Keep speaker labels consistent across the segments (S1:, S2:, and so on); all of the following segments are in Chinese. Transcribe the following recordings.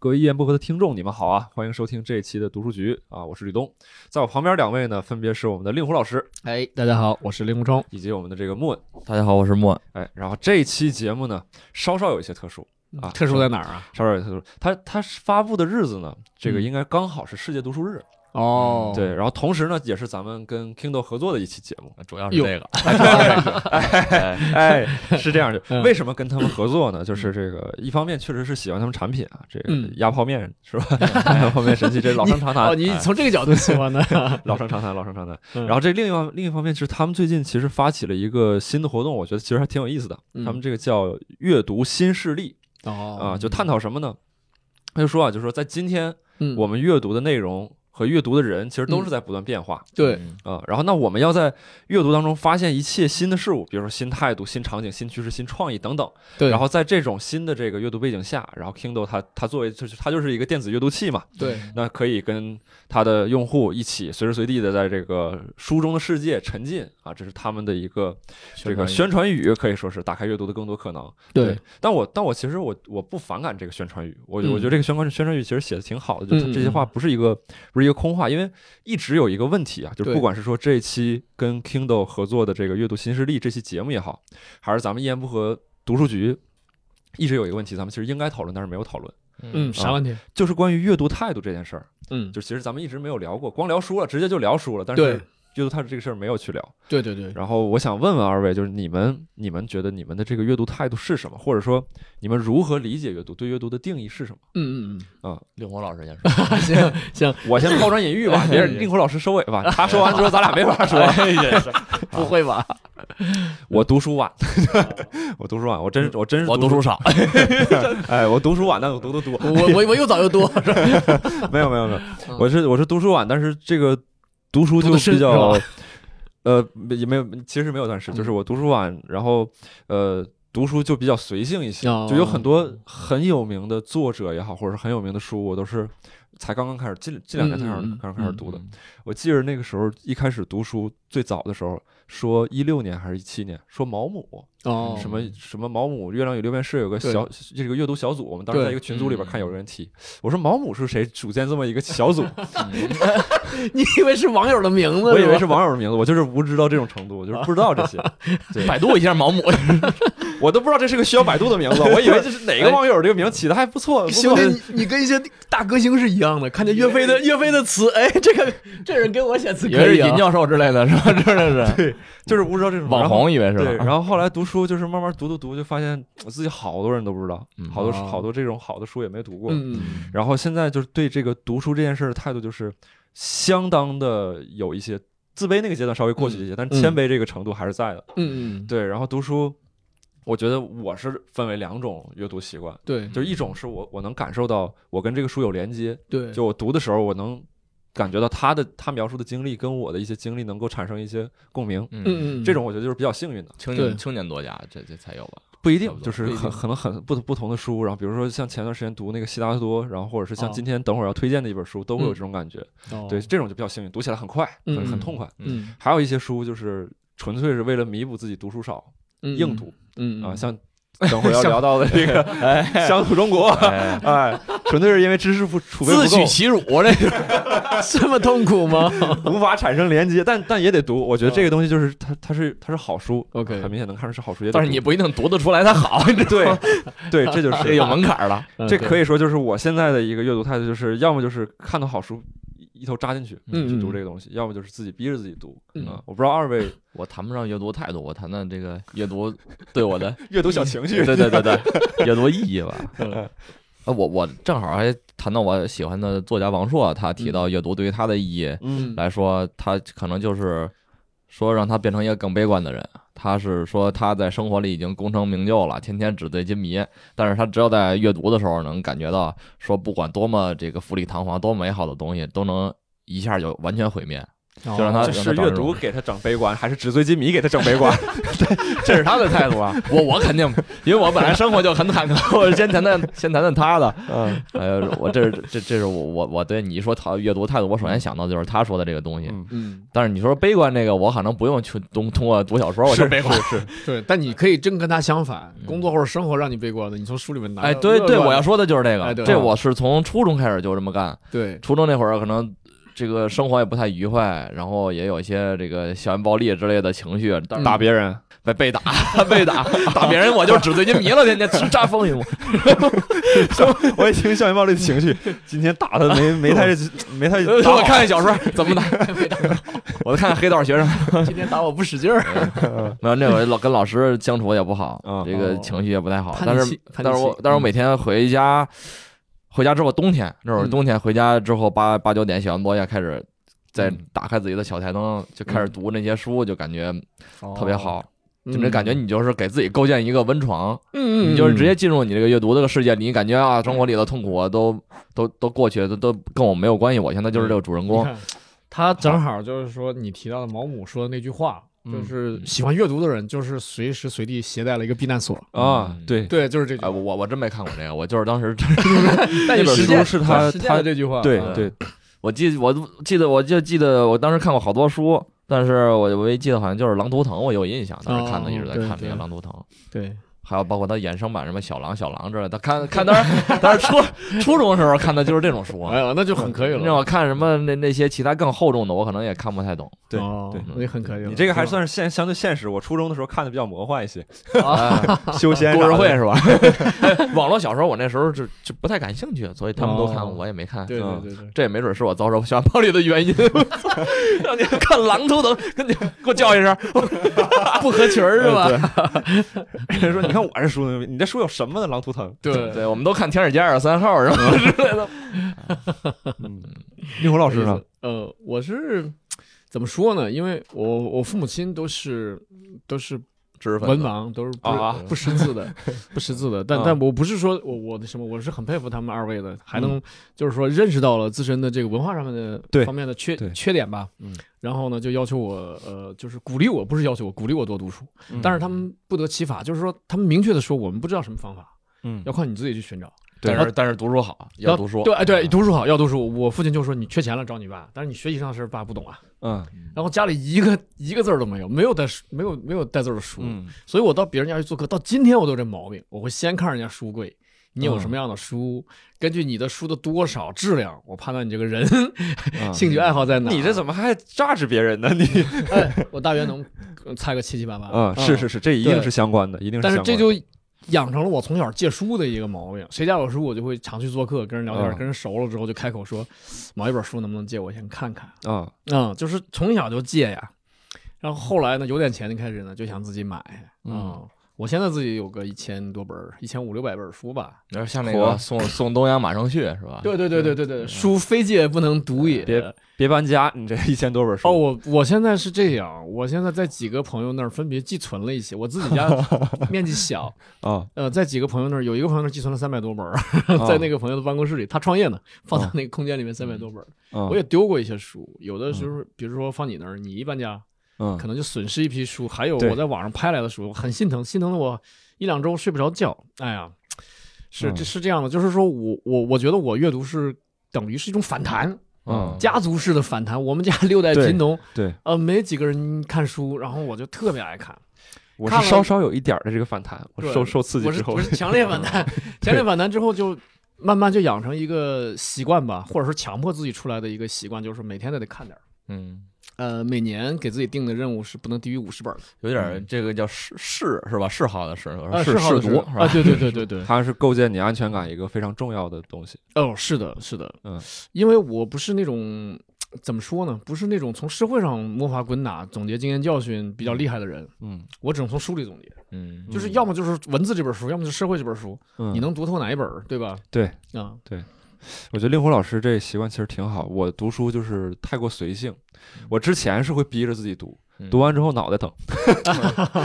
S1: 各位一言不合的听众，你们好啊！欢迎收听这一期的读书局啊，我是吕东，在我旁边两位呢，分别是我们的令狐老师
S2: 哎，大家好，我是令狐冲。
S1: 以及我们的这个莫文。
S3: 大家好，我是莫。
S1: 哎，然后这一期节目呢，稍稍有一些特殊啊，
S2: 特殊在哪儿啊？
S1: 稍稍有一些特殊。它它发布的日子呢，这个
S2: 嗯
S1: 应该刚好是世界读书日，
S2: 哦，
S1: 嗯对。，然后同时呢，也是咱们跟 Kindle 合作的一期节 目。
S3: 主要是这
S1: 啊
S3: 个，
S1: 哎，是这样的。
S2: 嗯
S1: 为什么跟他们合作呢？就是这个，一方面确实是喜欢他们产品啊，这个
S2: 嗯
S1: 压泡面是吧？ 压泡面神器，这老生常谈。
S2: 哦，你
S1: 哎
S2: 从这个角度喜欢 的，
S1: 老生常谈，老生常谈。
S2: 嗯
S1: 然后这另一方另一方面，其实他们最近其实发起了一个新的活动，我觉得其实还挺有意思的。
S2: 嗯
S1: 他们这个叫“阅读新势力”
S2: 哦
S1: 啊，就探讨什么呢？他就说啊，就说在今天
S2: 嗯
S1: 我们阅读的内容和阅读的人，其实都是在不断变化
S2: 对，
S1: 啊。然后那我们要在阅读当中发现一切新的事物，比如说新态度、新场景、新趋势、新创意等等。
S2: 对
S1: 嗯然后在这种新的这个阅读背景下，然后 Kindle 它它作为就是它就是一个电子阅读器嘛，
S2: 对，
S1: 那可以跟它的用户一起随时随地的在这个书中的世界沉浸啊，这是他们的一个这个宣传语，可以说是打开阅读的更多可能。
S2: 对，
S1: 但我但我其实我我不反感这个宣传语，我
S2: 嗯
S1: 我觉得这个宣传宣传语其实写的挺好的，就
S2: 嗯嗯
S1: 它这些话不是一个不是一个空话，因为一直有一个问题啊，就是
S2: 对
S1: 不管是说这一期跟 Kindle 合作的这个阅读新势力这期节目也好，还是咱们一言不合读书局，一直有一个问题，咱们其实应该讨论，但是没有讨论，
S2: 嗯，啥问题？
S1: 就是关于阅读态度这件事儿。
S2: 嗯，
S1: 啊就其实咱们一直没有聊过，光聊书了，直接就聊书了，但
S2: 对
S1: 是。阅读态度这个事儿没有去聊，
S2: 对对对，
S1: 然后我想问问二位，就是你们你们觉得你们的这个阅读态度是什么，或者说你们如何理解阅读，对阅读的定义是什么？啊
S2: 嗯嗯
S3: 令狐老师先说。
S2: 嗯，行 行，
S1: 我先抛砖引 玉吧，别人令狐老师收尾吧，他说完之后咱俩没法说。
S2: 不会吧？
S1: 我读书晚， 我读书晚，我
S2: 嗯
S1: 真我真是
S3: 我读
S1: 书
S3: 书，少，
S1: 哎，我读书晚，但我读的多，
S2: 我我我又早又多，是吧
S1: 没有没有没有，我是我是读书晚，但是这个读书就
S2: 读得深
S1: 比较
S2: 是，
S1: 呃，也没有，其实没有段时，
S2: 嗯
S1: 就是我读书晚，然后呃，读书就比较随性一些，
S2: 哦
S1: 就有很多很有名的作者也好，或者是很有名的书，我都是才刚刚开始，近近两年才开始、
S2: 嗯嗯嗯
S1: 开始开始读的。
S3: 嗯
S1: 我记着那个时候一开始读书最早的时候，说一六年还是一七年，说毛姆、
S2: 哦，
S1: 什么什么毛姆《月亮与六便士》有个
S2: 对
S1: 小这个阅读小组，我们当时
S2: 对
S1: 在一个群组里边
S3: 嗯
S1: 看有人提，我说毛姆是谁组建这么一个小 组？嗯
S2: 你以为是网友的名字？
S1: 我以为
S2: 是
S1: 是
S2: 吧
S1: 网友的名字，我就是无知到这种程度，我就是不知道这些，
S3: 百度一下毛姆，
S1: 我都不知道这是个需要百度的名 字， 我以为这是
S3: 哎
S1: 哪个网友这个名起的还不错，不错
S2: 兄弟，哎你你跟一些大歌星是一样的，看见岳飞 的岳飞的词，哎，这个 这人给我写词
S3: 以
S2: 可
S3: 为是
S2: 以啊
S3: 尹教授之类的，是吧？ 真的是
S1: 就是无知道这种
S3: 网。红，以为
S1: 然
S3: 是
S1: 后
S3: 吧
S1: 对，？然后后来读书就是慢慢读读读，就发现我自己好多人都不知道，
S3: 嗯
S1: 好多
S2: 哦
S1: 好多这种好的书也没读过。
S2: 嗯，
S1: 然后现在就是对这个读书这件事的态度，就是相当的有一些自卑那个阶段稍微过去一些，但是谦卑这个程度还是在的。
S2: 嗯嗯嗯，
S1: 对，然后读书，我觉得我是分为两种阅读习惯，
S2: 对
S1: 就是一种是我我能感受到我跟这个书有连接，
S2: 对，
S1: 就我读的时候我能感觉到他的他描述的经历跟我的一些经历能够产生一些共鸣。
S3: 嗯，
S2: 嗯嗯，
S1: 这种我觉得就是比较幸运的，
S3: 青
S2: 对
S3: 年青年作家，这这才有 吧？
S1: 不一
S3: 差
S1: 定
S3: 不多
S1: 就是
S2: 不一
S1: 很
S2: 定
S1: 可能很不不同的书，然后比如说像前段时间读那个悉达多，然后或者是像
S2: 哦
S1: 今天等会儿要推荐的一本书，都会有这种感觉。
S2: 哦
S1: 对，这种就比较幸运，读起来很快，很
S2: 嗯
S1: 很痛快。
S2: 嗯
S1: 还有一些书就是纯粹是为了弥补自己读书少，
S2: 嗯
S1: 硬读
S2: 嗯
S1: 啊， 像等会儿要聊到的这个《乡土中国》，
S3: 哎
S1: 哎，纯粹是因为知识不储备
S3: 自
S1: 不
S3: 取其辱，这是啊
S2: 这么痛 苦吗
S1: 够，无法产生连接，但但也得读。我觉得这个东西就是它，它是它是好书
S2: OK
S1: 很明显能看出是好书，也得
S3: 但是
S1: 读
S3: 你不一哎定读得出来他好，你知道
S1: 对
S3: 吗？
S1: 对，这就
S3: 这
S1: 是
S3: 有门 槛了。
S4: 嗯
S1: 这可
S2: 以，
S1: 以说就是我现在的一个阅读态度，就是要么就是看到好书一一头扎进去
S2: 嗯
S1: 去读这个东西，要么就是自己逼着自己读
S2: 嗯
S1: 啊。我不知道二位
S3: 我谈不上阅读态度，我谈谈这个阅读对我的
S1: 阅读小嗯情绪
S3: 对，对 对对 对，阅读意义吧。啊，我我正好还谈到我喜欢的作家王朔，他提到阅读对于他的意义
S1: 嗯
S3: 来说，他可能就是说让他变成一个更悲观的人。他是说他在生活里已经功成名就了，天天纸醉金迷，但是他只有在阅读的时候能感觉到，说不管多么这个富丽堂皇、多美好的东西，都能一下就完全毁灭。
S4: 嗯
S3: 就
S4: 哦
S3: 让他
S1: 这哦是阅读给他整悲观，还是纸醉金迷给他整悲 观？
S3: 这是他的态度啊！ 我我肯定，因为我本来生活就很坎坷， 我是先谈谈先谈谈他的。
S1: 嗯
S3: 哎呀，我这是这这是我我我对你一说他阅读态度，我首先想到就是他说的这个东西。
S1: 嗯
S4: 嗯，
S3: 但是你说悲观这个，我可能不用去通通过读小说，我就是悲观。
S1: 是，
S4: 对，但你可以真跟他相反，
S3: 嗯
S4: 工作或者生活让你悲观的，你从书里面拿到
S3: 哎，
S4: 乐观
S3: 对
S4: 的。
S3: 对，我要说的就是这
S4: 哎
S3: 个，
S4: 对
S3: 这我是从初中开始就这么干。
S4: 对，
S3: 初中那会儿可能这个生活也不太愉快，然后也有一些这个校园暴力之类的情绪，
S4: 嗯
S3: 但是
S1: 打别人，
S3: 被被打 被打打别人，我就纸醉金迷了，天天叱咤风云。
S1: 我也听校园暴力的情绪，今天打他没没太没太
S3: 我
S1: 打好
S3: 看看小说 怎么打，我再看看黑道学生。
S4: 今天打我不使劲儿，哦
S3: 没有那会儿老跟老师相处也不好
S1: 嗯，
S3: 这个情绪也不太好。
S4: 叛
S3: 啊但
S4: 逆
S3: 是
S4: 期叛逆
S3: 但是我
S4: 期
S3: 但是我每天回家，回家之后冬天那会儿
S4: 嗯
S3: 冬天回家之后八八九点写完作业开始，再
S1: 嗯
S3: 打开自己的小台灯就开始读那些书，就感觉特别好。
S4: 哦嗯，
S3: 就那感觉，你就是给自己构建一个温床，
S4: 嗯，嗯，
S3: 你就是直接
S4: 嗯
S3: 进入你这个阅读这个世界，你感觉啊，生活里的痛苦啊都都都过去，都都跟我没有关系，我现在就是这个主人
S4: 你
S3: 公。
S4: 看他正好就是说你提到的毛姆说的那句话，
S3: 啊嗯
S4: 就是喜欢阅读的人就是随时随地携带了一个避难
S3: 嗯
S4: 所。
S1: 啊，对，
S4: 对，就是这句
S3: 哎，
S4: 话。
S3: 我我真没看过这个，我就是当时
S4: 但
S1: 那本
S4: 实
S1: 书
S4: 践
S1: 是他
S4: 实践
S1: 他
S4: 了这句话，
S1: 对
S4: 啊
S1: 对，
S3: 我记我都记得我就记得我当时看过好多书，但是我唯一记得好像就是《狼图腾》，我有印象，当时看的
S4: 哦
S3: 一直在
S4: 对
S3: 看这个
S4: 对
S3: 《狼图腾》。
S4: 对，
S3: 还有包括他衍生版什么小狼、小狼之类的，他看看当 时，当时初初中的时候看的就是这种书，啊
S4: 哎呦，那就很可以
S3: 让
S4: 了，
S3: 我看什么那那些其他更厚重的，我可能也看不太 懂。
S1: 对
S4: 哦
S1: 对
S4: 那就很可以了。
S1: 你这个还
S4: 是吧
S1: 算是现相对现实。我初中的时候看的比较魔幻一 些，
S4: 啊
S3: 哎
S1: 修仙啊
S3: 故
S1: 啥
S3: 事
S1: 的
S3: 会是吧？ 网络小说我那时候就就不太感兴趣，所以他们都看，
S4: 哦
S3: 我也没看。
S4: 对
S1: 嗯
S4: 对对对，
S3: 这也没准是我遭受校园暴力的原因。 让你看《狼图腾》，跟你给我叫一声，
S4: 不合群儿是吧？
S1: 人说你看我这书牛逼，你这书有什么呢？狼图腾，
S4: 对
S3: 对，我们都看《天使街二十三号》是吧？
S1: 嗯，令狐老师呢？？
S4: 呃，我是怎么说呢？因为我我父母亲都是都是
S3: 知识分
S4: 文
S3: 子
S4: 盲，都是不
S1: 啊
S4: 不识字 的，不识字的。但
S1: 啊
S4: 但我不是说我我的什么，我是很佩服他们二位的，还能就是说认识到了自身的这个文化上面的
S1: 嗯对
S4: 方面的缺
S1: 对
S4: 缺点吧。
S3: 嗯，
S4: 然后呢，就要求我呃，就是鼓励我，不是要求我，鼓励我多读书。
S1: 嗯
S4: 但是他们不得其法，就是说他们明确的说，我们不知道什么方法，
S1: 嗯
S4: 要靠你自己去寻找。
S1: 对
S3: 但是但是读书好，要读书。
S4: 对，哎
S1: 嗯
S4: 对，读书好，要读书。我父亲就说你缺钱了找你爸，但是你学习上的事儿爸不懂啊。
S1: 嗯
S4: 然后家里一个一个字儿都没有，没有带书没有没有带字儿的书，
S1: 嗯
S4: 所以我到别人家去做客，到今天我都有这毛病，我会先看人家书柜，你有
S1: 嗯
S4: 什么样的书，根据你的书的多少质量，我判断你这个人
S1: 嗯
S4: 兴趣爱好在哪。
S1: 你这
S4: 么？
S1: 怎么还榨制别人呢？你
S4: 哎，我大约能呃猜个七七八八。嗯
S1: 啊，是是是，这一定是相关的，一定
S4: 但是
S1: 相关
S4: 这
S1: 的。
S4: 就养成了我从小借书的一个毛病。谁家有书，我就会常去做客，跟人聊天，
S1: 嗯
S4: 跟人熟了之后就开口说，某一本书能不能借我先看看？
S1: 啊，
S4: 嗯，就是从小就借呀。然后后来呢，有点钱就开始呢，就想自己买。啊
S3: 嗯，
S4: 我现在自己有个一千多本儿，一千五六百本儿书吧。
S3: 然后像那
S1: 活
S3: 个宋宋东阳马正旭是吧？
S4: 对对对对对对，书非借不能读也。
S1: 啊嗯别别搬家，你这一千多本
S4: 哦，
S1: 书，
S4: 我我现在是这样，我现在在几个朋友那儿分别寄存了一些，我自己 家面积小，
S1: 啊，
S4: 呃，在几个朋友那儿，有一个朋友那儿寄存了三百多本儿，
S1: 啊
S4: 在那个朋友的办公室里，他创业呢，放到那个空间里面三百多本儿。
S1: 嗯
S4: 我也丢过一些书，有的时候，比如说放你那儿，你一搬家
S1: 嗯
S4: 可能就损失一批书，还有
S1: 对
S4: 我在网上拍来的书，我很心疼，心疼的我一两周睡不着觉。哎呀，是
S1: 嗯
S4: 这是这样的，就是说我我我觉得我阅读是等于是一种反弹，
S3: 嗯，
S4: 家族式的反弹。我们家六代
S1: 对
S4: 贫农，
S1: 对，
S4: 呃，没几个人看书，然后我就特别爱看。
S1: 我
S4: 看
S1: 是
S4: 了
S1: 稍稍有一点儿的这个反弹，我
S4: 对
S1: 受受刺激
S4: 我是
S1: 之后
S4: 我，是强烈反弹， 强烈反弹之后就慢慢就养成一个习惯吧，或者说强迫自己出来的一个习惯，就是每天都得看点儿。
S3: 嗯，
S4: 呃，每年给自己定的任务是不能低于五十本儿，
S3: 有点儿这个叫嗜嗜是吧？嗜好的嗜，
S4: 啊
S3: 嗜
S4: 好
S3: 嗜
S4: 的
S3: 读嗯是
S4: 啊，
S3: 吧？
S4: 对对对对对，
S1: 它是构建你安全感一个非常重要的东西。
S4: 哦，是的，是的，
S1: 嗯，
S4: 因为我不是那种怎么说呢，不是那种从社会上摸爬滚打、总结经验教训比较厉害的人，
S1: 嗯，
S4: 我只能从书里总结，
S3: 嗯，
S4: 就是要么就是文字这本书，要么就是社会这本书，
S1: 嗯
S4: 你能读透哪一本儿，对吧？
S1: 对
S4: 啊，
S1: 我觉得令狐老师
S4: 嗯
S1: 这习惯其实挺好。我读书就是太过随性，我之前是会逼着自己读，
S3: 嗯
S1: 读完之后脑袋疼。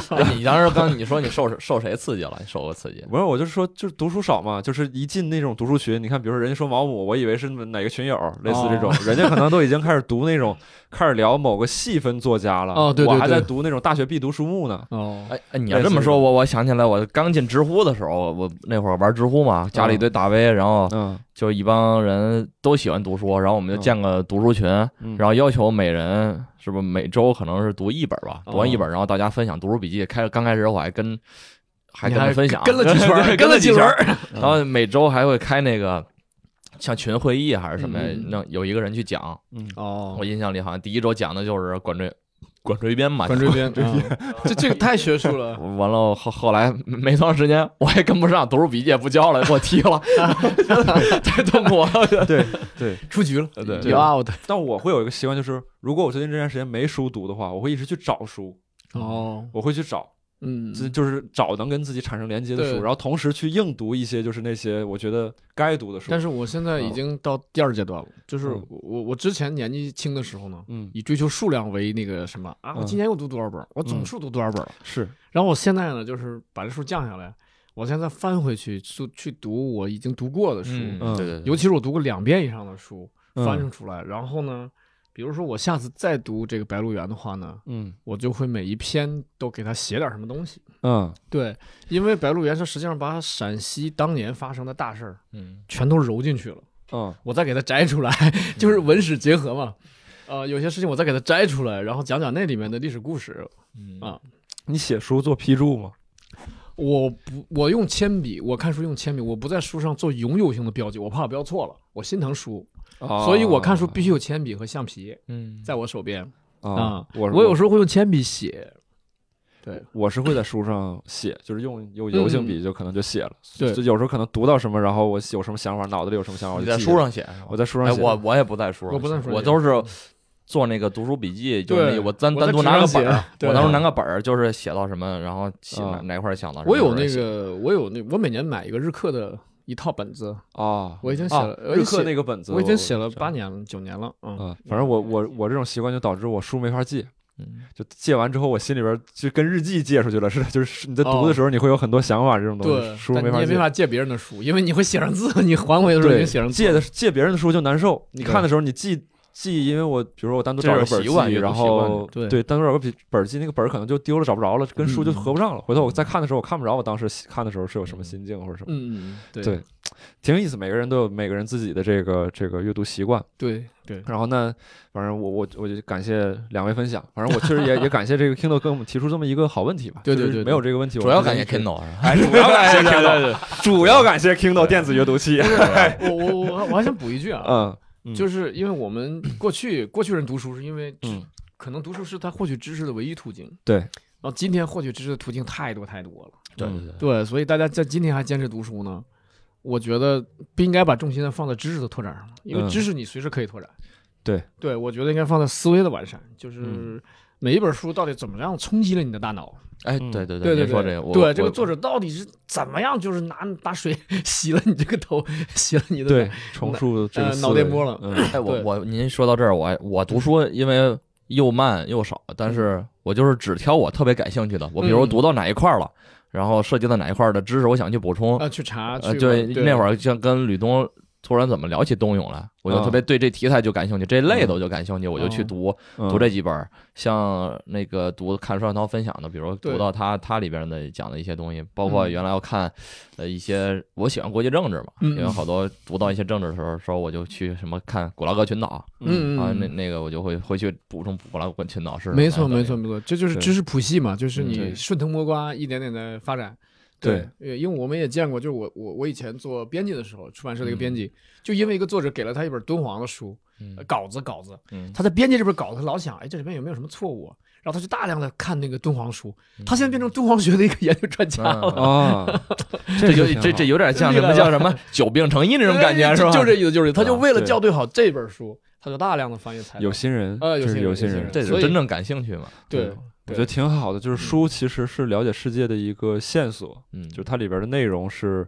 S3: 哎你当时刚你说你受受谁刺激了？你受过刺
S4: 嗯
S3: 激？
S1: 不是，我就是说，就是读书少嘛，就是一进那种读书群，你看，比如说人家说毛姆，我以为是哪个群友，类似这种，
S4: 哦
S1: 人家可能都已经开始读那种，开始聊某个细分作家了。
S4: 哦对对
S1: 我还
S4: 对
S1: 在读那种大学必读书目呢。
S4: 哦，
S3: 哎哎，你要这么说，我我想起来，我刚进知乎的时候，我那会儿玩知乎嘛，加了一堆大 V，然
S4: 哦
S3: 后
S1: 嗯
S3: 就一帮人都喜欢读书，然后我们就建个读书群，
S1: 嗯，
S3: 然后要求每人是不是每周可能是读一本吧，
S1: 哦
S3: 读完一本，然后大家分享读书笔记。开刚开始我还跟还
S4: 你
S3: 跟他
S4: 还
S3: 分享，
S4: 跟了几圈
S3: 对
S4: 儿，
S3: 跟
S4: 了
S3: 几
S4: 圈
S3: 圈
S4: 儿
S3: 儿，，然后每周还会开那个像群会议还是什么呀
S4: 嗯嗯嗯，
S3: 让有一个人去讲。
S1: 嗯
S4: 哦
S3: 我，印象里好像第一周讲的就是管锥管锥编嘛，
S4: 管锥 编，啊这这个太学术了。
S3: 完了后后来没多长时间，我也跟不上，读书笔记也不交了，给我踢了， 太痛苦了。
S1: 对对。
S4: 出局了，
S1: 对
S4: 有啊 out
S1: 但我会有一个习惯，就是如果我最近这段时间没书读的话，我会一直去找书，
S4: 哦，
S1: 我会去找，
S4: 嗯，
S1: 自就是找能跟自己产生连接的
S4: 对
S1: 书，然后同时去硬读一些就是那些我觉得该读的书。
S4: 但是我现在
S3: 嗯
S4: 已经到第二阶段了，就是
S1: 嗯
S4: 我我之前年纪轻的时候呢，
S1: 嗯，
S4: 以追求数量为那个什么啊，我
S1: 嗯
S4: 今年又读多少本儿，我总数读多少本儿了。
S1: 是
S4: 然后我现在呢，就是把这数降下来，我现在翻回去去去读我已经读过的书，
S1: 嗯
S3: 对对对，
S4: 尤其是我读过两遍以上的书，
S1: 嗯
S4: 翻整出来。然后呢，比如说我下次再读这个《白鹿原》的话呢，
S1: 嗯
S4: 我就会每一篇都给它写点什么东西。
S1: 嗯
S4: 对，因为《白鹿原》是实际上把陕西当年发生的大事儿
S3: 嗯
S4: 全都揉进去了，
S1: 嗯
S4: 我再给它摘出来， 就是文史结合嘛。呃，有些事情我再给它摘出来，然后讲讲那里面的历史故事。
S3: 嗯
S4: 啊
S1: 你写书做批注吗？
S4: 我不，我用铅笔，我看书用铅笔，我不在书上做永久性的标记，我怕我标错了，我心疼书，哦所以我看书必须有铅笔和橡皮
S3: 哦嗯，
S4: 在我手边
S1: 啊，
S4: 我
S1: 我
S4: 有时候会用铅笔写，
S1: 我是会在书上写，就是用用油性笔就可能就写了。
S4: 嗯对
S1: 就有时候可能读到什么，然后我有什么想法，脑子里有什么想法，我
S3: 你
S1: 就
S3: 在
S1: 记
S3: 书
S1: 着。
S3: 上写是吧
S1: 我在书
S3: 哎，
S1: 上写。
S3: 我我也不在书上写，
S4: 我不在书上
S3: 我
S4: 写嗯
S3: 都是做那个读书笔记，就是
S4: 对
S3: 那我单
S4: 我在
S3: 单独
S4: 纸
S3: 拿个
S4: 上
S3: 本儿
S4: 写，对啊
S3: 我当时拿个本儿，就是写到什么，然后写
S1: 啊
S3: 哪哪块儿想到什么。
S4: 我有那
S3: 哪块儿写
S4: 个，我有那，我每年买一个日课的一套本子，
S1: 啊，
S4: 我已经写
S1: 啊
S4: 了，我
S1: 日
S4: 已经
S1: 课
S4: 写
S1: 那个本子，
S4: 我已经写了
S1: 知道
S4: 八年了，九年了，嗯，
S1: 啊，反正我我我这种习惯就导致我书没法借，
S3: 嗯
S1: 就借完之后我心里边就跟日记借出去了似的，就是你在读
S4: 哦
S1: 的时候你会有很多想法这种东
S4: 对
S3: 嗯
S1: 西，，书
S4: 但
S1: 没
S4: 你
S1: 法
S4: 也没
S1: 借。
S4: 法借别人的书，因为你会写上字， 你还回来的时候已
S1: 对
S4: 经写上，字
S1: 借的借别人的书就难受，你
S4: 对
S1: 看的时候你记记，因为我比如说我单独
S3: 这
S1: 找
S3: 是
S1: 个本儿
S3: 习惯
S1: 记，
S3: 阅读
S1: 然
S3: 习惯
S1: 后
S4: 对
S1: 单独找个笔本儿记，那个本儿可能就丢了找不着了，跟书就
S4: 嗯
S1: 合不上了。回头我再看的时候，我看不着我当时看的时候是有什么
S3: 嗯
S1: 心境或者什么，
S4: 嗯，嗯嗯
S1: 对
S4: 对
S1: 挺有意思。每个人都有每个人自己的这个这个阅读习惯。
S4: 对对，
S1: 然后呢，反正我我我就感谢两位分享，反正我确实 也也感谢这个 Kindle 给我们提出这么一个好问题吧。
S4: 对
S1: 就
S4: 对
S1: 是
S4: 对对
S1: 没有这个问题，
S3: 主要感谢
S1: 我们
S3: Kindle 啊是吧？
S1: 哎主要感谢 Kindle，
S3: 对
S1: 主要感谢 Kindle 电子阅读器。
S4: 我我我我还想补一句啊，
S1: 嗯嗯
S4: 就是因为我们过去过去人读书是因为，
S1: 嗯
S4: 可能读书是他获取知识的唯一途径。
S1: 对
S4: 然后今天获取知识的途径太多太多了。
S3: 对
S1: 嗯
S3: 对对，
S4: 对，所以大家在今天还坚持读书呢，我觉得不应该把重心呢放在知识的拓展上，因为
S1: 嗯
S4: 知识你随时可以拓展。
S1: 对
S4: 对，我觉得应该放在思维的完善，就是
S1: 嗯
S4: 每一本书到底怎么样冲击了你的大脑。
S3: 哎
S1: 嗯
S3: 对对
S4: 对对
S3: 您
S4: 对，
S3: 说这个，我
S4: 对这个
S3: 我
S4: 作者到底是怎么样，就是拿拿水 洗了你这个头，洗了你的
S1: 对
S4: 脑，
S1: 重塑这个
S4: 呃
S1: 思
S4: 脑
S1: 维
S4: 电波了
S1: 嗯
S3: 哎，我
S4: 对嗯
S3: 我您说到这儿，我我读书因为又慢又少，但是我就是只挑我特别感兴趣的。我比如
S4: 嗯
S3: 读到哪一块儿了，然后涉及到哪一块儿的知识，我想去补充。
S4: 啊去查去
S3: 呃，对，那会
S4: 儿
S3: 儿像跟吕东突然怎么聊起冬泳来，我就
S4: 嗯
S1: 啊
S3: 特别对这题材就感兴趣，这类的
S1: 嗯
S3: 我就感兴趣，我就去
S4: 哦
S3: 读
S1: 嗯
S3: 读这几本儿。像那个读看双雪涛分享的，比如
S4: 对
S3: 读到他他里边的讲的一些东西，包括
S4: 嗯
S3: 原来我看呃一些我喜欢国际政治嘛，
S4: 嗯
S3: 因为好多读到一些政治的时候，说我就去什么看古拉格群岛。
S1: 嗯
S4: 嗯
S3: 啊，那那个我就会回去补充古拉格群岛是
S4: 没错，
S3: 哎对
S4: 没错，没错，这就是
S1: 对
S4: 知识谱系嘛，就是
S3: 嗯
S4: 你
S1: 对
S4: 顺藤摸瓜，一点点的发展。
S1: 对
S4: 呃，因为我们也见过，就是我我我以前做编辑的时候，出版社的一个编
S3: 嗯
S4: 辑，就因为一个作者给了他一本敦煌的书
S3: 嗯
S4: 呃稿子稿子，
S3: 嗯
S4: 他在编辑这本稿子，他老想，哎，这里面有没有什么错误啊？然后他就大量的看那个敦煌书，
S3: 嗯
S4: 他现在变成敦煌学的一个研究专 家了。
S1: 啊，
S3: 这
S1: 个
S3: 有
S1: 挺
S3: 这
S1: 好
S3: 这有点像
S4: 厉
S3: 什
S4: 害
S3: 么叫
S4: 了
S3: 什么 久病成医那种感觉
S4: 哎
S3: 是吧？
S4: 就就这意思，就是这个他就
S3: 啊
S4: 为了
S1: 对
S4: 校对好这本书，他就大量的翻阅材料。
S1: 有心人，
S4: 呃有
S1: 这是
S4: 心人
S1: 啊有
S4: 有
S1: 心
S4: 心
S1: 人
S4: 人，
S3: 这
S4: 所
S3: 是
S4: 以
S3: 真正感兴趣嘛？
S4: 对，
S1: 我觉得挺好的，就是书其实是了解世界的一个线索，
S3: 嗯，
S1: 就是它里边的内容是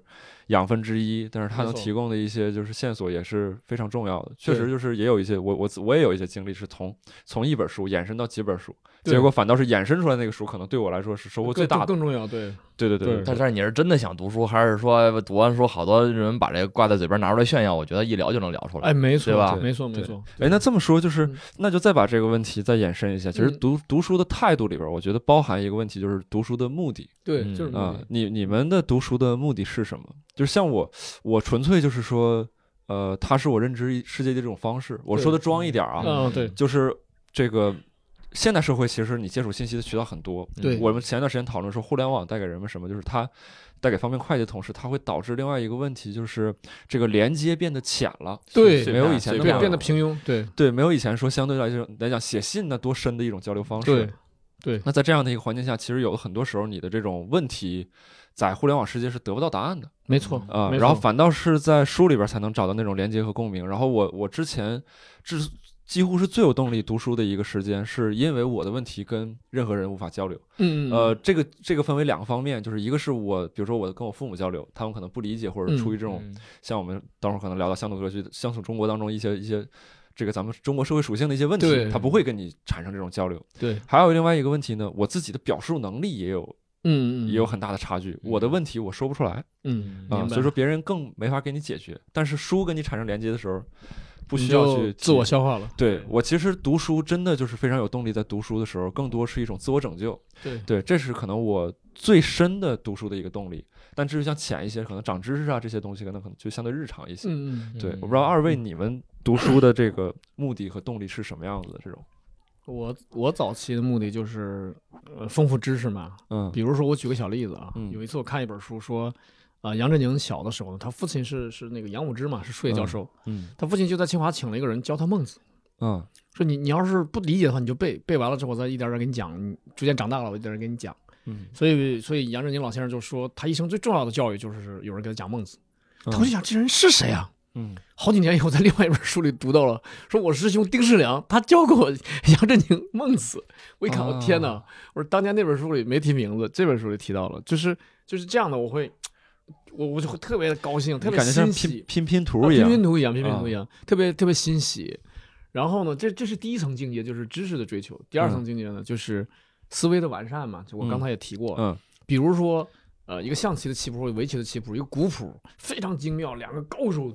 S1: 养分之一，但是它
S4: 没
S1: 能
S4: 错
S1: 提供的一些就是线索也是非常重要的。确
S4: 对
S1: 实就是也有一些我我我也有一些经历是从从一本书延伸到几本书，
S4: 对
S1: 结果反倒是衍生出来那个书，可能对我来说是收获最大的。
S4: 更更重要，对，
S1: 对对
S4: 对
S1: 对，
S3: 但是你是真的想读书，还是说读完书好多人把这个挂在嘴边拿出来炫耀？我觉得一聊就能聊出来。
S4: 哎，没错，
S3: 对吧
S4: 没错，没
S1: 对
S4: 错，
S1: 哎，那这么说就是
S4: 嗯，
S1: 那就再把这个问题再延伸一下。其实
S4: 嗯
S1: 读读书的态度里边，我觉得包含一个问题，就是读书的目的
S4: 对，
S3: 嗯
S4: 就是
S1: 啊、你你们的读书的目的是什么？就是像我，我纯粹就是说，呃，它是我认知世界的这种方式。我
S4: 对
S1: 说的装一点啊，
S4: 嗯，对，
S1: 就是这个现代社会，其实你接触信息的渠道很多。
S4: 嗯对
S1: 我们前段时间讨论说，互联网带给人们什么，就是它带给方便快捷的同时，它会导致另外一个问题，就是这个连接变得浅了，
S4: 对
S1: 没有以前那
S4: 对
S1: 么
S4: 变
S1: 广
S4: 变得平庸，对，
S1: 对，没有以前说相对来说来讲写信呢多深的一种交流方式。
S4: 对，对
S1: 那在这样的一个环境下，其实有很多时候你的这种问题，在互联网世界是得不到答案的
S4: 没错
S1: 啊、
S4: 没
S1: 然后
S4: 错
S1: 反倒是在书里边才能找到那种连接和共鸣。然后我我之前之几乎是最有动力读书的一个时间，是因为我的问题跟任何人无法交流。
S4: 嗯，嗯
S1: 呃，，这个这个分为两个方面，就是一个是我，比如说我跟我父母交流，他们可能不理解，或者
S4: 嗯
S1: 出于这种像我们等会儿可能聊到乡土歌曲、乡土中国当中一些一些这个咱们中国社会属性的一些问题
S4: 对，
S1: 他不会跟你产生这种交流。
S4: 对，
S1: 还有另外一个问题呢，我自己的表述能力也有
S4: 嗯嗯，
S1: 也有很大的差距，我的问题我说不出来啊、
S4: 嗯，
S3: 明
S4: 明白
S1: 所以说别人更没法给你解决。但是书跟你产生连接的时候，不
S4: 你
S1: 需要
S4: 就
S1: 去
S4: 自我
S1: 去。
S4: 消化了，
S1: 对我其实读书真的就是非常有动力，在读书的时候更多是一种自我拯救。
S4: 对，
S1: 对，这是可能我最深的读书的一个动力。但至于像浅一些，可能长知识啊这些东西，可能可能就相对日常一些。
S4: 嗯嗯，
S1: 对，我不知道二位你们读书的这 个目的和动力是什么样子的？这种，
S4: 我我早期的目的就是呃丰富知识嘛，
S1: 嗯
S4: 比如说，我举个小例子啊，
S1: 嗯
S4: 有一次我看一本书说，啊，杨振宁小的时候呢，他父亲是是那个杨武之嘛，是数学教授，
S1: 嗯
S4: 他父亲就在清华请了一个人教他孟子，
S1: 嗯
S4: 说你你要是不理解的话，你就背背完了之后，我再一点点给你讲，你逐渐长大了，我一点点给你讲。
S1: 嗯，
S4: 所以所以杨振宁老先生就说，他一生最重要的教育就是有人给他讲孟子。
S1: 嗯
S4: 他我就想，这人是谁啊？
S1: 嗯
S4: 好几年以后，在另外一本书里读到了，说我师兄丁世良，他教过我杨振宁、孟子。我一看，我、
S1: 啊
S4: 天哪！我说当年那本书里没提名字，这本书里提到了，就是就是这样的，我会，我我就会特别的高兴，特
S1: 你
S4: 别
S1: 感觉像
S4: 欣
S1: 拼
S4: 喜，
S1: 拼拼图
S4: 啊
S1: 一
S4: 拼
S1: 样，
S4: 拼图一样，拼拼图一样，特别特别欣喜。然后呢，这这是第一层境界，就是知识的追求；第二层境界呢，就是思维的完善嘛。就我刚才也提过，
S1: 嗯
S4: 比如说，呃，一个象棋的棋谱，一个围棋的棋谱，一个古谱，非常精妙，两个高手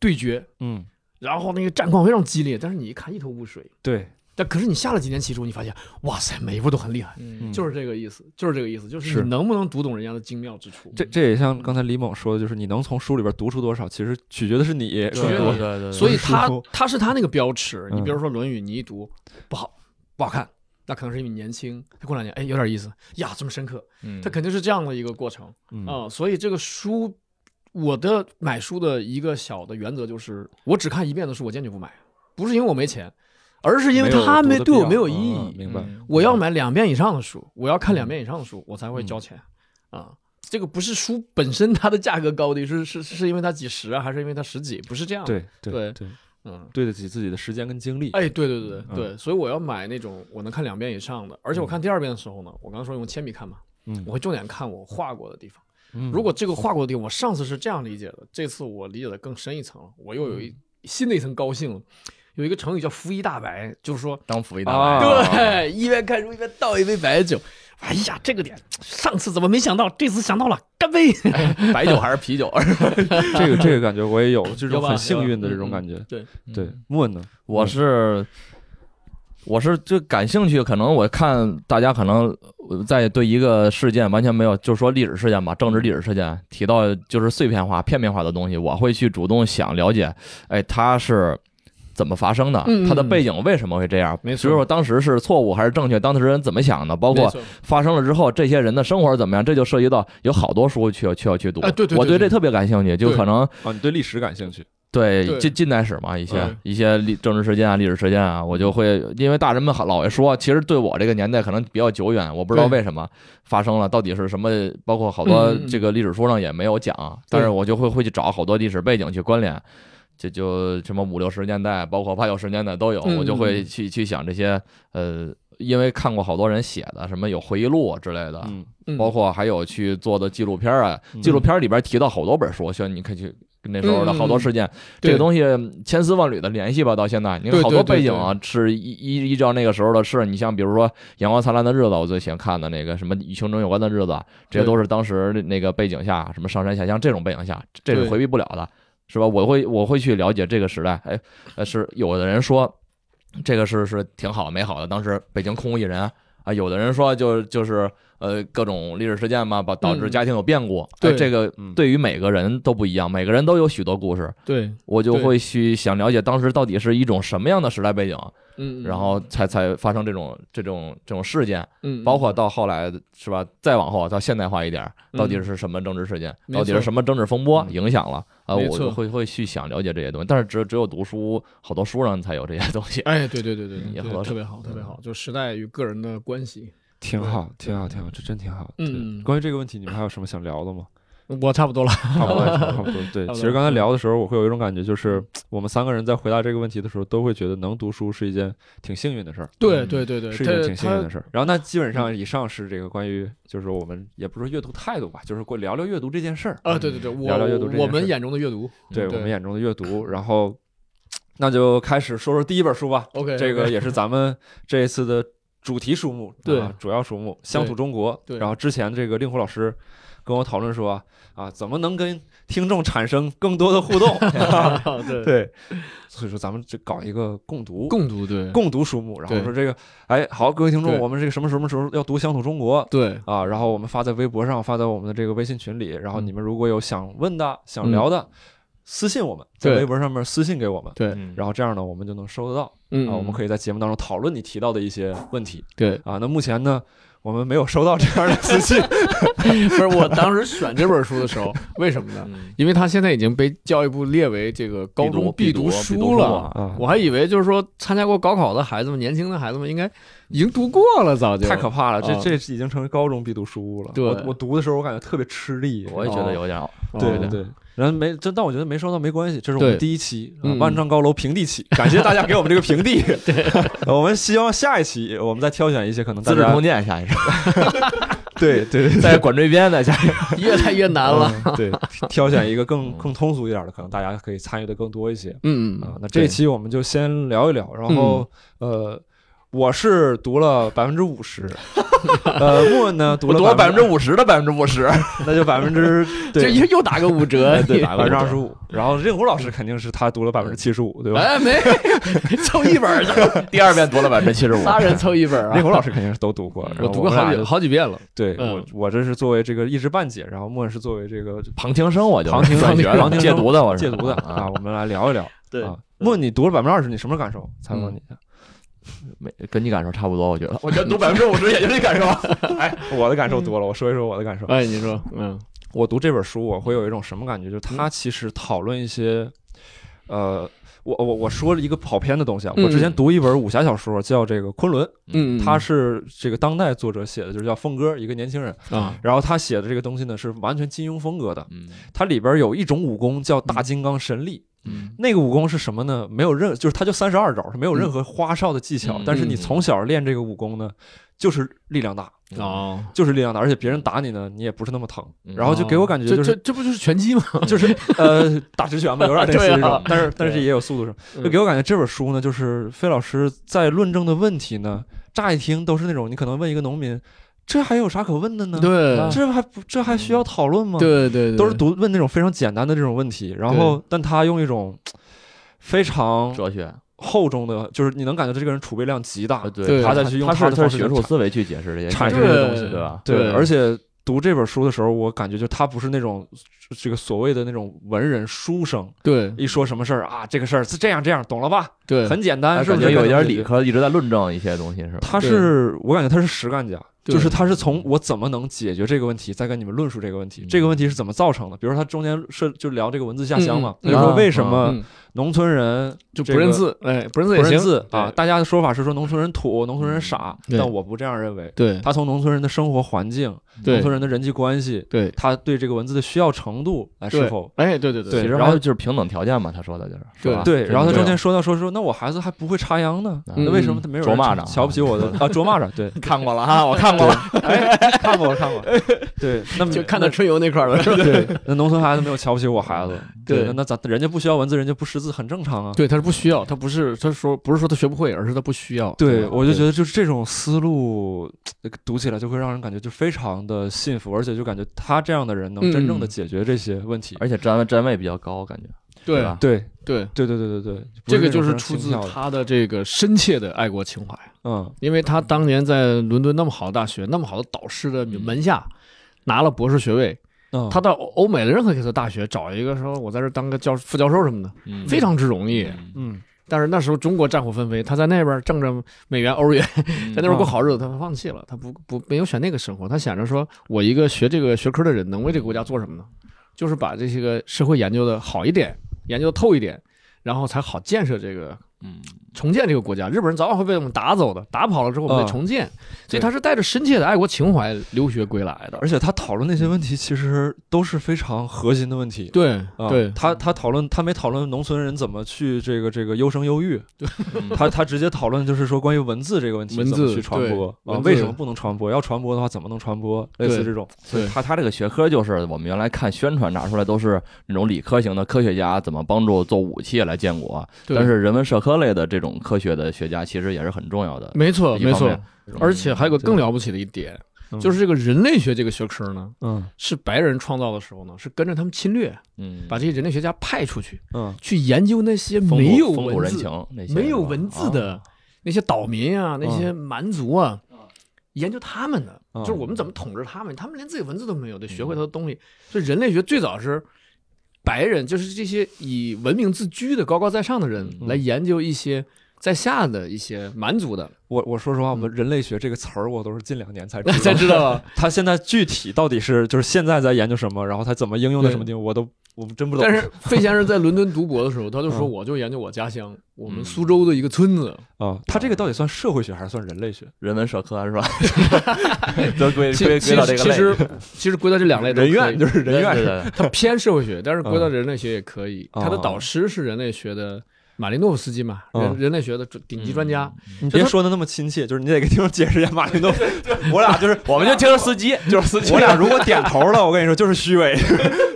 S4: 对决，
S1: 嗯，
S4: 然后那个战况非常激烈，但是你一看一头雾水。
S1: 对，
S4: 但可是你下了几年棋书，你发现，哇塞，每一步都很厉害，
S3: 嗯
S4: 就是这个意思，就是这个意思，就是
S1: 是
S4: 你能不能读懂人家的精妙之处。
S1: 这这也像刚才李猛说的，就是你能从书里边读出多少，其实取决的是你
S3: 对
S1: 更
S4: 学
S3: 对
S4: 了
S1: 多
S3: 对。对对，
S4: 呃所以他
S1: 书
S4: 他是他那个标尺。
S1: 嗯
S4: 你比如说《论语》，你一读不好不好看，那可能是因为你年轻。他过两年，哎，有点意思呀，这么深刻，
S3: 嗯
S4: 他肯定是这样的一个过程
S1: 嗯
S4: 啊、所以这个书，我的买书的一个小的原则就是，我只看一遍的书，我坚决不买，不是因为我没钱，而是因为它没对我没有意义。
S1: 嗯
S3: 嗯
S4: 嗯
S1: 明白？
S4: 我要买两遍以上的书，我要
S1: 嗯
S4: 看两遍以上的书，我才会交钱啊。这个不是书本身它的价格高低，是是是因为它几十啊，还是因为它十几？不是这样的。，
S1: 对对
S4: 对
S1: 对，
S4: 嗯，
S1: 对得起自己的时间跟 精力。
S4: 哎，对对对对
S1: 嗯
S4: 对，所以我要买那种我能看两遍以上的，而且我看第二遍的时候呢，我刚刚说用铅笔看嘛，
S1: 嗯
S4: 我会重点看我画过的地方。
S1: 嗯
S4: 如果这个画过的地方，我上次是这样理解的，这次我理解的更深一层了，我又有
S1: 嗯
S4: 一新的一层高兴了。有一个成语叫“浮一大白”，就是说
S3: 当辅一大
S1: 啊
S4: 对，一边看书一边倒一杯白酒。哎呀，这个点，上次怎么没想到，这次想到了，干杯！
S3: 白白酒还是啤酒？啊
S1: 这个这个感觉我也有，这
S4: 有
S1: 种
S4: 吧
S1: 很幸运的这
S4: 有
S1: 种
S4: 吧
S1: 感觉。
S4: 对，
S1: 对，
S4: 嗯
S1: 莫呢？
S3: 我是我是就感兴趣，可能我看大家可能呃在对一个事件完全没有，就是说历史事件吧，政治历史事件提到就是碎片化、片面化的东西，我会去主动想了解，哎，它是。怎么发生的
S4: 嗯？
S3: 它的背景为什么会这样？
S4: 没错
S3: 比如说当时是错误还是正确？当事人怎么想的？包
S4: 没
S3: 括
S4: 错
S3: 发生了之后，这些人的生活怎么样？这就涉及到有好多书去去要去读。
S4: 哎对对对
S3: 我对
S4: 对
S3: 这特别感兴趣，就
S4: 对
S3: 可能
S1: 啊，你对历史感兴趣？
S3: 对
S4: 对
S3: 近近代史嘛，一些、
S4: 嗯
S3: 一些历政治事件啊、历史事件啊，我就会因为大人们好老爱说，其实对我这个年代可能比较久远，我不知道
S4: 对
S3: 为什么发生了，到底是什么，包括好多
S4: 嗯嗯嗯
S3: 这个历史书上也没有讲，但是我就会会去找好多历史背景去关联，这就什么五六十年代，包括八九十年代都有，
S4: 嗯
S3: 我就会去去想这些呃因为看过好多人写的什么有回忆录啊之类的，
S1: 嗯，
S2: 嗯
S3: 包括还有去做的纪录片啊，
S1: 嗯
S3: 纪录片里边提到好多本书，像你可以去那时
S4: 嗯
S3: 候的好多事件，这
S2: 对
S3: 个东西千丝万缕的联系吧，到现在你看
S2: 对
S3: 好多
S2: 对对
S3: 背景啊，是依依依照那个时候的事，你像比如说《阳光灿烂的日子》，我最喜欢看的那个什么与青春有关的日子，这些
S2: 对
S3: 都是当时那个背景下，什么上山下乡这种背景下，这是
S2: 对
S3: 回避不了的，是吧？我会我会去了解这个时代，哎，呃，是有的人说这个是是挺好美好的，当时北京空无一人啊，有的人说就就是呃各种历史事件嘛，把导致
S2: 嗯
S3: 家庭有变故，
S2: 对
S3: 哎这个
S1: 嗯
S3: 对于每个人都不一样，每个人都有许多故事，
S2: 对，
S3: 我就
S2: 对
S3: 会去想了解当时到底是一种什么样的时代背景，
S2: 嗯，
S3: 然后才才发生这种这种这种事件，
S2: 嗯，
S3: 包括到后来是吧，再往后到现代化一点，
S2: 嗯
S3: 到底是什么政治事件，
S2: 没错
S3: 到底是什么政治风波
S1: 嗯
S3: 影响了啊，
S2: 没
S3: 我
S2: 错
S3: 就会会去想了解这些东西，但是只只有读书，好多书上才有这些东西。
S2: 哎，对对对对，
S3: 也
S2: 对
S3: 合适
S2: 特别好，特别好，就时代与个人的关系。
S1: 挺好，挺好，挺好，这真挺好。对
S2: 嗯
S1: 关于这个问题，你们还有什么想聊的 吗？
S2: 我差不多了，
S1: 差不多，差不多。对，
S2: 差不多嗯
S1: 其实刚才聊的时候，我会有一种感觉，就是我们三个人在回答这个问题的时候，都会觉得能读书是一件挺幸运的事儿，嗯
S2: 对对对对，
S1: 是一件
S2: 他
S1: 挺幸运的
S2: 他嗯
S1: 事儿。然后，那基本上以上是这个关于，就是我们也不是说阅读态度吧，就是过聊聊阅读这件事儿。
S2: 啊，对对对，
S1: 聊聊阅读
S2: 我
S1: 这件
S2: 我
S1: 事
S2: 们眼中的阅读
S1: 对
S2: 嗯
S1: 我
S2: 对
S1: 们眼中的阅读。然后，那就开始说说第一本书吧。
S2: ，OK，
S1: 这个也是咱们这一次的主题书目，
S2: 对
S1: 啊主要书目《乡土中国》。
S2: 对
S1: 然后之前这个令狐老师跟我讨论说啊，怎么能跟听众产生更多的互 动？啊
S2: 对
S1: 对，所以说咱们这搞一个共读。
S2: 共读对
S1: 共读书目，然后
S2: 对
S1: 说这个，哎，好，各位听众，
S2: 对
S1: 我们这个什么什么时候要读《乡土中国》
S2: 对
S1: 啊？然后我们发在微博上，发在我们的这个微信群里，然后
S3: 嗯
S1: 你们如果有想问的、想聊的，私信我们，在
S2: 嗯对
S1: 微博上面私信给我们，
S2: 对，
S3: 嗯
S1: 然后这样呢，我们就能收得到。
S2: 嗯，
S1: 啊，我们可以在节目当中讨论你提到的一些问题
S2: 对，
S1: 啊。那目前呢，我们没有收到这样的私信，
S2: 不是我当时选这本书的时候，为什么呢？因为它现在已经被教育部列为这个高中
S3: 必读
S2: 读
S3: 必读
S2: 书
S3: 书
S2: 了
S3: 啊。
S1: 啊，
S2: 我还以为就是说参加过高考的孩子们，年轻的孩子们应该已经读过了，早就
S1: 太可怕了，这
S2: 啊
S1: 这已经成为高中必读书物了。
S2: 对
S1: 我我读的时候我感觉特别吃力，啊
S3: 我也觉得有点儿，
S2: 怕
S1: 对对对。然后没，这但我觉得没收到没关系，这是我们
S2: 对
S1: 第一期啊
S2: 嗯
S1: 万丈高楼平地起，感谢大家给我们这个平地。对，我们希望下一期我们再挑选一些可能
S3: 《资
S1: 大
S3: 治
S1: 家
S3: 通鉴》下一首，
S1: 对对 对
S3: 在管锥编的下一首，
S2: 越来越难了。
S1: 嗯对，挑选一个更更通俗一点的，可能大家可以参与的更多一些。
S2: 嗯
S1: 啊，那这一
S2: 对
S1: 期我们就先聊一聊，然后、呃，我是读了百分之五十，呃，莫文呢读
S3: 我
S1: 了
S3: 读了百分之
S1: 之，
S3: 五十的百分之五 十，
S1: 那就百分之
S2: 这
S1: 对
S2: 又又打个五 折，
S3: 对
S2: 你
S3: 打
S1: 百分
S3: 个五
S1: 之二
S3: 折
S1: 十五，然后任虎老师肯定是他读了百分之七十五，对吧？
S2: 哎，没 凑一本儿就
S3: 第二遍读了百分之七十五，
S2: 仨人凑一本儿
S1: 任
S2: 啊。
S1: 虎老师肯定是都读过，然后
S2: 我读过
S1: 们俩
S2: 好几
S1: 就
S2: 好几遍了，
S1: 对
S2: 嗯
S1: 我我这是作为这个一知半解，然后莫文是作为这个
S3: 旁听生，我就
S1: 旁听
S3: 转
S1: 生
S3: 学
S1: 旁
S3: 的
S1: 听生
S3: 戒毒的，我是
S1: 戒毒的啊，
S3: 啊，
S1: 我们来聊一聊。
S2: 对
S1: 啊，莫文你读了百分之二十，你什么感受？采访你 一下，
S3: 没跟你感受差不多，我觉得。
S2: 我觉得读百分之五十也就这感受。
S1: 我的感受多了，我说一说我的感受。
S2: 哎，你说，嗯，
S1: 我读这本书，我会有一种什么感觉？就是它其实讨论一些，呃，我我我说了一个跑偏的东西啊。
S2: 嗯
S1: 我之前读一本武侠小说，叫这个《昆仑》，
S2: 嗯，
S1: 它是这个当代作者写的，就是叫凤哥，一个年轻人。
S2: 啊，
S1: 然后他写的这个东西呢，是完全金庸风格的。
S3: 嗯
S1: 它里边有一种武功
S2: 嗯
S1: 叫大金刚神力，
S3: 嗯
S1: 那个武功是什么呢？没有任，就是它就三十二招，它没有
S2: 嗯
S1: 任何花哨的技巧。
S3: 嗯
S1: 但是你从小练这个武功呢，就是力量大，
S2: 哦，
S1: 就是力量大，而且别人打你呢，你也不是那么疼。
S3: 嗯
S1: 然后就给我感觉
S2: 这
S1: 就是
S2: 这这不就是拳击吗？
S1: 就是呃打直拳吧，有点类似
S2: 对
S1: 这
S2: 啊
S1: 种，但是但是
S2: 对
S1: 也有速度上，
S2: 嗯
S1: 就给我感觉这本书呢，就是费老师在论证的问题呢，乍一听都是那种你可能问一个农民，这还有啥可问的呢？
S2: 对
S1: 啊这还不这还需要
S2: 嗯
S1: 讨论吗？，
S2: 对对对，
S1: 都是读问那种非常简单的这种问题，然后但他用一种非常
S3: 哲学，呃
S1: 厚重的，就是你能感觉到这个人储备量极大，
S2: 对
S1: 他再去用
S3: 他
S1: 他的
S3: 是他
S1: 方
S3: 是
S1: 式
S3: 学
S1: 去
S3: 术
S1: 阐
S3: 思维去解释这些
S1: 产
S3: 事
S1: 生
S3: 情
S1: 的
S2: 对
S1: 东西
S3: 对吧？
S2: 对
S1: 而且读这本书的时候，我感觉就他不是那种这个所谓的那种文人书生，
S2: 对
S1: 一说什么事儿啊，这个事儿是这样这样，懂了吧？
S2: 对，
S1: 很简
S3: 他
S1: 单，是
S3: 哎感
S1: 不
S3: 觉
S1: 是？
S3: 有一点
S1: 对
S3: 理。科一直在论证一些东西，是吧？
S1: 他是我感觉他是实干家，
S2: 对
S1: 就是它是从我怎么能解决这个问题，再跟你们论述这个问题，这个问题是怎么造成的？比如说他中间是就聊这个文字下乡嘛，
S2: 嗯嗯
S1: 他就说
S3: 嗯
S1: 为什么
S2: 嗯，
S1: 农村人
S2: 就不
S1: 这个
S2: 认字，哎，不认
S1: 不
S2: 字也
S1: 认
S2: 行，
S1: 字啊？
S2: 对
S1: 大家的说法是说农村人土，农村人傻，
S4: 对
S1: 但我不这样认为。
S4: 对
S1: 他从农村人的生活环境、农
S4: 对
S1: 村人的人际关系，
S4: 对
S1: 他对这个文字的需要程度来是
S4: 对
S1: 否
S4: 哎，对对对
S1: 对
S3: 其实
S1: 然
S3: 还
S1: 后
S3: 有就是平等条件嘛，他说的就是，是吧
S1: 对，然后他
S3: 啊这
S1: 中
S3: 种
S1: 间说到说说，那我孩子还不会插秧呢，
S3: 嗯
S1: 那为什么他没有人
S3: 啄蚂蚱
S1: 瞧不起我的啊？啄蚂蚱，对，
S3: 看过了哈，我看过了，
S1: 哎，看过我看过，对，那么
S2: 就看到春游那块儿了，是吧？
S1: 对，那农村孩子没有瞧不起我孩子，
S2: 对
S1: 那那咱人家不需要文字，人家不识字，很正常啊。
S2: 对，他是不需要，他不是，他说不是说他学不会，而是他不需要。
S1: 对，
S2: 吧
S1: 我就觉得就是这种思路呃读起来就会让人感觉就非常的信服，而且就感觉他这样的人能真正的
S2: 嗯
S1: 解决这些问题。
S3: 而且站位站位比较高，感觉
S2: 对
S3: 吧？
S1: 对，
S2: 对，
S1: 对对对对对，不
S2: 这个
S1: 那种
S2: 就
S1: 非
S2: 是
S1: 常
S2: 出
S1: 轻
S2: 自
S1: 佻的
S2: 他的这个深切的爱国情怀，
S1: 嗯
S2: 因为他当年在伦敦那么好的大学，那么好的导师的门下。
S3: 嗯
S2: 拿了博士学位，
S1: 嗯，
S2: 他到欧美的任何一所大学找一个说我在这儿当个教副教授什么的，
S3: 嗯
S2: 非常之容易。
S3: 嗯
S1: 嗯
S2: 但是那时候中国战火纷飞，他在那边挣着美元、
S3: 嗯
S2: 欧元，在那边过好日子，他放弃了，他不不没有选那个生活，他想着说，我一个学这个学科的人，能为这个国家做什么呢？就是把这些个社会研究的好一点，研究的透一点，然后才好建设这个
S3: 嗯
S2: 重建这个国家。日本人早晚会被我们打走的，打跑了之后我们
S1: 啊
S2: 得重建，所以他是带着深切的爱国情怀留学归来的。
S1: 而且他讨论那些问题其实都是非常核心的问题。
S2: 对
S1: 啊
S2: 对，
S1: 他他讨论他没讨论农村人怎么去这个这个优生优育， 他他直接讨论就是说关于文字这个问题
S2: 文字
S1: 怎么去传播
S2: 对
S1: 啊，
S2: 文字
S1: 为什么不能传播？要传播的话怎么能传播？类
S2: 对
S1: 似这种，
S2: 对
S3: 他他这个学科就是我们原来看宣传拿出来都是那种理科型的科学家怎么帮助做武器来建国，
S2: 对
S3: 但是人文社科类的这种科学的学家其实也是很重要的。
S2: 没错
S3: 一
S2: 没
S3: 方
S2: 错
S3: 面。
S2: 而且还有个更了不起的一点，
S1: 嗯
S2: 就是这个人类学这个学科呢，
S1: 嗯
S2: 是白人创造的时候呢，是跟着他们侵略，
S3: 嗯，
S2: 把这些人类学家派出去，
S1: 嗯
S2: 去研究那些
S3: 风土
S2: 没有
S3: 风土
S2: 文
S3: 人
S2: 字、
S3: 情那些
S2: 没有
S3: 是吧
S2: 文字
S3: 啊嗯
S2: 的那些岛民啊、那些蛮族啊，研究他们的，
S1: 啊
S2: 就是我们怎么统治他们，他们连自己文字都没有，得学会他的东西。所以人类学最早是白人，就是这些以文明自居的高高在上的人
S1: 嗯
S2: 来研究一些在下的一些蛮族的，
S1: 我我说实话，我们人类学这个词儿我都是近两年才
S2: 嗯 才
S1: 知道，
S2: 知道啊
S1: 他现在具体到底是就是现在在研究什么，然后他怎么应用在
S2: 对
S1: 什么地方，我都我真不懂。
S2: 但是费先生在伦敦读博的时候，他 就说
S1: 嗯
S2: 我就研究我家乡，我们
S3: 嗯
S2: 苏州的一个村子。
S1: 啊，他这个到底算社会学还是算人类学？
S3: 人文社科是 吧？都归
S2: 其
S3: 归归到这个
S2: 其
S3: 类。
S2: 实 其实归到这两类都
S1: 人
S2: 可
S1: 院
S2: 以
S1: 就是嗯人
S3: 对
S1: 院，
S3: 对对
S2: 他偏社会学，但是归到人类学也可以。
S1: 嗯
S2: 他的导师是人类学的马林诺夫斯基嘛，
S1: 嗯
S2: 人人类学的顶级专家。
S1: 你别说的那么亲切，就是你得给听众解释一下马林诺夫。我俩就是
S3: 我们就听着司机，就是司机。
S1: 我俩如果点头了，我跟你说就是虚 伪，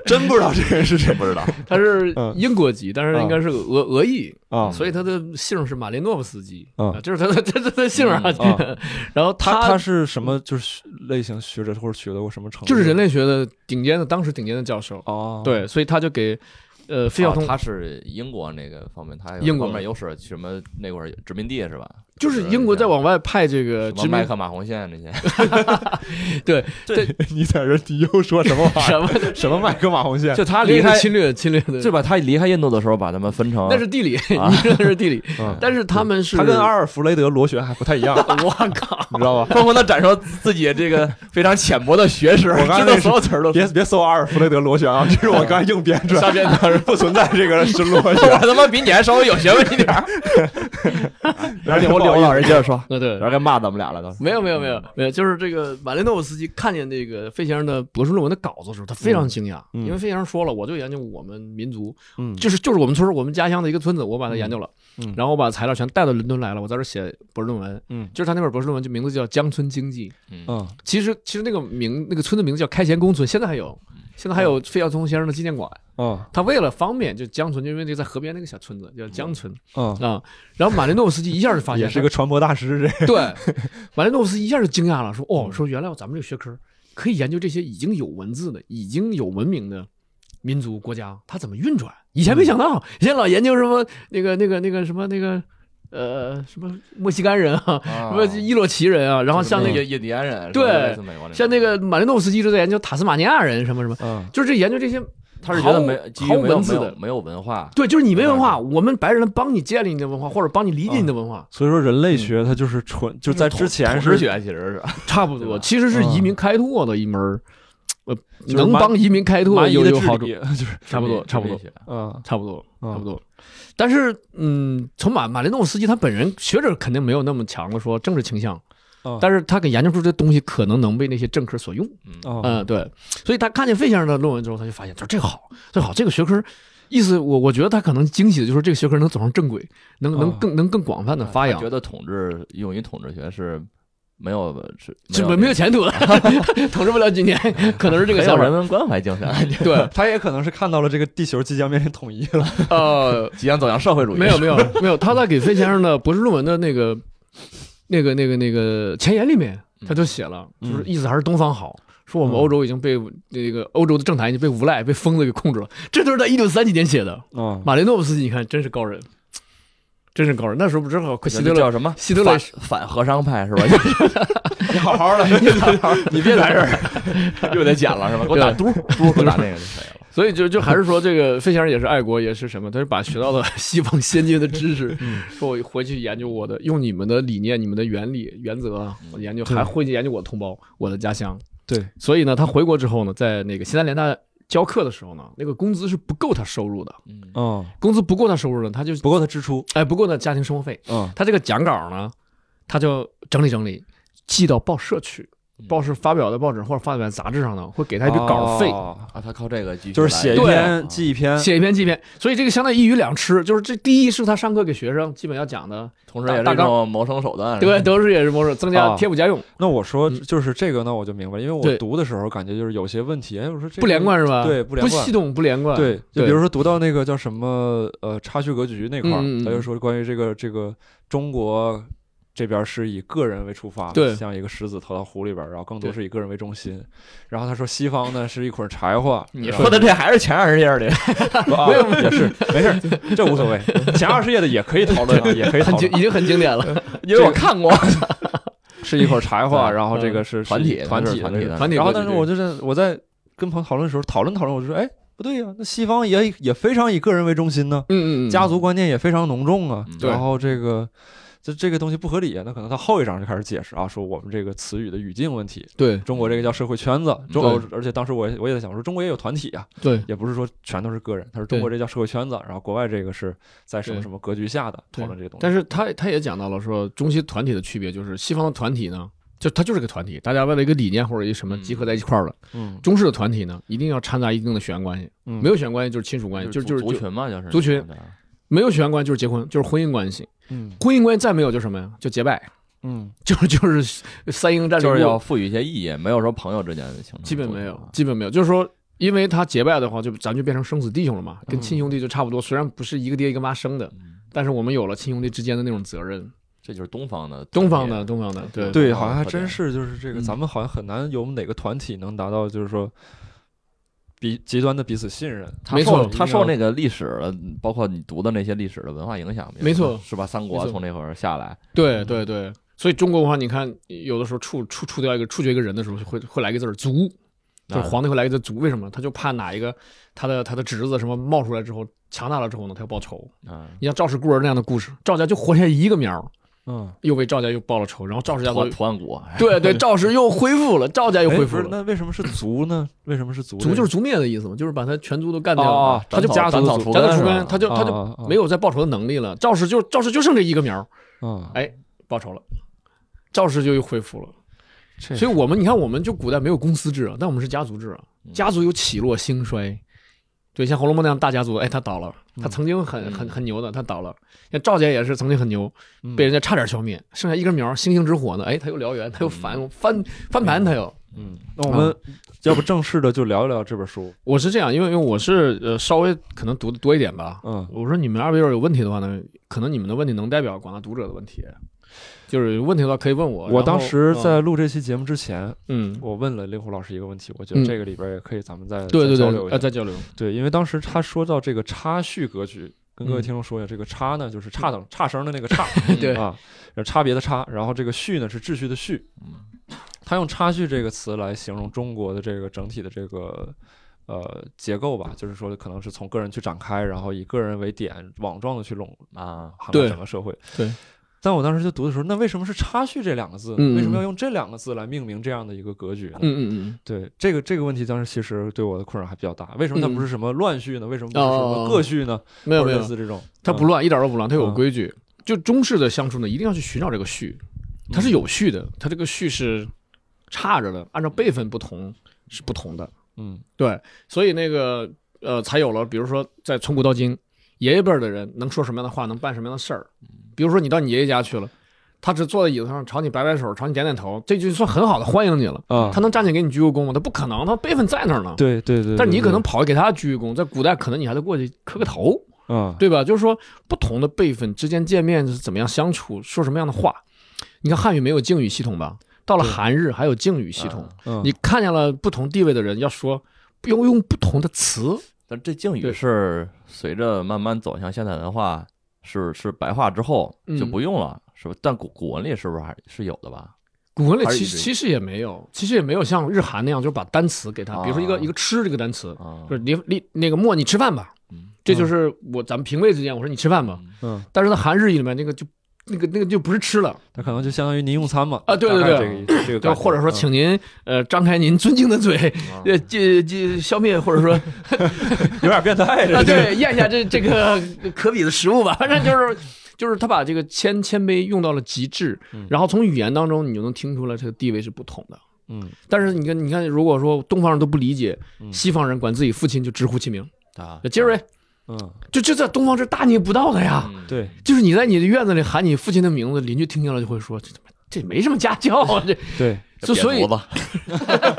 S1: 真不知道这人是谁
S3: 不知道，
S2: 他是
S1: 嗯
S2: 英国籍，但是应该是俄俄裔，
S1: 啊
S2: 所以他的姓是马林诺夫斯基，
S1: 嗯
S2: 啊，这是他的这是他的姓啊。
S1: 嗯啊
S2: 然后
S1: 他
S2: 他
S1: 他是什么就是类型学者或者学得过什么程度？
S2: 就是人类学的顶尖的，当时顶尖的教授。
S1: 嗯哦，
S2: 对，所以他就给呃费孝通
S3: 啊他是英国那个方面，他有
S2: 英国
S3: 方面优势，什么那会儿殖民地是吧？
S2: 就是英国在往外派这
S3: 什
S2: 个
S3: 么
S2: 殖
S3: 麦
S2: 民
S3: 克马红线那些，
S1: 你在这儿你又说什么话？
S2: 什么
S1: 什么麦克马红线？
S3: 就他
S2: 离
S3: 离
S2: 开
S3: 开，
S2: 侵略侵略的，
S3: 就把他离开印度的时候，把他们分成
S2: 那是地理，
S3: 啊
S2: 你说的是地理，
S1: 嗯
S2: 但是他们是
S1: 他跟阿尔弗雷德罗旋还不太一样，
S2: 我靠，
S1: 你知道吧？
S3: 疯狂的展示自己这个非常浅薄的学识，
S1: 我刚才
S3: 知
S1: 那
S3: 道
S1: 是
S3: 所有词儿都
S1: 别别搜阿尔弗雷德螺旋啊！这是我刚才硬编出来，
S3: 瞎编
S1: 的，不存在这个是螺
S3: 我
S1: 旋。
S3: 他妈比你还稍微有学问一 点儿。
S1: 然后
S3: 我
S1: 刘
S3: 刘老师接着说，
S1: 啊
S2: 那对
S3: 然。后该骂咱们俩了都。
S2: 没有没有没有没有，就是这个马林诺夫斯基看见这个费先生的博士论文的稿子的时候，他非常惊讶，
S1: 嗯嗯
S2: 因为费先生说了，我就研究我们民族，
S1: 嗯
S2: 就是就是我们村儿我们家乡的一个村子，我把它研究了，
S1: 嗯嗯
S2: 然后我把材料全带到伦敦来了，我在这儿写博士论文，
S1: 嗯
S2: 就是他那本博士论文就名字叫《江村经济》，
S1: 嗯
S2: 其实其实那个名那个村的名字叫开贤公村，现在还有，现在还有费孝通先生的纪念馆。
S1: 嗯
S2: 他为了方便，就江村，就因为那个在河边那个小村子叫江村
S1: 嗯，
S2: 啊、然后马林诺夫斯基一下就发现，
S1: 也是个传播大师，这
S2: 对，马林诺夫斯基一下就惊讶了，说：“
S1: 嗯
S2: 哦，说原来咱们这个学科可以研究这些已经有文字的、已经有文明的民族国家，它怎么运转？以前没想到，以前老研究什么那个那个那个什么那个呃什么墨西干人啊，什么伊洛奇人啊，然后像那个
S3: 印印第安人，
S2: 对
S3: 是吧类似美国种
S2: 像那个马林诺夫斯基就在研究塔斯马尼亚人什么什么。”
S1: 嗯
S2: 就是这研究这些
S3: 他是觉得
S2: 毫无
S3: 没基于
S2: 毫无
S3: 没有
S2: 文字
S3: 没有
S2: 的
S3: 没有文化，
S2: 对，就是你没文化，我们白人帮你建立你的文化，或者帮你理解你的文化，
S1: 所以说人类学它就是纯，就在之前
S3: 是
S1: 是
S3: 学其实是
S2: 差不
S3: 对吧
S2: 多。其实是移民开拓的一门儿，呃，
S1: 是
S2: 能
S1: 蛮
S2: 帮移民开拓
S1: 蛮夷
S2: 有
S1: 的
S2: 有
S1: 智
S2: 好处
S1: 力， 就是
S2: 差不多，差不多，
S1: 嗯
S2: 差不多，
S1: 嗯
S2: 差不多。但是，嗯，从马马林诺夫斯基他本人学者肯定没有那么强的说政治倾向，
S1: 嗯
S2: 但是他给研究出这东西可能能被那些政客所用。
S1: 嗯
S2: 嗯，对，所以他看见费先生的论文之后，他就发现，他说这个好，这个好，这个学科，意思我我觉得他可能惊喜的就是这个学科能走上正轨，能能
S1: 啊
S2: 更能更广泛的发扬
S3: 觉，得统治用于统治学是没有 是
S2: 这没没有前途的， 统治不了几年，可能是这个
S3: 很有
S2: 想
S3: 人
S2: 法。
S3: 文关怀精 神，
S2: 对，
S1: 他也可能是看到了这个地球即将面临统一了，
S3: 呃，即将走向社会主义，
S2: 哦没 有没有没有，他在给费先生的博士论文的那个那个那个那个前言里面，他就写了，
S1: 嗯
S2: 就是意思还是东方好。说我们
S1: 嗯
S2: 欧洲已经被那个欧洲的政坛已经被无赖、被疯子给控制了，这都是在一九三几年写的。
S1: 嗯
S2: 马林诺夫斯基，你看真是高人，真是高人。那时候不正好快
S3: 这
S2: 希特勒
S3: 叫什么？
S2: 希特勒
S3: 反反和商派 是吧？你好好的， 你别在这儿 又得剪了是吧？给我打嘟嘟，给我打那个就可以了。
S2: 所以就就还是说，这个费先生也是爱国，也是什么？他是把学到的西方先进的 知识，
S1: 嗯
S2: 说我回去研究我的，用你们的理念、你们的原理、原则，我研究，
S1: 对
S2: 还会去研究我的同胞、我的家乡。
S1: 对，
S2: 所以呢，他回国之后呢，在那个西南联大教课的时候呢，那个工资是不够他收入的，
S3: 嗯，
S1: 嗯，
S2: 工资不够他收入呢，他就
S1: 不够他支出，
S2: 哎不够他家庭生活费。
S1: 嗯
S2: 他这个讲稿呢，他就整理整理，寄到报社去。报社发表的报纸或者发表在杂志上呢，会给他一笔稿费，
S1: 哦
S3: 啊，他靠这个继 续
S1: 就是写一
S3: 来啊
S1: 篇记一篇，
S2: 写一篇记一篇，所以这个相当于一鱼两吃，就是这第一是他上课给学生基本要讲
S1: 嗯
S2: 的，
S3: 同时也是
S2: 大
S3: 一
S2: 纲
S3: 种谋生手段。
S2: 对，，都是也是模式，增加
S1: 啊
S2: 贴补家用，
S1: 那我说
S2: 嗯
S1: 就是这个呢，我就明白，因为我
S2: 对
S1: 读的时候感觉就是有些问题，哎，我说这个
S2: 不连，贯是吧？
S1: 对不连贯
S2: 系统不连贯，
S1: 对，就
S2: 对
S1: 比如说读到那个叫什么呃差距格局那块儿
S2: 嗯嗯嗯，
S1: 他就说关于这个这个中国。这边是以个人为出发，
S2: 对
S1: 像一个石子投到湖里边儿，然后更多
S2: 对
S1: 是以个人为中心。然后他说西方呢是一捆柴火，
S3: 你
S1: 然
S3: 说
S1: 后
S3: 的这还是前二十页的，
S1: 啊，也是没事儿，这无所谓。前二十页的也可以讨论啊，也可以
S2: 很
S1: 讨
S2: 经
S1: 论
S2: 已。经很经典了，
S3: 因为我看过
S1: 是一会儿柴火，
S3: 嗯
S1: 然后这个是是
S3: 团体
S1: 团
S3: 它是
S1: 体
S3: 团
S1: 的
S3: 体
S1: 那个
S3: 的
S2: 团体
S1: 然后，
S2: 格
S1: 但
S2: 局
S1: 是我就是我在跟朋友讨论的时候，讨论讨论，我就说，哎，不对呀、那西方也也非常以个人为中心呢，
S2: 嗯嗯，嗯
S1: 家族观念也非常浓重啊。
S3: 嗯
S1: 然后这个这这个东西不合理啊，那可能他后一章就开始解释啊，说我们这个词语的语境问题。
S2: 对
S1: 中国这个叫社会圈子，中
S2: 对
S1: 国而且当时我也我也在想说，中国也有团体啊，
S2: 对
S1: 也不是说全都是个人。他说中国这叫社会圈子，然后国外这个是在什么
S2: 对
S1: 什么格局下的
S2: 对
S1: 讨论这个东西。
S2: 但是他他也讲到了说中西团体的区别，就是西方的团体呢，就它就是个团体，大家为了一个理念或者一什么集合在一块儿了；
S1: 嗯
S2: 中式的团体呢，一定要掺杂一定的血缘关系，
S1: 嗯，
S2: 没有血缘关系就是亲属关系，就就是
S3: 族
S2: 就
S3: 群嘛，就是
S2: 嗯族群，没有血缘关系就是结婚，就是婚姻关系，
S1: 嗯
S2: 婚姻关系再没有就是什么呀，就结拜。
S1: 嗯
S2: 就是 就是三英战吕布，
S3: 就是要赋予一些意义，没有说朋友之间的情感，
S2: 基本没有，基本没有。就是说，因为他结拜的话，就咱就变成生死弟兄了嘛，跟
S1: 嗯
S2: 亲兄弟就差不多。虽然不是一个爹一个妈生的，
S3: 嗯
S2: 但是我们有了亲兄弟之间的那种责任。
S3: 这就是东方的
S2: 东方的，东方的，对
S1: 对，
S3: 然后
S1: 好像还
S3: 特
S1: 真
S3: 点
S1: 是，就是这个，
S2: 嗯
S1: 咱们好像很难有哪个团体能达到，就是说彼极端的彼此信任。
S3: 他
S2: 没
S3: 受
S2: 错
S3: 他受那个历史的，包括你读的那些历史的文化影响，
S2: 没错
S3: 是吧？三国
S2: 没错
S3: 从那会儿下来，
S2: 对对对。所以中国文化，你看，有的时候处处处掉一个处决一个人的时候，会会来个字儿“族”，就是
S3: 啊
S2: 皇帝会来个字“族”。为什么？他就怕哪一个他的他的侄子什么冒出来之后强大了之后呢，他要报仇。
S3: 嗯，
S2: 你像赵氏孤儿那样的故事，赵家就活下一个苗儿，
S1: 嗯，
S2: 又为赵家又报了仇，然后赵氏家族
S3: 图图案国，
S2: 对 对，赵氏又恢复了，赵家又
S1: 哎
S2: 恢
S1: 不
S2: 复
S1: 是
S2: 了。
S1: 那为什么是族呢？为什么是族这
S2: 族
S1: 个？
S2: 就是族灭的意思嘛，就是把他全族都干掉了，
S1: 哦，
S2: 他就
S3: 斩
S1: 家
S3: 草
S1: 族的族
S3: 斩草除
S2: 斩草
S3: 根
S2: 除
S3: 是吧
S2: 根，他就他就
S1: 啊啊啊
S2: 没有再报仇的能力了。赵氏就赵氏就剩这一个苗儿，
S1: 啊，
S2: 哎，报仇了，赵氏就又恢复了。
S1: 这
S2: 所以我们你看，我们就古代没有公司制啊，但我们是家族制啊，家族有起落兴衰。对，像《红楼梦》那样大家族，哎，他倒了，他曾经很很很牛的，他倒了。像赵家也是曾经很牛，被人家差点消灭，剩下一根苗儿，星星之火呢，哎，他又燎原，他又翻翻翻盘，他又。
S1: 嗯，那我
S2: 啊
S1: 们要不正式的就聊一聊这本书。
S2: 我是这样，因为因为我是呃稍微可能读的多一点吧。
S1: 嗯，
S2: 我说你们二位要是有问题的话呢，可能你们的问题能代表广大读者的问题，就是有问题的话可以问我。
S1: 我当时
S2: 然后
S1: 在录这期节目之前，
S2: 嗯，
S1: 我问了令狐老师一个问题，我觉得
S2: 嗯
S1: 这个里边也可以咱们再
S2: 对
S1: 再
S2: 对
S1: 交
S2: 对，
S1: 流一
S2: 呃，
S1: 下。
S2: 在交流，
S1: 对，因为当时他说到这个差序格局，跟各位
S2: 嗯
S1: 听众说一下，这个差呢就是差等差生的那个差，
S2: 对
S1: 啊，有差别的差，然后这个序呢是秩序的序
S3: 嗯，
S1: 他用差序这个词来形容中国的这个整体的这个呃结构吧，就是说可能是从个人去展开，然后以个人为点网状的去笼
S3: 啊，
S1: 涵
S2: 对
S1: 盖整个社会。
S2: 对
S1: 但我当时就读的时候，那为什么是插叙这两个字呢？
S2: 嗯
S1: 为什么要用这两个字来命名这样的一个格局呢？
S2: 嗯嗯
S1: 对这个这个问题，当时其实对我的困扰还比较大。为什么它
S2: 嗯
S1: 不是什么乱序呢？为什么不是什
S2: 哦
S1: 么个序呢？
S2: 嗯，没有
S1: 或
S2: 没
S1: 者
S2: 有
S1: 类，似这种，
S2: 它不乱，一点都不乱，它有
S1: 嗯
S2: 规矩。就中式的相处呢，一定要去寻找这个序，它是有序的，它这个序是差着的，按照辈分不同是不同的。
S1: 嗯，
S2: 对，所以那个呃，才有了，比如说在从古到今，爷爷辈儿的人能说什么样的话，能办什么样的事儿。比如说你到你爷爷家去了，他只坐在椅子上朝你摆摆手，朝你点点头，这就算很好的欢迎你了。
S1: 嗯啊
S2: 他，能站起来给你鞠个躬吗？他不可能，他辈分在那儿呢。
S1: 对对对对，
S2: 但你可能
S1: 对
S2: 跑去给他鞠个躬，在古代可能你还得过去磕个头。
S1: 啊，
S2: 对吧？就是说，不同的辈分之间见面是怎么样相处，说什么样的话。你看汉语没有敬语系统吧？到了
S1: 对
S2: 韩日还有敬语系统
S3: 啊，
S1: 嗯
S2: 你看见了不同地位的人，要说要用不同的词。
S3: 但这敬
S2: 对
S3: 语是随着慢慢走向现代文化，是是白话之后
S2: 嗯
S3: 就不用了，是吧？但古古文里是不是还是有的吧？
S2: 古文里
S3: 还是
S2: 其
S3: 一
S2: 实
S3: 直
S2: 其实也没有，其实也没有像日韩那样，就把单词给他，比如说一个
S3: 啊
S2: 一个吃这个单词，
S3: 啊
S2: 就是你你那个莫你吃饭吧
S3: 嗯，
S2: 这就是我咱们平辈之间，我说你吃饭吧，
S1: 嗯，
S2: 但是在韩日语里面那个就那个那个就不是吃了，
S1: 那可能就相当于您用餐嘛
S2: 啊对
S1: 大
S2: 对
S1: 概
S2: 对
S1: 这个这个
S2: 就
S1: 感觉，
S2: 或者说，
S1: 嗯
S2: 请您呃张开您尊敬的嘴，
S3: 啊
S2: 呃，这这消灭或者说啊，
S1: 有点变态， 这是
S2: 对，咽下这这个 可比的食物吧，反正就是就是他把这个谦谦卑用到了极致
S1: 嗯，
S2: 然后从语言当中你就能听出来这个地位是不同的。
S1: 嗯
S2: 但是你看，你看，如果说东方人都不理解，
S1: 嗯
S2: 西方人管自己父亲就直呼其名，
S3: 啊
S2: 就杰瑞，
S1: 嗯，
S2: 就这在东方是大逆不道的呀。
S3: 嗯
S1: 对，
S2: 就是你在你的院子里喊你父亲的名字，邻居听见了就会说这他妈这没什么家教啊，这
S1: 对，
S2: 就所以
S3: 瘪犊子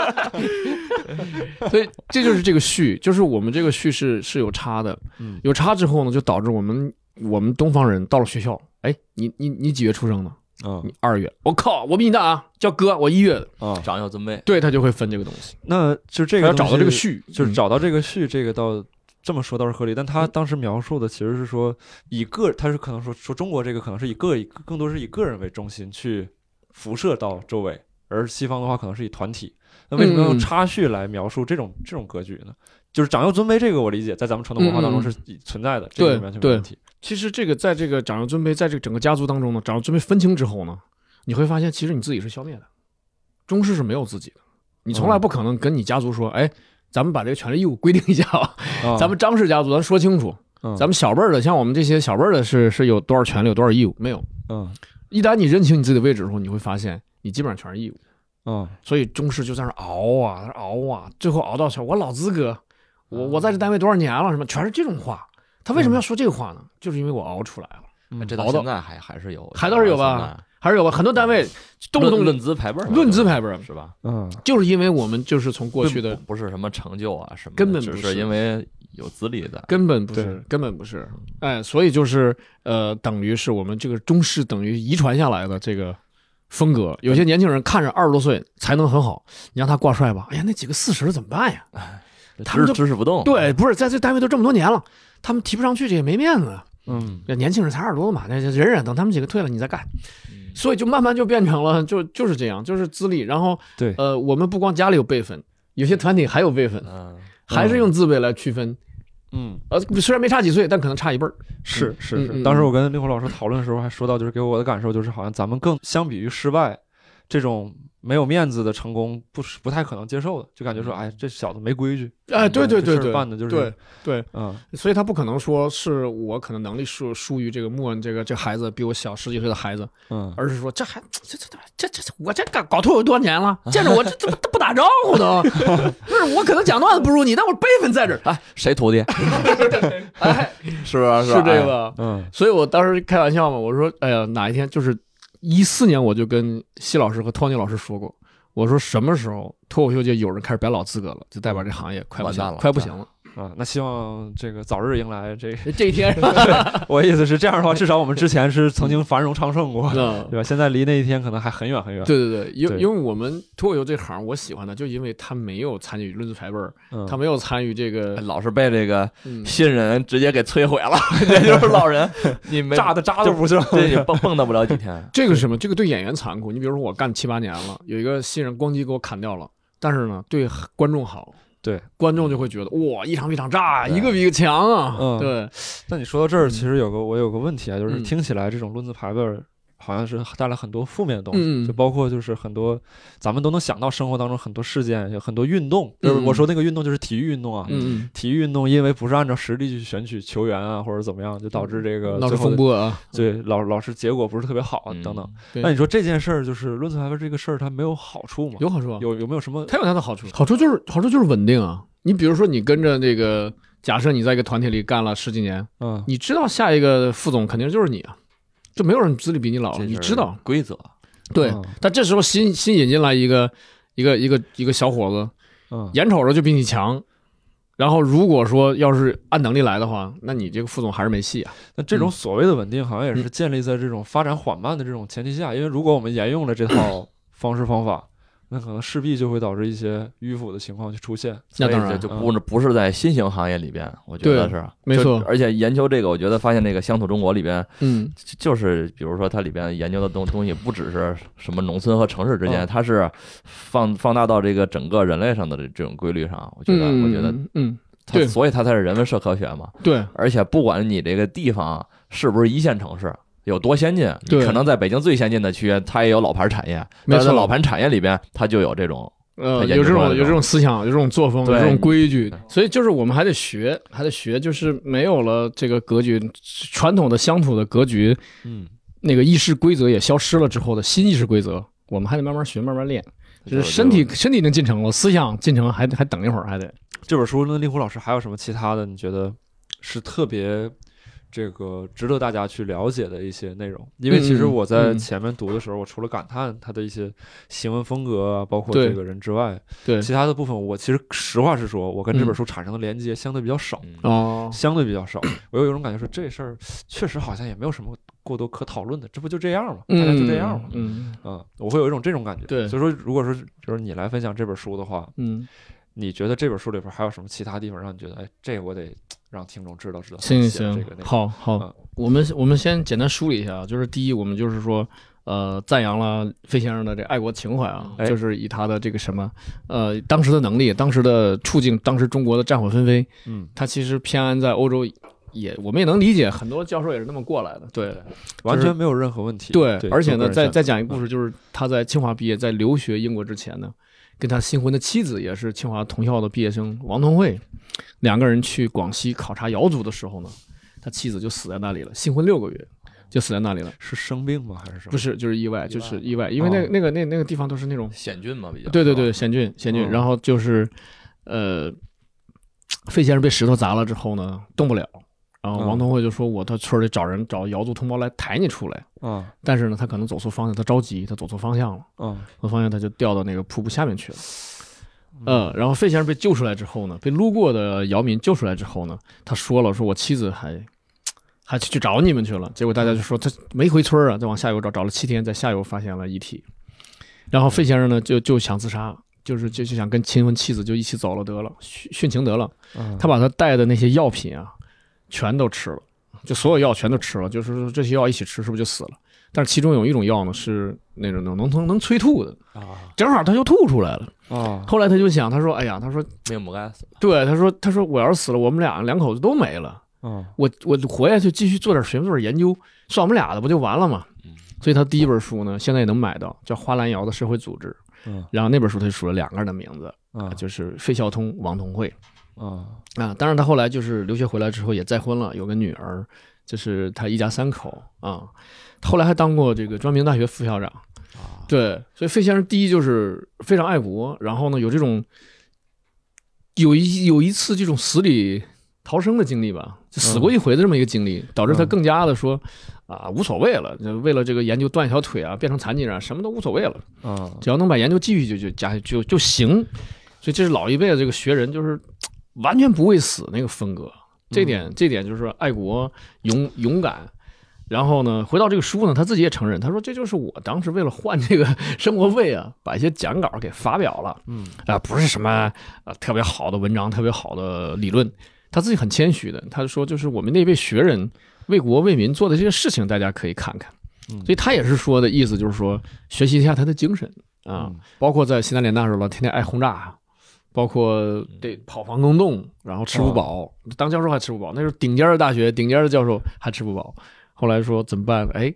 S2: 所以这就是这个序，就是我们这个序是是有差的，
S1: 嗯
S2: 有差之后呢，就导致我们我们东方人到了学校，哎，你你你几月出生的？
S1: 嗯
S2: 你二月，我靠，我比你大啊，叫哥，我一月的，
S1: 啊，
S3: 长幼尊卑，
S2: 对他就会分这个东西，
S1: 那就这个
S2: 他要
S1: 东
S2: 找到这个
S1: 西
S2: 序，
S1: 就是
S2: 嗯
S1: 找到这个序，这个倒这么说倒是合理，但他当时描述的其实是说以个，他是可能说说中国这个可能是以个以更多是以个人为中心去辐射到周围，而西方的话可能是以团体。那为什么要
S2: 嗯
S1: 用插叙来描述这种这种格局呢？就是长幼尊卑这个我理解，在咱们传统文化当中
S2: 嗯嗯
S1: 是存在的，这个
S2: 对
S1: 完全没
S2: 对
S1: 问题。
S2: 其实这个在这个长幼尊卑，在这个整个家族当中呢，长幼尊卑分清之后呢，你会发现其实你自己是消灭的，中式是没有自己的，你从来
S1: 嗯
S2: 不可能跟你家族说，哎，咱们把这个权利义务规定一下吧，
S1: 啊
S2: 咱们张氏家族咱说清楚，
S1: 嗯
S2: 咱们小辈儿的，像我们这些小辈儿的是是有多少权利，有多少义务？没有。
S1: 嗯
S2: 一旦你认清你自己的位置之后，你会发现你基本上全是义务。
S1: 嗯
S2: 所以中式就在那儿熬啊，在那儿熬啊，最后熬到小我老资格，我我在这单位多少年了，什么全是这种话。他为什么要说这个话呢？就是因为我熬出来了。
S1: 嗯
S3: 这到
S2: 熬到
S3: 现在还还是有，
S2: 还倒是有吧还是有吧，很多单位动
S3: 到现在？论
S2: 不动
S3: 论资排辈儿嘛，
S2: 论资排辈儿，
S3: 是吧？
S1: 嗯
S2: 就是因为我们就是从过去的
S3: 不不是什么成就啊什么的，
S2: 根本
S3: 只
S2: 不
S3: 是
S2: 是
S3: 因为有资历在。
S2: 根本不
S1: 对
S2: 是，根本不是，哎，所以就是呃，等于是我们这个中式等于遗传下来的这个风格。有些年轻人看着二十多岁才能很好，你让他挂帅吧，哎呀，那几个四十怎么办呀？他
S3: 知
S2: 们就
S3: 知识不动，
S2: 对，不是在这单位都这么多年了，他们提不上去，这也没面子。
S1: 嗯
S2: 这年轻人才二十多嘛，那就忍忍，等他们几个退了你再干。所以就慢慢就变成了，就就是这样，就是资历。然后
S1: 对
S2: 呃，我们不光家里有辈分，有些团体还有辈分，
S3: 嗯，
S2: 还是用字辈来区分。
S1: 嗯
S2: 呃，虽然没差几岁，但可能差一辈儿。
S1: 是是
S2: 嗯嗯
S1: 是，当时我跟令狐老师讨论的时候还说到，就是给我的感受就是，好像咱们更相比于失败这种没有面子的成功，不是不太可能接受的，就感觉说，哎，这小子没规矩，
S2: 嗯
S1: 嗯
S2: 哎，对对
S1: 这
S2: 对
S1: 事儿
S2: 对，
S1: 办的就是
S2: 对对，
S1: 嗯
S2: 所以他不可能说是我可能能力输输于这个莫恩这个这孩子比我小十几岁的孩子，
S1: 嗯，
S2: 而是说这还这这这这这我这搞搞脱口多少年了，见着我这这不不打招呼 都，不是我可能讲段子不如你，但我辈分在这儿，
S3: 哎，谁徒弟？
S2: 哎，
S3: 是不是？
S2: 是
S3: 吧哎
S2: 这个。吧？
S1: 嗯
S2: 所以我当时开玩笑嘛，我说，哎呀，哪一天就是一四年，我就跟西老师和托尼老师说过，我说什么时候脱口秀界有人开始摆老资格了，就代表这行业快不
S3: 完
S2: 行
S3: 蛋了
S2: 快 不行了。
S1: 啊，那希望这个早日迎来这个。
S2: 这一天，
S1: 我意思是这样的话，至少我们之前是曾经繁荣昌盛 过，
S2: 嗯
S1: 对吧？现在离那一天可能还很远很远。
S2: 对对对，因
S1: 嗯对
S2: 因为我们脱口秀这行，我喜欢他，就因为他没有参与论资排辈儿，
S1: 嗯，啊
S2: 他没有参与这个
S3: 哎，老是被这个
S2: 嗯
S3: 新人直接给摧毁了， 这就是老 人，你没
S1: 炸的渣都不剩。
S3: 对，你蹦蹦跶不了几天。
S2: 这个是什么？这个对演员残酷。你比如说，我干七八年了，有一个新人咣叽给我砍掉了，但是呢，对观众好，
S1: 对，
S2: 观众就会觉得哇，一场比一场炸，一个比一个强啊，
S1: 嗯
S2: 对，
S1: 那你说到这儿，
S2: 嗯
S1: 其实有个我有个问题啊，就是
S2: 嗯
S1: 听起来这种论资排辈儿好像是带来很多负面的东西，
S2: 嗯嗯
S1: 就包括就是很多咱们都能想到生活当中很多事件，有很多运动，就是
S2: 嗯
S1: 我说那个运动就是体育运动啊。
S2: 嗯，
S1: 体育运动因为不是按照实力去选取球员啊，或者怎么样，就导致这个呃
S2: 闹
S1: 最
S2: 出
S1: 后
S2: 风
S1: 的
S2: 波啊，
S1: 对老老是结果不是特别好啊
S2: 哦
S3: 嗯
S1: 等等。
S2: 对
S1: 那你说这件事儿就是论资排辈这个事儿，它没有好处吗？
S2: 有好处啊，
S1: 有有没有什么？
S2: 它有它的好处，好处就是好处就是稳定啊。你比如说，你跟着那个，假设你在一个团体里干了十几年，
S1: 嗯
S2: 你知道下一个副总肯定就是你啊，就没有人资历比你老，
S3: 这
S2: 你
S3: 是
S2: 知道。
S3: 规则，
S2: 对
S1: 嗯，
S2: 但这时候新新引进来一个一个一个一个小伙子，
S1: 嗯
S2: 眼瞅着就比你强。然后如果说要是按能力来的话，那你这个副总还是没戏啊。
S1: 那这种
S2: 嗯
S1: 所谓的稳定，好像也是建立在这种发展缓慢的这种前提下，因为如果我们沿用了这 套方式方法，那可能势必就会导致一些迂腐的情况去出现。
S3: 所
S2: 那
S3: 以
S2: 当然嗯
S3: 这就不是不是在新型行业里边，我觉得
S2: 对
S3: 是
S2: 没
S3: 就
S2: 错
S3: 而且研究这个，我觉得发现这个乡土中国里边，
S2: 嗯，
S3: 就就是比如说它里边研究的东东西，不只是什么农村和城市之间，
S1: 嗯
S3: 它是放放大到这个整个人类上的这这种规律上。我觉得，我觉得
S2: 嗯嗯，
S3: 它
S2: 对
S3: 所以它才是人文社科学嘛。
S2: 对，
S3: 而且不管你这个地方是不是一线城市。有多先进？你
S2: 对
S3: 可能在北京最先进的区，它也有老牌产业。
S2: 没
S3: 但是在
S2: 错
S3: 老牌产业里边，它就有这种
S2: 呃，
S3: 他研
S2: 有这
S3: 究出来
S2: 种
S3: 的
S2: 有这种思想，有这种作风，有
S3: 对
S2: 这种规矩
S3: 嗯，
S2: 所以就是我们还得学，还得学，就是没有了这个格局，传统的乡土的格局，
S1: 嗯，
S2: 那个议事规则也消失了之后的新议事规则，我们还得慢慢学，慢慢练。就是身体身体已经进城了，思想进城还还等一会儿，还得。
S1: 这本书，那令狐老师还有什么其他的？你觉得是特别这个值得大家去了解的一些内容？因为其实
S2: 嗯
S1: 我在
S2: 嗯
S1: 前面读的时候，我除了感叹他的一些行文风格啊，包括
S2: 对
S1: 这个人之外，
S2: 对
S1: 其他的部分，我其实实话实说，我跟这本
S2: 嗯
S1: 书产生的连接相对比较少。
S3: 嗯
S2: 哦，
S1: 相对比较少。我又有一种感觉说，这事儿确实好像也没有什么过多可讨论的，这不就这样吗？大家就这样吗？
S2: 嗯
S1: 嗯，我会有一种这种感觉。
S2: 对
S1: 所以说，如果说就是你来分享这本书的话，
S2: 嗯，
S1: 你觉得这本书里边还有什么其他地方让你觉得，哎，这个我得让听众知道知道。
S2: 行行
S1: 写的这个
S2: 行
S1: 内，容，
S2: 好好
S1: 嗯，
S2: 我们我们先简单梳理一下啊，就是第一，我们就是说。呃，赞扬了费先生的这爱国情怀啊，
S1: 哎
S2: 就是以他的这个什么，呃，当时的能力，当时的处境，当时中国的战火纷飞，
S1: 嗯，
S2: 他其实偏安在欧洲也，我们也能理解，很多教授也是那么过来的，对，
S1: 完全没有任何问题。
S2: 对，而且呢，再
S1: 在
S2: 再讲一个故事，就是他在清华毕业，在留学英国之前呢，跟他新婚的妻子也是清华同校的毕业生王同慧，两个人去广西考察瑶族的时候呢，他妻子就死在那里了，新婚六个月就死在那里了，
S1: 是生病吗？还是什么？
S2: 不是就是意外，就是意外，因为
S1: 哦
S2: 那个那个那那个地方都是那种，
S3: 险峻嘛，比较
S2: 对对对，险峻险峻，
S1: 嗯
S2: 然后就是，呃，费先生被石头砸了之后呢，动不了。然后
S1: 嗯
S2: 王同慧就说：“我到村里找人找瑶族同胞来抬你出来。”
S1: 啊
S2: 但是呢，他可能走错方向，他着急，他走错方向了，
S1: 啊
S2: 走错方向他就掉到那个瀑布下面去了。呃，然后费先生被救出来之后呢，被路过的姚民救出来之后呢，他说了，说我妻子还还去去找你们去了。结果大家就说他没回村儿啊，再往下游找，找了七天，在下游发现了遗体。然后费先生呢，就就想自杀，就是就就想跟亲婚妻子就一起走了得了，殉殉情得了。
S1: 啊！
S2: 他把他带的那些药品啊，全都吃了，就所有药全都吃了，就是说这些药一起吃，是不是就死了？但是其中有一种药呢，是那种能能能催吐的，
S1: 啊
S2: 正好他就吐出来了。
S1: 啊
S2: 后来他就想，他说：“哎呀，他说
S3: 命不该死。
S2: 对，他说他说我要是死了，我们俩两口子都没了，
S1: 啊！
S2: 我我活下去继续做点学术做点研究，算我们俩的不就完了吗
S3: 嗯？”
S2: 所以他第一本书呢，现在也能买到，叫《花兰瑶的社会组织》。
S1: 嗯
S2: 然后那本书他就数了两个人的名字，
S1: 啊
S2: 就是费孝通、王同慧。
S1: 啊
S2: 啊，当然他后来就是留学回来之后也再婚了，有个女儿，就是他一家三口啊。后来还当过这个专明大学副校长，对，所以费先生第一就是非常爱国，然后呢有这种有一有一次这种死里逃生的经历吧，就死过一回的这么一个经历，导致他
S1: 嗯
S2: 更加的说啊无所谓了，就为了这个研究断一条腿啊，变成残疾人啊，什么都无所谓了。
S1: 啊！
S2: 只要能把研究继续就就加就就行。所以这是老一辈的这个学人，就是嘖完全不畏死那个风格。这
S4: 嗯
S2: 点这点就是爱国勇勇敢。然后呢，回到这个书呢，他自己也承认，他说这就是我当时为了换这个生活费啊，把一些讲稿给发表了。
S1: 嗯
S2: 啊、不是什么呃特别好的文章，特别好的理论，他自己很谦虚的，他说就是我们那辈学人为国为民做的这些事情，大家可以看看
S1: 嗯。
S2: 所以他也是说的意思，就是说学习一下他的精神啊，
S1: 嗯
S2: 包括在西南联大的时候，天天挨轰炸，
S4: 包
S3: 嗯
S4: 括得跑防空洞，然后吃不
S3: 啊
S4: 饱，当教授还吃不饱，那时候顶尖的大学顶尖的教授还吃不饱。后来说怎么办？哎，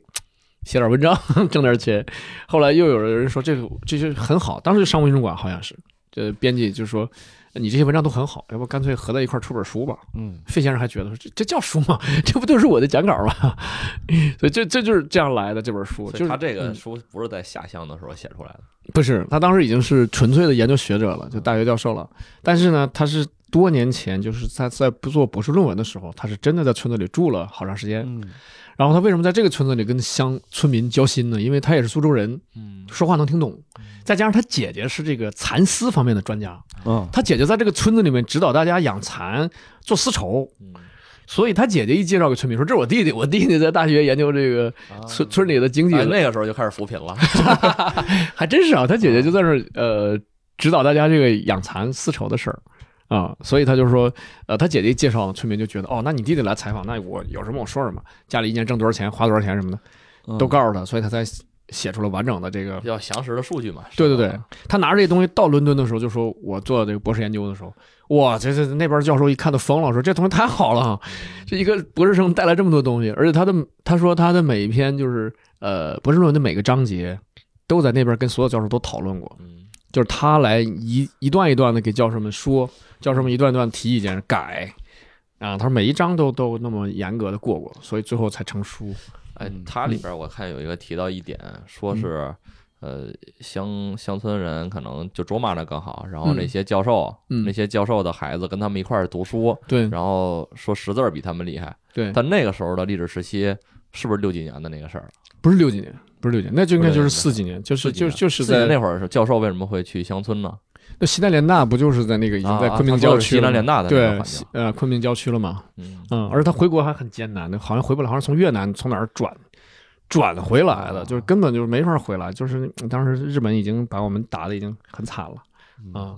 S4: 写点文章 挣点钱。后来又有人说这个这些很好，当时就上文中馆好像是，这编辑就说你这些文章都很好，要不干脆合在一块儿出本书吧。
S1: 嗯，
S4: 费先生还觉得说这这叫书吗？ 这不就是我的讲稿吗？ 所以这这就是这样来的这本书，
S3: 所
S4: 就
S3: 以
S4: 是
S3: 他这个
S4: 嗯
S3: 书不是在下乡的时候写出来的，
S4: 不是，他当时已经是纯粹的研究学者了，就大学教授了。但是呢，他是多年前，就是在在不做博士论文的时候，他是真的在村子里住了好长时间。
S1: 嗯
S4: 然后他为什么在这个村子里跟乡村民交心呢？因为他也是苏州人，
S1: 嗯
S4: 说话能听懂，再加上他姐姐是这个蚕丝方面的专家，
S1: 啊，
S4: 他姐姐在这个村子里面指导大家养蚕、做丝绸。
S1: 嗯
S4: 所以他姐姐一介绍给村民说：“这是我弟弟，我弟弟在大学研究这个
S1: 啊
S4: 村村里的经济。”
S3: 哎那个时候就开始扶贫了。
S4: 还真是啊，他姐姐就在那儿呃指导大家这个养蚕丝绸的事儿啊、所以他就说，呃，他姐姐一介绍，村民就觉得哦，那你弟弟来采访，那我有什么我说什么，家里一年挣多少钱，花多少钱什么的
S1: 嗯
S4: 都告诉他，所以他才写出了完整的这个
S3: 比。较详实的数据嘛。
S4: 对对对，他拿着这东西到伦敦的时候，就说我做这个博士研究的时候，哇，这这那边教授一看都疯了，说这东西太好了啊，这一个博士生带来这么多东西，而且他的他说他的每一篇就是呃博士论文的每个章节，都在那边跟所有教授都讨论过，
S3: 嗯，
S4: 就是他来一一段一段的给教授们说，教授们一段一段提意见改，啊，他说每一章都都那么严格的过过，所以最后才成书。
S3: 哎
S1: 嗯，
S3: 它里边我看有一个提到一点，
S4: 嗯
S3: 说是呃乡乡村人可能就卓玛那更好，然后
S4: 嗯
S3: 那些教授，
S4: 嗯
S3: 那些教授的孩子跟他们一块儿读书，
S4: 对
S3: 然后说识字儿比他们厉害。
S4: 对，
S3: 但那个时候的历史时期是不是六几年的那个事儿？
S4: 不是六几年，不是六几年，那就应该就
S3: 不
S4: 是
S3: 是
S4: 四几年，就是
S3: 四几
S4: 就
S3: 年
S4: 就是
S3: 四几年
S4: 在
S3: 那会儿是教授为什么会去乡村呢？
S4: 那西南联大不就是在那个已经
S3: 啊
S4: 在
S3: 啊
S4: 昆明
S3: 他说
S4: 郊
S3: 是
S4: 区
S3: 西
S4: 了吗？
S3: 南联大的那个
S4: 对
S3: 环，
S4: 西
S3: 境，
S4: 呃，昆明郊区了嘛，
S3: 嗯，
S4: 嗯，而且他回国还很艰难的，好像回不来，好像从越南从哪儿转转回来的，
S3: 啊
S4: 就是根本就是没法回来，就是嗯当时日本已经把我们打的已经很惨了
S3: 嗯
S4: 啊，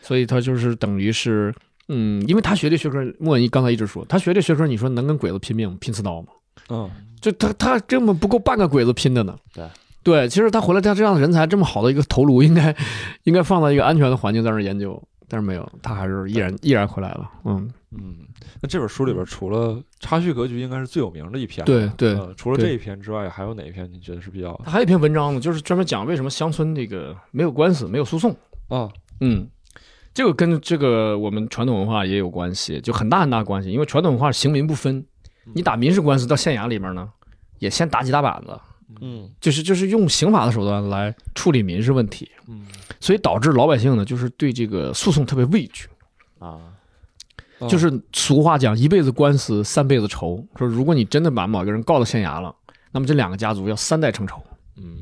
S4: 所以他就是等于是，嗯，因为他学这学科，莫文一刚才一直说，他学这学科，你说能跟鬼子拼命拼刺刀吗？
S1: 嗯
S4: 就他他根本不够半个鬼子拼的呢。
S3: 对
S4: 对，其实他回来，他这样的人才，这么好的一个头颅，应该应该放在一个安全的环境在那儿研究，但是没有，他还是毅然毅然回来了。嗯，
S1: 嗯，那这本书里边除了插叙格局，应该是最有名的一篇了。
S4: 对对，
S1: 呃，除了
S4: 对
S1: 这一篇之外，还有哪一篇你觉得是比较
S4: 嗯他还有一篇文章呢，就是专门讲为什么乡村这个没有官司、没有诉讼。
S1: 啊？
S4: 嗯，这个跟这个我们传统文化也有关系，就很大很大关系。因为传统文化刑民不分，你打民事官司到县衙里面呢，也先打几大板子，
S1: 嗯
S4: 就是就是用刑法的手段来处理民事问题，
S1: 嗯
S4: 所以导致老百姓呢就是对这个诉讼特别畏惧。
S3: 啊，
S1: 哦
S4: 就是俗话讲，一辈子官司三辈子仇。说如果你真的把某个人告到县衙了，那么这两个家族要三代成仇。
S3: 嗯，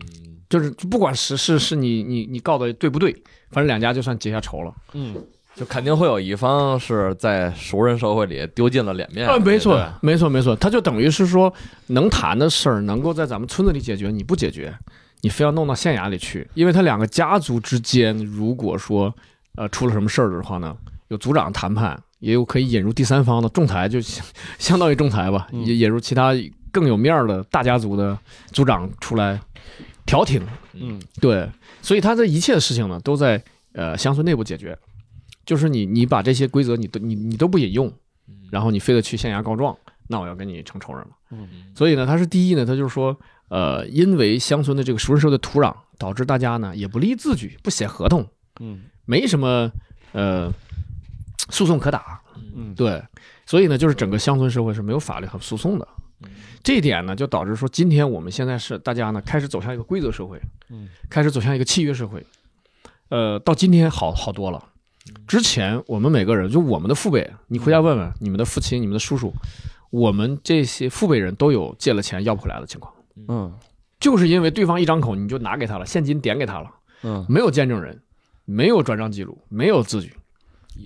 S4: 就是不管是是是你你你告的对不对，反正两家就算结下仇了。
S1: 嗯
S3: 就肯定会有一方是在熟人社会里丢尽了脸面。
S4: 啊，没错
S3: 对吧，
S4: 没错，没错，他就等于是说，能谈的事儿能够在咱们村子里解决，你不解决，你非要弄到县衙里去，因为他两个家族之间，如果说呃出了什么事儿的话呢，有族长谈判，也有可以引入第三方的仲裁，就相当于仲裁吧，
S1: 嗯
S4: 也引入其他更有面儿的大家族的族长出来调停。
S1: 嗯
S4: 对，所以他这一切事情呢，都在呃乡村内部解决，就是你你把这些规则你都你你都不引用，然后你非得去县衙告状，那我要跟你成仇人了。
S1: 嗯
S4: 所以呢，他是第一呢，他就是说，呃，因为乡村的这个熟人社会的土壤，导致大家呢也不立字据，不写合同，
S1: 嗯
S4: 没什么呃诉讼可打，
S1: 嗯，
S4: 对，所以呢，就是整个乡村社会是没有法律和诉讼的。这一点呢，就导致说，今天我们现在是大家呢开始走向一个规则社会，
S1: 嗯，
S4: 开始走向一个契约社会。呃，到今天好好多了。之前我们每个人，就我们的父辈，你回家问问你们的父亲、你们的叔叔，我们这些父辈人都有借了钱要不回来的情况，
S1: 嗯
S4: 就是因为对方一张口你就拿给他了，现金点给他了，
S1: 嗯
S4: 没有见证人，没有转账记录，没有字据，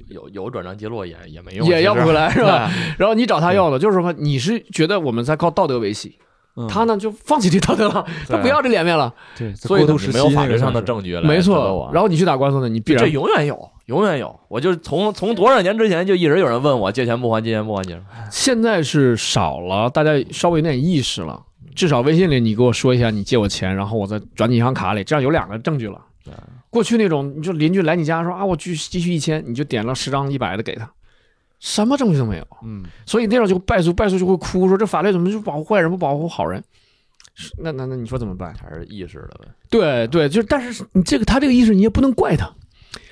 S3: 有有转账记录也也没用，
S4: 也要不回
S3: 来
S4: 来是吧？？然后你找他要的，就是什么？你是觉得我们在靠道德维系，
S1: 嗯，
S4: 他呢就放弃这道 德了，他
S3: 对啊
S4: 不要这脸面了，
S1: 对，在
S3: 所以
S1: 过
S3: 他
S1: 渡时
S3: 没有
S1: 期
S3: 法
S1: 那个
S3: 律上的
S1: 算是，
S3: 证据来
S4: 没
S3: 指导
S4: 错
S3: 我。啊
S4: 然后你去打官司呢，你必
S3: 这
S4: 然
S3: 永远有，永远有。我就是从从多少年之前就一直有人问我借钱不还，借钱不还，借钱不还。
S4: 现在是少了，大家稍微有点意识了。至少微信里你给我说一下你借我钱，然后我再转你银行卡里，这样有两个证据了
S3: 对。
S4: 过去那种，你就邻居来你家说啊，我去急需一千，你就点了十张一百的给他，什么证据都没有。
S1: 嗯，
S4: 所以那种就败诉，败诉就会哭说这法律怎么就保护坏人不保护好人？是那那那你说怎么办？
S3: 还是意识的呗。
S4: 对对，就是但是你这个他这个意识你也不能怪他，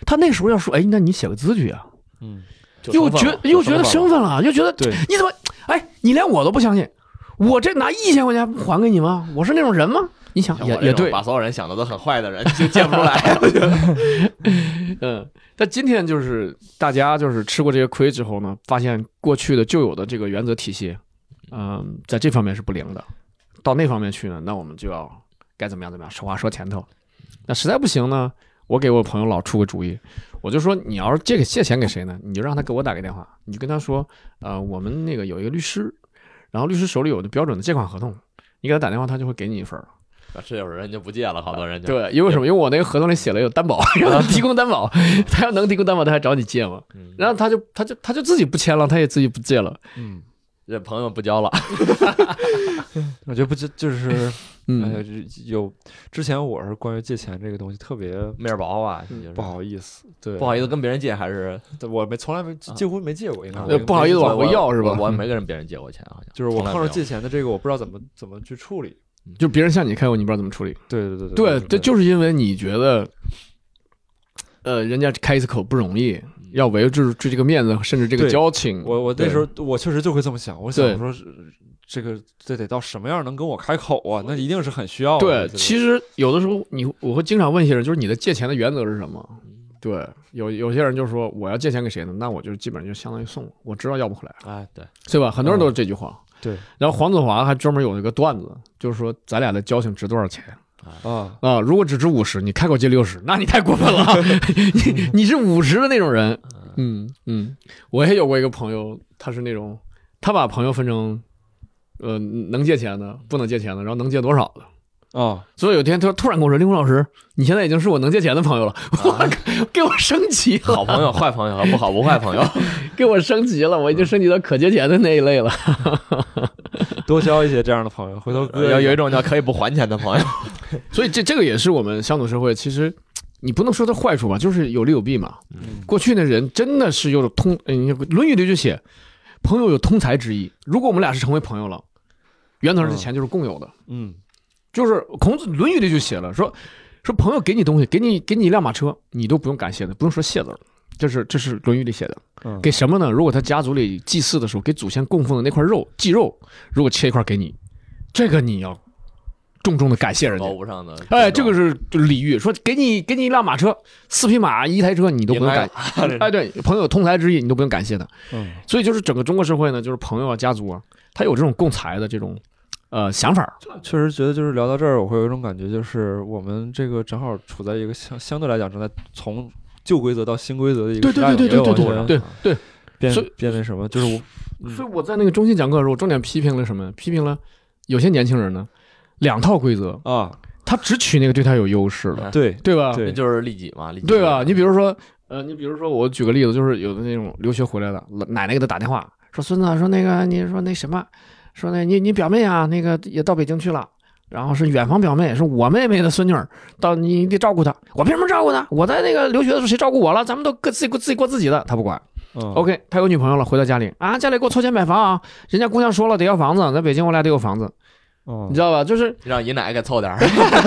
S4: 他那时候要说哎，那你写个字据啊，
S1: 嗯，
S4: 又觉又觉得生
S3: 生
S4: 分了，又觉得
S1: 对
S4: 你怎么哎，你连我都不相信，我这拿一千块钱不还给你吗？我是那种人吗？你想也也对，
S3: 把所有人想的都很坏的人就见不出 来。我觉得
S4: 嗯，但今天就是大家就是吃过这些亏之后呢，发现过去的旧有的这个原则体系，嗯、在这方面是不灵的。到那方面去呢，那我们就要该怎么样怎么样，手话说前头。那实在不行呢，我给我朋友老出个主意，我就说你要是借给借钱给谁呢，你就让他给我打个电话，你就跟他说，呃，我们那个有一个律师，然后律师手里有的标准的借款合同，你给他打电话，他就会给你一份儿。
S3: 啊是有人就不借了，好多人就
S4: 对，因为什么？因为我那个合同里写了有 担保，让他提供担保，他要能提供担保，他还找你借嘛。然后他就他就他就自己不签了，他也自己不借了。
S1: 嗯，
S3: 这朋友不交了。
S1: 我觉得不就就是，哎呀
S4: 嗯，
S1: 这有之前我是关于借钱这个东西特别
S3: 面薄啊，你就是
S1: 不好意思，对，
S3: 不好意思跟别人借，还是
S1: 思，我没从来没几乎没借过，应该
S3: 啊
S1: 我
S4: 不好意思
S1: 没
S4: 往回要是吧
S3: 我我没跟人别人借过钱， 好像
S1: 就是我
S3: 从来
S1: 碰上
S3: 没有
S1: 借钱的这个，我不知道怎么怎么去处理。
S4: 就别人向你开口，你不知道怎么处理。
S1: 对对对对
S4: 对，这
S1: 对，
S4: 就是因为你觉得，呃，人家开一次口不容易，要维持住这个面子，甚至这
S1: 嗯
S4: 个
S1: 对
S4: 交情。
S1: 我我那
S4: 对
S1: 时候我确实就会这么想，我想
S4: 对
S1: 我说是这个这得到什么样能跟我开口啊？那一定是很需要的。
S4: 对，
S1: 这个
S4: 其实有的时候你我会经常问一些人，就是你的借钱的原则是什么？
S1: 嗯
S4: 对，有有些人就说我要借钱给谁呢？那我就基本上就相当于送了，我知道要不回来。
S3: 哎， 对，
S4: 对吧？很多人都是这句话。
S1: 嗯对，
S4: 然后黄子华还专门有一个段子，就是说咱俩的交情值多少钱
S1: 啊，
S4: 啊、如果只值五十，你开口借六十，那你太过分了 啊。你你是五十的那种人。嗯嗯，我也有过一个朋友，他是那种他把朋友分成呃能借钱的、不能借钱的，然后能借多少的。
S1: 啊，
S4: 所以有一天他突然跟我说：“令狐老师，你现在已经是我能借钱的朋友了。 我靠给我升级 了，
S3: 啊好朋友、坏朋友和不好不坏朋友，
S4: 给我升级了，我已经升级到可借钱的那一类了。
S1: 多交一些这样的朋友，回头哥
S3: 有有一种叫可以不还钱的朋友。
S4: 所以这这个也是我们乡土社会，其实你不能说它坏处吧，就是有利有弊嘛。
S1: 嗯
S4: 过去那人真的是有通，嗯，《论语》里就写“朋友有通财之意”。如果我们俩是成为朋友了，源头上
S1: 嗯
S4: 这钱就是共有的。
S1: 嗯
S4: 就是孔子《论语》里就写了，说说朋友给你东西，给你给你一辆马车，你都不用感谢的，不用说谢字儿。这是这是《论语》里写的。
S1: 嗯
S4: 给什么呢？如果他家族里祭祀的时候给祖先供奉的那块肉，祭肉，如果切一块给你，这个你要重重的感谢人家
S3: 高。不上的，
S4: 哎，这个是就是礼遇，说给你给你一辆马车，四匹马一台车，你都不用感，哎，对，朋友通财之意，你都不用感谢他。
S1: 嗯
S4: 所以就是整个中国社会呢，就是朋友啊、家族啊，他有这种共财的这种呃想法儿。
S1: 确实觉得就是聊到这儿，我会有一种感觉，就是我们这个正好处在一个相相对来讲正在从旧规则到新规则的一个
S4: 对
S1: 时
S4: 对
S1: 代，
S4: 对对
S1: 我觉
S4: 对
S1: 得完
S4: 对
S1: 全
S4: 对所以
S1: 变变那什么，就是我
S4: 对。所以我在那个中心讲课的时候，我重点批评了什么？批评了有些年轻人呢，两套规则，
S1: 啊，
S4: 他只取那个对他有优势的，
S1: 对
S4: 对吧？
S1: 对
S3: 就是利己嘛，利己
S4: 对吧？你比如说，呃，你比如说，我举个例子，就是有的那种留学回来的老奶奶给他打电话，说孙子，说那个你说那什么，说那你你表妹啊，那个也到北京去了。然后是远房表妹，是我妹妹的孙女儿，到你你得照顾她。我凭什么照顾她？我在那个留学的时候谁照顾我了？咱们都各自己过自己过自己的，他不管。
S1: 嗯
S4: OK，他有女朋友了，回到家里啊，家里给我凑钱买房啊，人家姑娘说了得要房子，在北京我俩得有房子，
S1: 嗯
S4: 你知道吧？就是
S3: 让姨奶给 凑点儿，
S4: 啊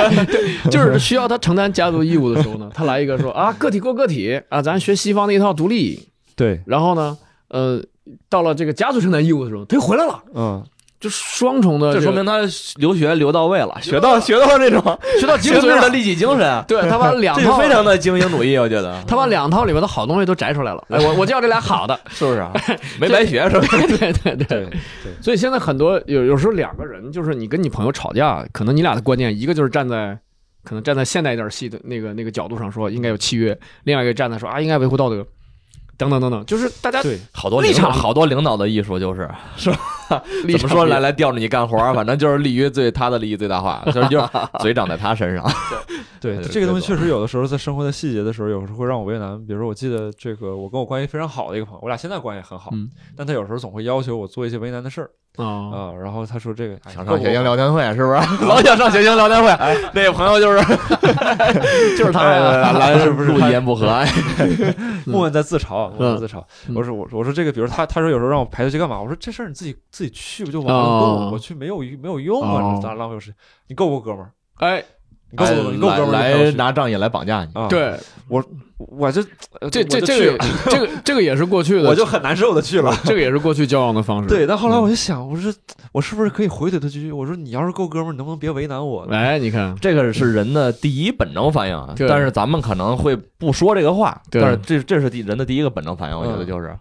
S4: 就是需要他承担家族义务的时候呢，他来一个说啊，个体过个体啊，咱学西方的一套独立。
S1: 对
S4: 然后呢，呃，到了这个家族承担义务的时候，他又回来了，
S1: 嗯
S4: 就双重的
S3: 这
S4: 个，
S3: 说明他留学留到位了，学
S4: 到
S3: 到学到这种
S4: 啊学到精
S3: 精
S4: 髓
S3: 致的
S4: 了。
S3: 利己精 神，
S4: 对他把两
S3: 这是
S4: 套
S3: 非，常的精英主义，我觉得
S4: 他把两套里面的好东西都摘出来 了。哎，我我就要这俩好的。
S3: 是不 是啊？没白学是吧？
S4: 对对对
S1: 对。
S4: 所以现在很多有有时候两个人，就是你跟你朋友吵架，可能你俩的观念，一个就是站在可能站在现代一点系的那个那个角度上说应该有契约，另外一个站在说啊应该维护道德，等等等等，就是大 家
S1: 对
S3: 好多
S4: 立
S3: 领导，
S4: 场
S3: 好多领导的艺术就是
S4: 立
S3: 怎
S4: 场
S3: 么说
S4: 不一
S3: 来
S4: 样
S3: 来吊着你干活儿，反正就是利于最他的利益最大化，就是就是嘴长在他身上。
S1: 对
S4: 还有
S1: 这个东西
S4: 这
S1: 确实有的时候在生活的细节的时候，有时候会让我为难。比如说，我记得这个我跟我关系非常好的一个朋友，我俩现在关系很好，
S2: 嗯
S1: 但他有时候总会要求我做一些为难的事儿
S2: 啊，
S1: 啊、然后他说这个哎
S4: 想
S1: 够不
S4: 上学
S1: 够
S4: 英聊天会是不 是？老想上学英聊天会，那个朋友就是 就是他
S3: 哎
S4: 呀，来 是不是？一言不合，
S1: 莫问在自嘲，啊莫问在自嘲。
S2: 嗯
S1: 我说我我说这个，比如他他说有时候让我排队去干嘛，我说这事儿你自己自己去不就完了？
S2: 哦
S1: 跟我我去没有没有用啊，
S2: 哦
S1: 这当然浪费我时间。你够不够哥们儿？
S2: 哎，
S1: 你够不够？你够
S4: 来
S1: 哥们儿就陪我
S4: 来
S1: 去？
S4: 拿仗义来绑架你。
S1: 啊，，
S2: 对，
S1: 我就呃
S2: 这这
S1: 我就
S2: 这
S1: 去
S2: 个也
S1: 了
S2: 这个这个也是过去 的，
S1: 我就很难受的去了。
S2: 这个也是过去交往的方 式。
S1: 对，，但后来我就想，我说我是不是可以回怼他几句？我说你要是够哥们儿，你能不能别为难我呢？
S2: 哎，你看，
S4: 这个是人的第一本能反应啊，
S2: 对
S4: 但是咱们可能会不说这个话，
S2: 对
S4: 但是这这是第人的第一个本能反应，我觉得
S1: 嗯
S4: 就是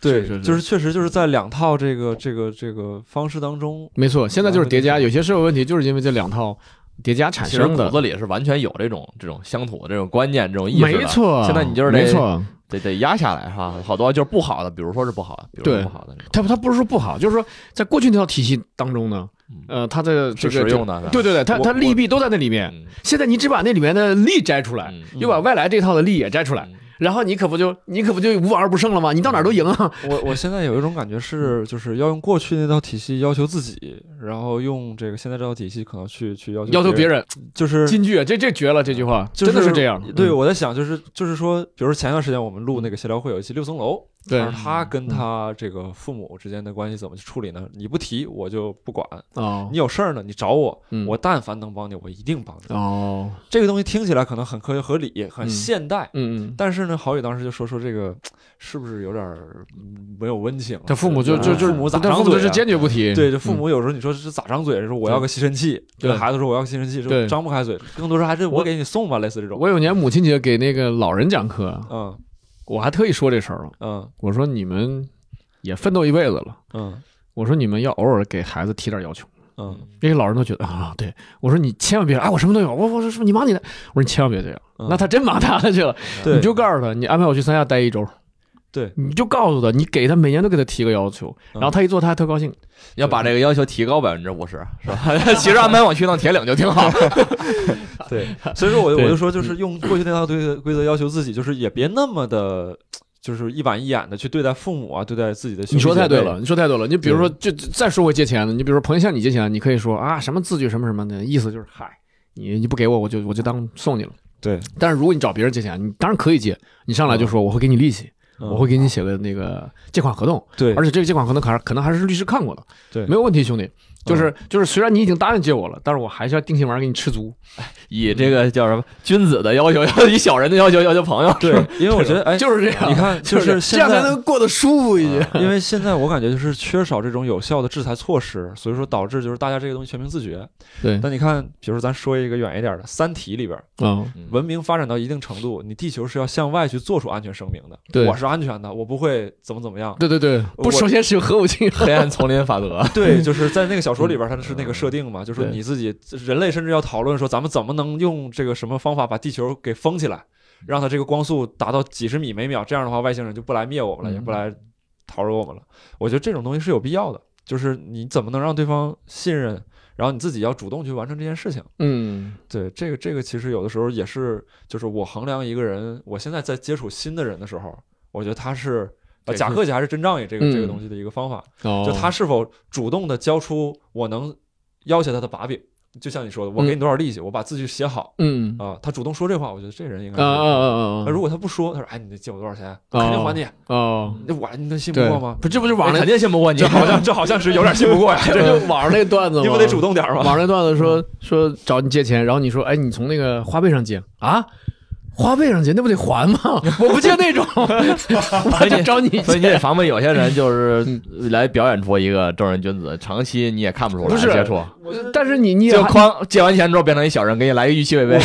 S1: 对，
S2: 是是是
S1: 就是确实就是在两套这个这个这个方式当中，
S2: 没错，现在就是叠加，有些社会问题就是因为这两套叠加产
S4: 其实
S2: 生
S4: 骨
S2: 的。
S4: 子里是完全有这种这种乡土的这种观念、这种意识的。
S2: 没错，
S4: 现在你就是得
S2: 没错，
S4: 得得压下来哈，好多就是不好的，比如说是不好的，比如说
S2: 对
S4: 不好的这种
S2: 他他不是说不好，就是说在过去那套体系当中呢，
S1: 嗯
S2: 呃，他的这
S4: 是
S2: 个
S4: 实用的，是吧
S2: 对对对，它
S4: 我
S2: 它
S4: 我
S2: 利弊都在那里面。
S4: 嗯
S2: 现在你只把那里面的利摘出来，
S4: 嗯
S2: 又把外来这套的利也摘出来
S4: 嗯，
S2: 然后你可不就你可不就无往而不胜了吗？你到哪儿都赢啊！
S1: 我我现在有一种感觉
S2: 嗯
S1: 是，就是要用过去那套体系要求自己，然后用这个现在这套体系可能去去要求
S2: 要求别
S1: 人，
S2: 人
S1: 嗯就是
S2: 金句，啊这这绝了！这句话
S1: 就是
S2: 真的是这样，
S1: 对，
S2: 嗯
S1: 我在想，就是就是说，比如说前段时间我们录那个闲聊会有一期六层楼，
S2: 对嗯
S1: 但是他跟他这个父母之间的关系怎么去处理呢？你不提我就不管，
S2: 哦
S1: 你有事儿呢你找我，
S2: 嗯
S1: 我但凡能帮你，我一定帮你。
S2: 哦
S1: 这个东西听起来可能很科学合理，很
S2: 嗯
S1: 现代，
S2: 嗯嗯，
S1: 但是呢，郝宇当时就说说这个是不是有点儿嗯没有温情了？
S2: 他父母就
S1: 对
S2: 就就
S1: 父母咋
S2: 他
S1: 张
S2: 父母
S1: 嘴
S2: 就是
S1: 啊
S2: 坚决不提，
S1: 对，就父
S2: 嗯
S1: 母有时候你说这是咋张嘴？说我要个吸尘器，
S2: 对
S1: 跟孩子说我要个吸尘器，说
S2: 对
S1: 张不开嘴，更多时候还是我
S2: 我
S1: 给你送吧，类似这种。
S2: 我有年母亲节给那个老人讲课，
S1: 嗯
S2: 我还特意说这事儿了。
S1: 嗯
S2: 我说你们也奋斗一辈子了，
S1: 嗯
S2: 我说你们要偶尔给孩子提点要求。
S1: 嗯
S2: 那些老人都觉得啊，对我说你千万别哎，我什么都有，我我说是不是你忙你的，我说你千万别这样。
S1: 嗯
S2: 那他真忙他的去了，
S1: 对
S2: 你就告诉他，你安排我去三亚待一周。
S1: 对，
S2: 你就告诉他，你给他每年都给他提个要求，
S1: 嗯
S2: 然后他一做，他还特高兴。
S4: 要把这个要求提高百分之五十，是吧？ 其实安排我去趟铁岭就挺好。
S1: 对，所以说我就
S2: 对嗯
S1: 我就说，就是用过去那套规则规则要求自己，就是也别那么的，就是一板一眼的去对待父母啊，对待自己的。
S2: 你说太对了，，你说太对了。你比如说，就就再说回借钱了，你比如说朋友向你借钱，你可以说啊什么字据什么什么的，意思就是嗨，你你不给我，我就我就当送你了。
S1: 对，
S2: 但是如果你找别人借钱，你当然可以借，你上来就说我会给你利息，
S1: 嗯
S2: 我会给你写个那个借款合同，
S1: 对，
S2: 而且这个借款合同可还可能还是律师看过的，
S1: 对嗯
S2: 没有问题，兄弟。就是就是，虽然你已经答应借我了，但是我还是要定心丸给你吃足。
S4: 以这个叫什么君子的要求， 要以小人的要求要求朋友，
S1: 对，因为我觉得哎，
S2: 就是这样，
S1: 你看，
S2: 就
S1: 就是是
S2: 这
S1: 现
S2: 样才
S1: 在。嗯
S2: 能过得舒服一些。
S1: 因为现在我感觉就是缺少这种有效的制裁措施，所以说导致就是大家这个东西全民自觉。
S2: 对，
S1: 但你看，比如说咱说一个远一点的，《三体》里边，
S2: 嗯，
S1: 文明发展到一定程度，你地球是要向外去做出安全声明的。
S2: 对
S1: 我是安全的，我不会怎么怎么样。
S2: 对对对，不，
S1: 我
S2: 首先是有核武器，
S4: 黑暗丛林法 则。
S1: 对，就是在那个小说里边，它是那个设定嘛，就是
S2: 嗯对
S1: 你自己人类甚至要讨论说，咱们怎么能用这个什么方法把地球给封起来，让它这个光速达到几十米每秒，这样的话外星人就不来灭我们了，
S2: 嗯
S1: 也不来讨论我们了。我觉得这种东西是有必要的，就是你怎么能让对方信任，然后你自己要主动去完成这件事情。
S2: 嗯，
S1: 对，这个这个其实有的时候也是，就是我衡量一个人，我现在在接触新的人的时候，我觉得他是。呃，
S4: 对
S1: 假
S4: 是
S1: 客气还是真仗义，这个、这个
S2: 嗯
S1: 东西的一个方法，
S2: 就
S1: 就他是否主动的交出我能要挟他的把柄，就像你说的，我给你多少利息，我把字据写好
S2: 嗯
S1: 啊、他主动说这话，我觉得这人应该
S2: 啊
S1: 嗯是。
S2: 啊啊啊
S1: 那如果他不说，他说：“哎，你借我多少钱？我肯定还你。
S2: 啊啊！
S1: 那我你能信不
S2: 对
S1: 过吗，
S2: 不，这不就网
S4: 我
S2: 上
S4: 肯定信不过你，
S1: 这好像这好像是有点信不过呀，
S2: 那 这就网上那段子吗？
S1: 你不得主动点儿吗？
S2: 网上那段子说说找你借钱，然后你说哎，你从那个花呗上借啊？花呗上借那不得 还吗？我不借那种，我就找你
S4: 所以
S2: 借。
S4: 你得防备有些人就是来表演出一个正人君子，长期你也看不出来
S2: 不是
S4: 接触，
S2: 但是你你也
S4: 就哐借完钱之后变成一小人，给你来一预期违背。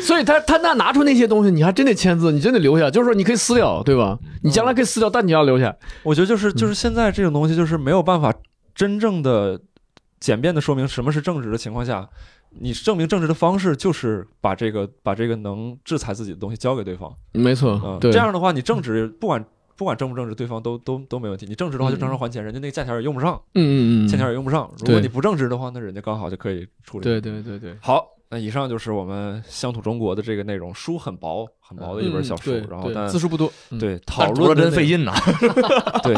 S2: 所以他他那拿出那些东西，你还真得签字，你真得留下。就是说你可以撕掉，对吧？你将来可以撕掉，但你要留下。
S1: 我觉得就是就是现在这种东西，就是没有办法真正的简便的说明什么是正直的情况下，你证明正直的方式就是把这个把这个能制裁自己的东西交给对方
S2: 没错
S1: 啊、，
S2: 嗯对，
S1: 这样的话你正直不管。不管正不正直，对方都都都没问题。你正直的话就正常还钱，人家那个价钱也用不上，
S2: 嗯嗯嗯嗯，
S1: 欠钱也用不上。如
S2: 对
S1: 果你不正直的话，那人家刚好就可以处理。
S2: 对对对对，
S1: 好，那以上就是我们乡土中国的这个内容，书很薄很薄的一本小书，
S2: 嗯对
S1: 然后
S2: 对
S1: 但
S2: 字数不多，嗯，
S1: 对
S3: 但
S1: 讨
S3: 是读着
S1: 论的
S3: 真费
S1: 内
S3: 劲呐。
S1: 对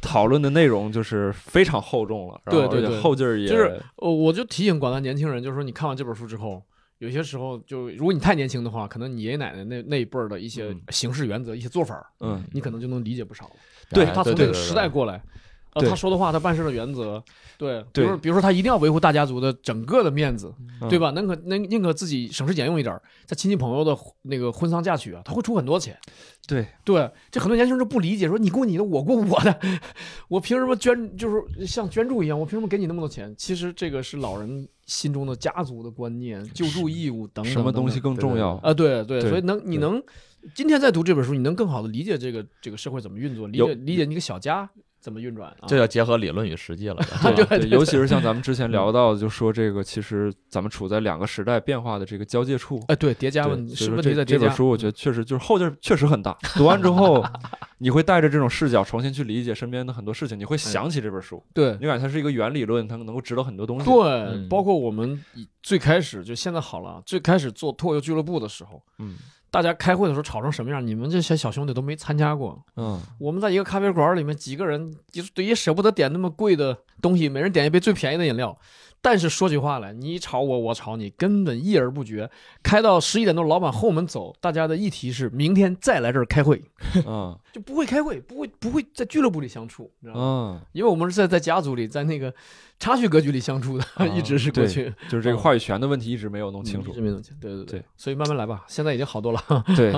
S1: 讨论的内容就是非常厚重 了，然后
S2: 对对
S1: 而且
S2: 对
S1: 后劲儿也
S2: 就是呃，我就提醒广大年轻人，就是说你看完这本书之后，有些时候就如果你太年轻的话，可能你爷爷奶奶那那一辈儿的一些
S1: 嗯
S2: 行事原则、一些做法儿，
S1: 嗯
S2: 你可能就能理解不少了。
S1: 哎
S3: 哎
S1: 对
S2: 他从这个时代
S3: 过
S2: 过来。呃，
S1: 对
S2: 他说的话，他办事的原则，对，比
S1: 对
S2: 如说比如说他一定要维护大家族的整个的面子，
S1: 嗯
S2: 对吧？宁可宁宁可自己省吃俭用一点儿，在亲戚朋友的那个婚丧嫁娶啊，他会出很多钱。
S1: 对
S2: 对，这很多年轻人就不理解，说你过你的，我过我的， 我凭什么捐？就是像捐助一样，我凭什么给你那么多钱？其实这个是老人心中的家族的观念、救助义务等等
S1: 什么
S2: 嗯等
S1: 东西
S2: 等
S1: 更重要？
S2: 啊？对对，
S1: 对
S2: 所以能你
S1: 对
S2: 能今天再读这本书，你能更好的理解这个这个社会怎么运作，理
S1: 有
S2: 解理解你一个小家怎么运转啊？
S3: 这要结合理论与实际了。
S1: 嗯对对，尤其是像咱们之前
S2: 嗯
S1: 聊到的，就说这个其实咱们处在两个时代变化的这个交界处，
S2: 哎，对，叠加
S1: 对
S2: 问
S1: 所以
S2: 是
S1: 说
S2: 问
S1: 这
S2: 题在叠
S1: 这本
S2: 加。嗯
S1: 书，我觉得确实就是后劲儿确实很大。读 完之后，你会带着这种视角重新去理解身边的很多事情，你会想起这本书，
S2: 哎对
S1: 你感觉它是一个原理论，它能够指导很多东西。
S2: 对，包括我们以最开始就现在好了啊，最开始做脱口秀俱乐部的时候，
S1: 嗯
S2: 大家开会的时候吵成什么样，你们这些小兄弟都没参加过。
S1: 嗯，
S2: 我们在一个咖啡馆里面，几个人就是对也舍不得点那么贵的东西，每人点一杯最便宜的饮料。但是说起话来，你吵我，我吵你，根本一而不决。开到十一点多，老板后门走，大家的议题是明天再来这儿开会，
S1: 嗯
S2: 就不会开会，不会不会在俱乐部里相处，你知道吗？
S1: 嗯，
S2: 因为我们是在在家族里，在那个插叙格局里相处的，
S1: 啊
S2: 一直是过
S1: 对
S2: 去
S1: 就是这个话语权的问题一直没有弄清
S2: 嗯
S1: 楚
S2: 一直。没弄清，对对
S1: 对，
S2: 所以慢慢来吧，现在已经好多了。
S1: 对，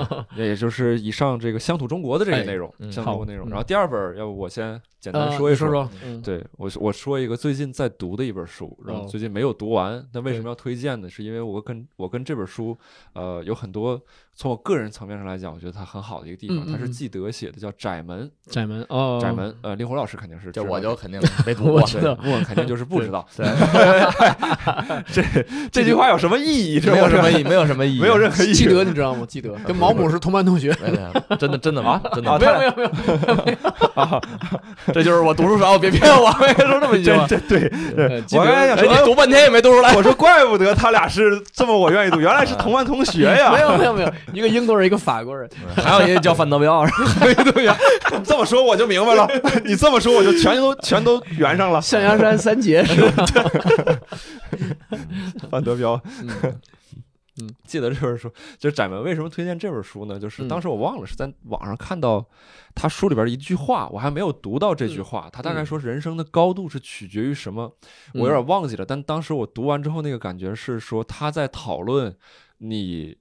S1: 也就是以上这个乡土中国的这个
S2: 哎
S1: 内容，
S3: 嗯
S1: 乡土中
S2: 好
S1: 国内容。
S2: 嗯
S1: 然后第二本儿，要不我先简单
S2: 呃
S1: 说一
S2: 你说
S1: 说
S2: 说，嗯
S1: 对我是我说一个最近在读的一本书，然后
S2: 哦
S1: 最近没有读完。那为什
S2: 对
S1: 么要推荐呢？是因为我跟我跟这本书，呃，有很多从我个人层面上来讲，我觉得它很好的一个地方，
S2: 嗯嗯
S1: 它是
S2: 嗯
S1: 纪德写的，叫《 窄门》。
S2: 窄门哦，
S1: 窄门，呃，令狐老师肯定是知
S3: 这
S1: 道
S3: 我
S1: 的
S3: 就肯定没读
S2: 我
S3: 过。
S2: 知
S1: 对，
S2: 道
S1: 我肯定就是不知道。
S3: 对，
S1: 这 这句话有什么意义？这
S3: 没有
S1: 我
S3: 什么意，没有什么意义，
S1: 没有任何意义。
S2: 基德你知道吗？基德跟毛姆是同班同学。
S3: 没有。真的，真的吗？真的
S2: 没，有没有没有，
S3: 啊 这就是我读书少，别骗我，没说这么一句 话。
S1: 这对，
S2: 呃基德
S1: 我刚才想
S3: 哎，
S1: 说
S3: 你读半天也没读出来。
S1: 我说怪不得他俩是这么我愿意读，原来是同班同学
S2: 没
S1: 哎呀。
S2: 有没有没有，一个英国人，一个法国人，
S3: 还有一个叫范德 彪，
S1: 这么说我就明白了， 你这么说我就全都全都圆上了。
S2: 象牙山 三杰是吧？
S1: 范德彪，
S2: 嗯
S1: 记得这本书，就是窄门为什么推荐这本书呢？就是
S2: 嗯
S1: 当时我忘了是在网上看到他书里边一句话，我还没有读到这句话，他大概说人生的高度是取决于什么，
S2: 嗯
S1: 我有点忘记了。但当时我读完之后，那个感觉是说他在讨论你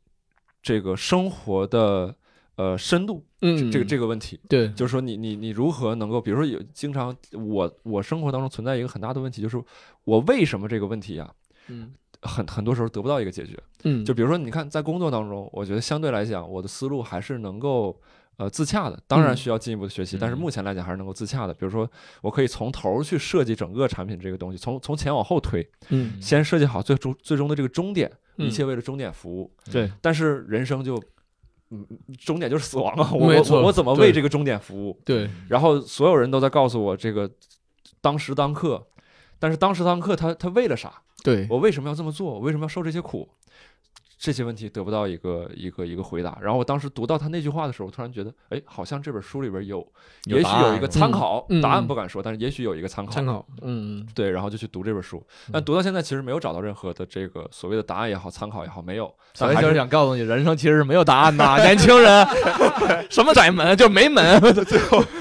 S1: 这个生活的呃深度，
S2: 嗯，
S1: 这个这
S2: 个
S1: 个问题。
S2: 对，
S1: 就是说你你你如何能够，比如说有经常我我生活当中存在一个很大的问题，就是我为什么这个问题啊，
S2: 嗯
S1: 很很多时候得不到一个解决。
S2: 嗯，
S1: 就比如说你看在工作当中，我觉得相对来讲我的思路还是能够。呃，自洽的，当然
S2: 嗯
S1: 需要进一步的学习，但是
S3: 嗯
S1: 目前来讲还是能够自洽的。比如说，我可以从头儿去设计整个产品这个东西，从从前往后推，
S2: 嗯
S1: 先设计好最终最终的这个终点，
S2: 嗯
S1: 一切为了终点服务。
S2: 对，
S1: 但是人生就，嗯，终点就是死亡 啊！我
S2: 没
S1: 我
S2: 错
S1: 我我怎么
S2: 对
S1: 为这个终点服务？
S2: 对，
S1: 然后所有人都在告诉我这个当时当刻，但是当时当刻他他为了啥？
S2: 对
S1: 我为什么要这么做？我为什么要受这些苦？这些问题得不到一个一个一个回答。然后我当时读到他那句话的时候，我突然觉得，哎，好像这本书里边有，
S3: 有
S1: 也许
S3: 答案
S1: 有一个参考，
S2: 嗯嗯
S1: 答案不敢说，但是也许有一个参考。
S2: 参考，嗯
S1: 对，然后就去读这本书，但读到现在其实没有找到任何的这个所谓的答案也好，参考也好，没有。
S3: 所
S1: 但
S3: 以
S1: 还
S3: 就是
S1: 是
S3: 想告诉你，人生其实是没有答案的，年轻 人，什么窄门就没门。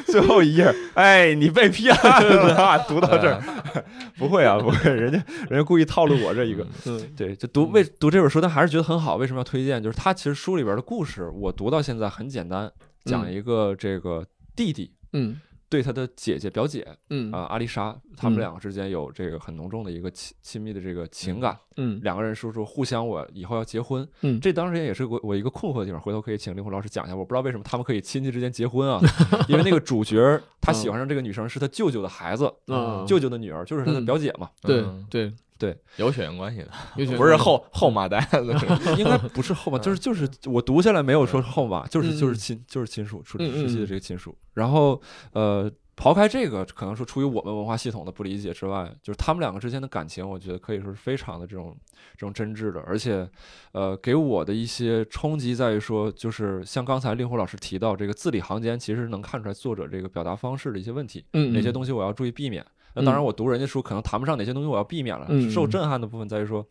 S1: 最后一页，哎，你被骗了，啊 读到这儿， 不会啊，不会，人家人家故意套路我这一个。
S2: 嗯
S1: 对，就读为读这本书，但还是觉得很好。为什么要推荐？就是它其实书里边的故事，我读到现在很简单，讲一个这个弟弟
S2: 嗯
S1: 对他的姐姐、表姐
S2: 嗯
S1: 啊、阿丽莎，他们
S2: 嗯
S1: 两个之间有这个很浓重的一个亲亲密的这个情感，
S2: 嗯
S1: 两个人说说互相我以后要结婚，
S2: 嗯
S1: 这当时也是我我一个困惑的地方，回头可以请灵魂老师讲一下。我不知道为什么他们可以亲戚之间结婚 啊，因为那个主角儿他
S2: 嗯
S1: 喜欢上这个女生是他舅舅的孩子，
S2: 啊，
S1: 舅舅的女儿就是他的
S2: 嗯
S1: 表姐嘛，
S2: 对
S3: 嗯
S2: 对，
S3: 有血缘关系啊的，
S2: 尤其
S3: 不是后后妈带的，
S1: 应该不是后妈，就是就是我读下来没有说是后妈，就是
S2: 嗯
S1: 就是亲就是亲属，属
S2: 嗯嗯
S1: 直系的这个亲属。然后呃，刨开这个，可能说出于我们文化系统的不理解之外，就是他们两个之间的感情，我觉得可以说是非常的这种这种真挚的，而且，呃，给我的一些冲击在于说，就是像刚才令狐老师提到这个字里行间，其实能看出来作者这个表达方式的一些问题，
S2: 嗯
S1: 哪些东西我要注意避免。那当然，我读人家书可能谈不上哪些东西我要避免了。
S2: 嗯
S1: 受震撼的部分在于说，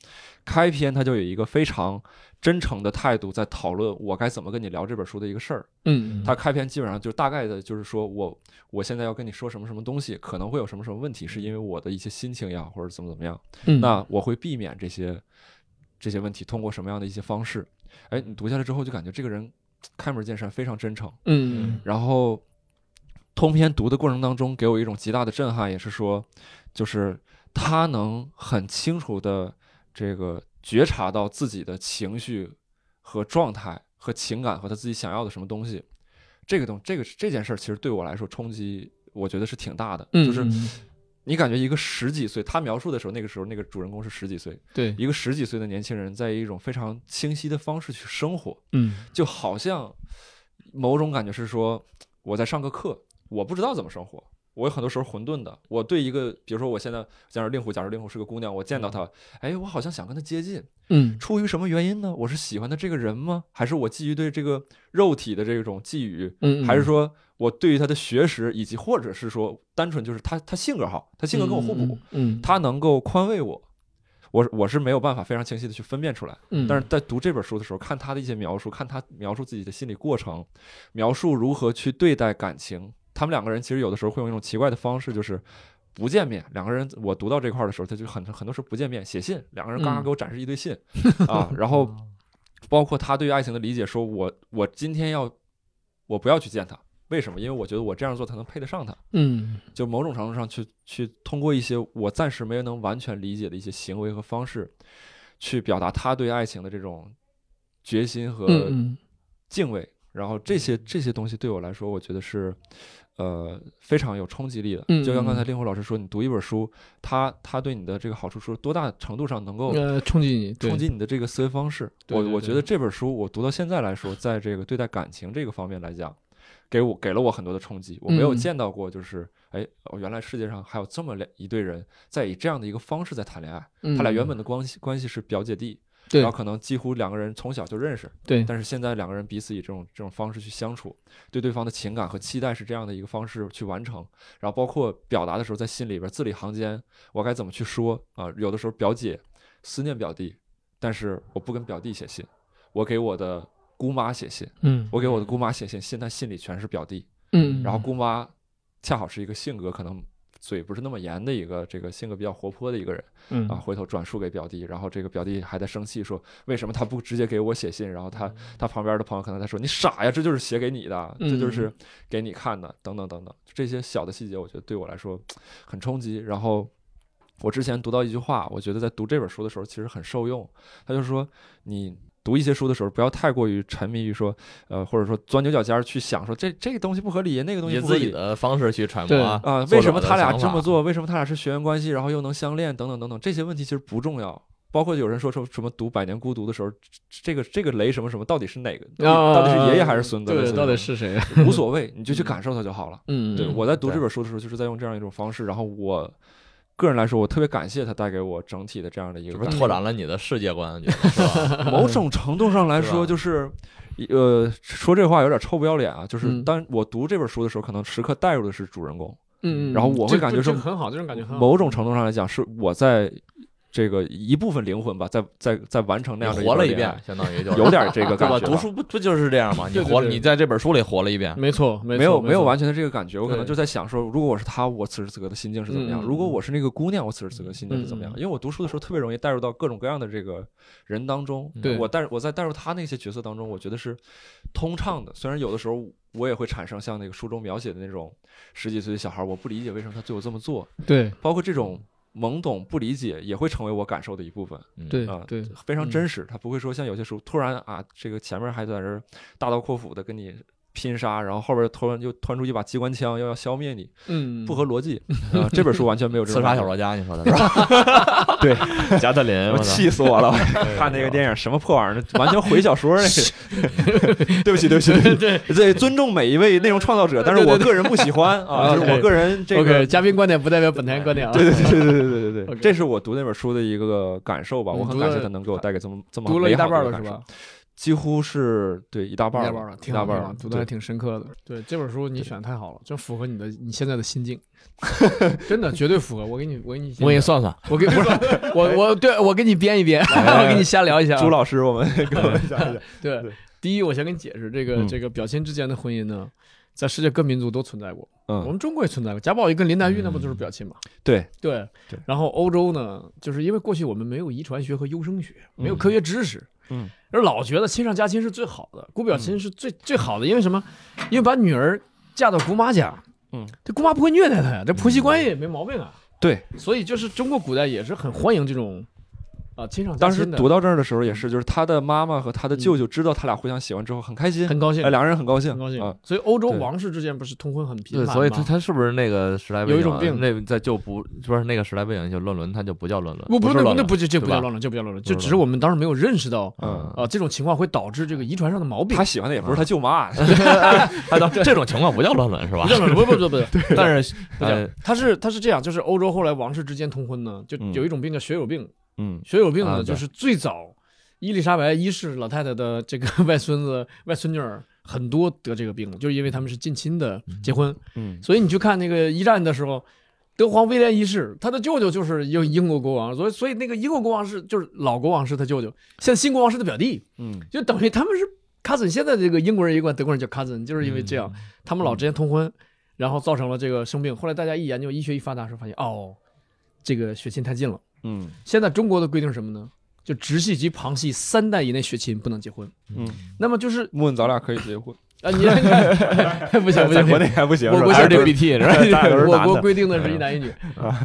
S1: 开篇他就有一个非常真诚的态度在讨论我该怎么跟你聊这本书的一个事儿。
S2: 嗯
S1: 他开篇基本上就大概的就是说我我现在要跟你说什么什么东西，可能会有什么什么问题，是因为我的一些心情呀，或者怎么怎么样。
S2: 嗯
S1: 那我会避免这些这些问题，通过什么样的一些方式？哎，你读下来之后就感觉这个人开门见山，非常真诚。
S2: 嗯
S1: 然后通篇读的过程当中，给我一种极大的震撼，也是说，就是他能很清楚的这个觉察到自己的情绪和状态和情感和他自己想要的什么东西。这个东这个这件事儿，其实对我来说冲击，我觉得是挺大的。
S2: 嗯
S1: 就是
S2: 嗯
S1: 你感觉一个十几岁，他描述的时候，那个时候那个主人公是十几岁，
S2: 对，
S1: 一个十几岁的年轻人，在一种非常清晰的方式去生活。
S2: 嗯
S1: 就好像某种感觉是说我在上个课，我不知道怎么生活，我有很多时候混沌的。我对一个，比如说我现在，假如令狐，假如令狐是个姑娘，我见到她，哎，我好像想跟她接近，
S2: 嗯
S1: 出于什么原因呢？我是喜欢她这个人吗？还是我基于对这个肉体的这种觊觎？
S2: 嗯，
S1: 还是说我对于她的学识，以及或者是说单纯就是她她性格好，她性格跟我互补，，
S2: 嗯，
S1: 她能够宽慰我。我我是没有办法非常清晰的去分辨出来，
S2: 嗯，
S1: 但是在读这本书的时候，看他的一些描述，看他描述自己的心理过程，描述如何去对待感情。他们两个人其实有的时候会用一种奇怪的方式，就是不见面。两个人，我读到这块儿的时候，他就很很多时候不见面，写信，两个人刚刚
S2: 嗯
S1: 给我展示一堆信、啊，然后包括他对于爱情的理解，说我我今天要我不要去见他，为什么？因为我觉得我这样做才能配得上他。
S2: 嗯
S1: 就某种程度上去去通过一些我暂时没能完全理解的一些行为和方式，去表达他对爱情的这种决心和
S2: 嗯
S1: 敬畏。然后这些这些东西对我来说，我觉得是呃非常有冲击力的。
S2: 嗯
S1: 就像刚才
S2: 嗯
S1: 令狐老师说，你读一本书，他他对你的这个好处是多大程度上能够
S2: 呃，冲击你，
S1: 冲击你的这个思维方式。
S2: 对对
S1: 我我
S2: 对
S1: 觉得这本书我读到现在来说，在这个对待感情这个方面来讲，给我给了我很多的冲击。我没有
S2: 嗯
S1: 见到过，就是、哎，哦原来世界上还有这么两一对人在以这样的一个方式在谈恋爱。
S2: 嗯
S1: 他俩原本的关系关系是表姐弟，
S2: 对
S1: 然后可能几乎两个人从小就认识，
S2: 对，
S1: 但是现在两个人彼此以这种这种方式去相处，对对方的情感和期待是这样的一个方式去完成，然后包括表达的时候在心里边字里行间，我该怎么去说啊、有的时候表姐思念表弟，但是我不跟表弟写信，我给我的姑妈写信，
S2: 嗯
S1: 我给我的姑妈写信，信但信里全是表弟，
S2: 嗯，
S1: 然后姑妈恰好是一个性格可能嘴不是那么严的一个，这个性格比较活泼的一个人。
S2: 嗯
S1: 啊，回头转述给表弟，然后这个表弟还在生气说，为什么他不直接给我写信？然后
S2: 嗯
S1: 他他旁边的朋友可能在说，你傻呀，这就是写给你的，这就
S2: 嗯
S1: 是给你看的，等等等等，这些小的细节，我觉得对我来说很冲击。然后我之前读到一句话，我觉得在读这本书的时候其实很受用，他就说你。读一些书的时候，不要太过于沉迷于说，呃，或者说钻牛角尖儿去想说这这个东西不合理，那个东西
S4: 以
S1: 不合
S4: 自
S1: 理
S4: 己，的方式去揣
S2: 对
S4: 摩
S1: 啊、
S4: 作
S1: 为
S4: 者
S1: 什么
S4: 的
S1: 他俩
S4: 想
S1: 这
S4: 法
S1: 么？做？为什么他俩是血缘关系，然后又能相恋？等等等等，这些问题其实不重要。包括有人说什么什么读《百年孤独》的时候，这个这个雷什么什么到底是哪个？
S2: 啊，
S1: 到底是爷爷还是孙子？类
S2: 对，
S1: 似
S2: 到底
S1: 这
S2: 是谁？啊
S1: 种无所谓，你就去感受它就好了。
S2: 嗯，
S1: 对，
S4: 嗯
S1: 我在读这
S4: 对
S1: 本书的时候，就是在用这样一种方式。然后我个人来说，我特别感谢它带给我整体的这样的一个
S3: 嗯
S4: 就是
S1: 感
S4: 拓展了你的世界观，我觉得是 吧？
S1: 某种程度上来
S4: 是
S1: 说，
S4: 吧
S1: 就是，呃，说这话有点臭不要脸啊。就是
S2: 嗯
S1: 当我读这本书的时候，可能时刻带入的是主人公，
S2: 嗯，很好，这种感觉很好，
S1: 某种程度上来讲，是我在这个一部分灵魂吧，在在在完成那
S4: 你
S1: 样的
S4: 活了一
S1: 段恋
S4: 遍
S1: 爱，，
S4: 相当于就是
S1: 有点这个
S4: 对
S1: 感
S4: 吧？
S1: 觉。
S4: 读。书不不就是这样吗？你
S2: 对对
S4: 活了，
S2: 对
S4: 你在这本书里活了一遍，
S2: 没错，没
S1: 没有没有
S2: 完，
S1: 完全的这个感觉，我可能
S2: 对
S1: 就在想说，如果我是他，我此时此刻的心境是怎么样？
S2: 嗯
S1: 如果我是那个姑娘，我此时此刻心境是怎么样
S2: 嗯？嗯
S1: 因为我读书的时候特别容易带入到各种各样的这个人当中，
S2: 对
S1: 我带我在带入他那些角色当中，我觉得是通畅的。虽然有的时候我也会产生像那个书中描写的那种十几岁的小孩，我不理解为什么他对我这么做，
S2: 对
S1: 包括这种懵懂不理解也会成为我感受的一部分。
S4: 嗯
S2: 对
S1: 啊，
S2: 对，嗯
S1: 非常真实，他不会说像有些书突然啊，这个前面还在这儿大刀阔斧的跟你拼杀，然后后边突然就突然出一把机关枪，又要消灭你，
S2: 嗯，
S1: 不合逻辑。啊，这本书完全没有这
S3: 刺
S1: 种
S3: 杀
S1: 感
S3: 小
S1: 觉。
S3: 说家，你 说的是吧？
S4: 加特林，
S2: 哎
S1: 我气死我了！ 我看那个电影什么破玩意儿，完全毁小说那个。 对不起，对不起，对不起对，尊重每一位内容创造者，但是我个人不喜欢啊，
S2: 对对对
S1: 就是我个人这
S2: OK，
S1: 个。
S2: 嘉宾观点不代表本台观点啊。
S1: 对对对对对对对对，
S2: OK
S1: 这是我读那本书的一个感受吧。
S2: 嗯
S1: 我很
S2: 读
S1: 感谢
S2: 了
S1: 他能给我带给这么这么
S2: 读了
S1: 美
S2: 一大
S1: 好的
S2: 半
S1: 个
S2: 了
S1: 感
S2: 是
S1: 受
S2: 吧？
S1: 几乎是对一大半
S2: 一
S1: 儿
S2: 大半了，
S1: 一
S2: 挺
S1: 大
S2: 好，
S1: 半
S2: 挺
S1: 儿
S2: 好
S1: 了
S2: 读的还挺深刻的。对这本书你选的太好了，真符合你的你现在的心 境，真的绝对符合。我给你，我给你，
S3: 我给你，算算，
S2: 我给不是 我我对我给你编一编，我给你瞎聊一下啊。
S1: 哎朱老师， 我们给我们讲一讲。
S2: 对
S1: 对，
S2: 第一我先跟你解释，这个
S1: 嗯
S2: 这个表亲之间的婚姻呢，在世界各民族都存在过，我
S1: 嗯，
S2: 们中国也存在过。贾宝玉跟林黛玉那不就是表亲吗？
S1: 对，
S2: 对
S1: 对，
S2: 然后欧洲呢，就是因为过去我们没有遗传学和优生学，没有
S1: 嗯
S2: 科学知识，
S1: 嗯，
S2: 而老觉得亲上加亲是最好的，姑表亲是最、最好的，因为什么？因为把女儿嫁到姑妈家，
S1: 嗯，
S2: 这姑妈不会虐待她呀，这婆媳关系也没毛病啊，
S1: 对，
S2: 所以就是中国古代也是很欢迎这种啊亲上加
S1: 当时
S2: 亲的，嗯
S1: 读到这儿的时候也是，就是他的妈妈和他的舅舅知道他俩互相喜欢之后很开心，
S2: 很高兴
S1: 哎，，两个人很高兴，
S2: 很高兴。
S1: 啊。
S2: 所以欧洲
S1: 对
S2: 王室之间不是通婚很频
S3: 对，
S2: 繁吗？
S3: 所以他他是不是那个时代背景啊
S2: 有一种病
S3: 那在就不不是那个时代背景就乱伦，他就不叫乱伦，
S2: 我不
S3: 是
S2: 是
S3: 乱
S2: 那
S3: 伦，
S2: 不就就
S3: 对
S2: 不
S3: 吧
S2: 要乱伦，就不要乱伦，就
S3: 不是
S2: 只是
S3: 乱
S2: 我们当时没有认识到
S1: 嗯
S3: 嗯，
S2: 啊这种情况会导致这个遗传上的毛病
S1: 他。喜欢的也不是
S2: 啊
S1: 他舅妈，啊
S3: 哎，等这种情况不叫乱伦是吧
S2: 不？叫乱伦，不不不不，
S3: 但是
S2: 不
S3: 呃
S2: 讲，他是他是这样，就是欧洲后来王室之间通婚呢，就
S1: 嗯
S2: 有一种病叫血友病。
S1: 嗯，
S2: 血友病
S3: 啊
S2: 呢，
S3: 对
S2: 就是最早伊丽莎白一世老太太的这个外孙子、 外孙女儿很多得这个病，就是因为他们是近亲的结婚。
S1: 嗯
S2: 所以你去看那个一战的时候，德皇威廉一世，他的舅舅就是英英国国王，所以所以那个英国国王是就是老国王是他舅舅，现在新国王是他表弟，
S1: 嗯，
S2: 就等于他们是 cousin。现在这个英国人也管德国人叫 cousin，就是因为这样，
S1: 嗯
S2: 他们老之间通婚，然后造成了这个生病。后来大家一研究医学一发达时候，发现哦，这个血亲太近了。
S1: 嗯
S2: 现在中国的规定是什么呢？就直系及旁系三代以内血亲不能结婚。
S1: 嗯，
S2: 那么就是
S1: 木问咱俩可以结 婚，
S2: 啊，你不行不
S1: 在
S2: 行，
S1: 国内还不行，
S2: 我
S1: 是
S2: 我
S1: 吧？
S2: 还是
S1: 得
S3: BT 是吧？
S1: 大家都是
S2: 我
S1: 男
S2: 国
S1: 的，嗯
S2: 规定的是一男一女。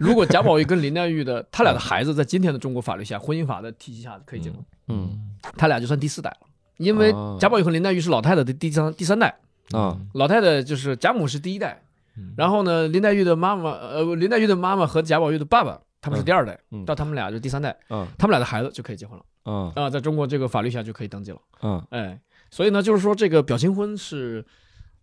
S2: 如果贾宝玉跟林黛玉的他俩的孩子在今天的中国法律下，婚姻法的体系下可以结婚，
S1: 嗯
S2: 他俩就算第四代了。因为
S1: 哦
S2: 贾宝玉和林黛玉是老太太的第三第三代，
S1: 啊，
S3: 嗯
S2: 老太太就是贾母是第一代，
S1: 嗯
S2: 然后呢，林黛玉的妈妈，呃，林黛玉的妈妈和贾宝玉的爸爸他们是第二代，
S1: 嗯嗯
S2: 到他们俩就第三代，
S1: 嗯
S2: 他们俩的孩子就可以结婚了
S1: 嗯
S2: 啊、在中国这个法律下就可以登记了。
S1: 嗯
S2: 哎，所以呢，就是说这个表情婚是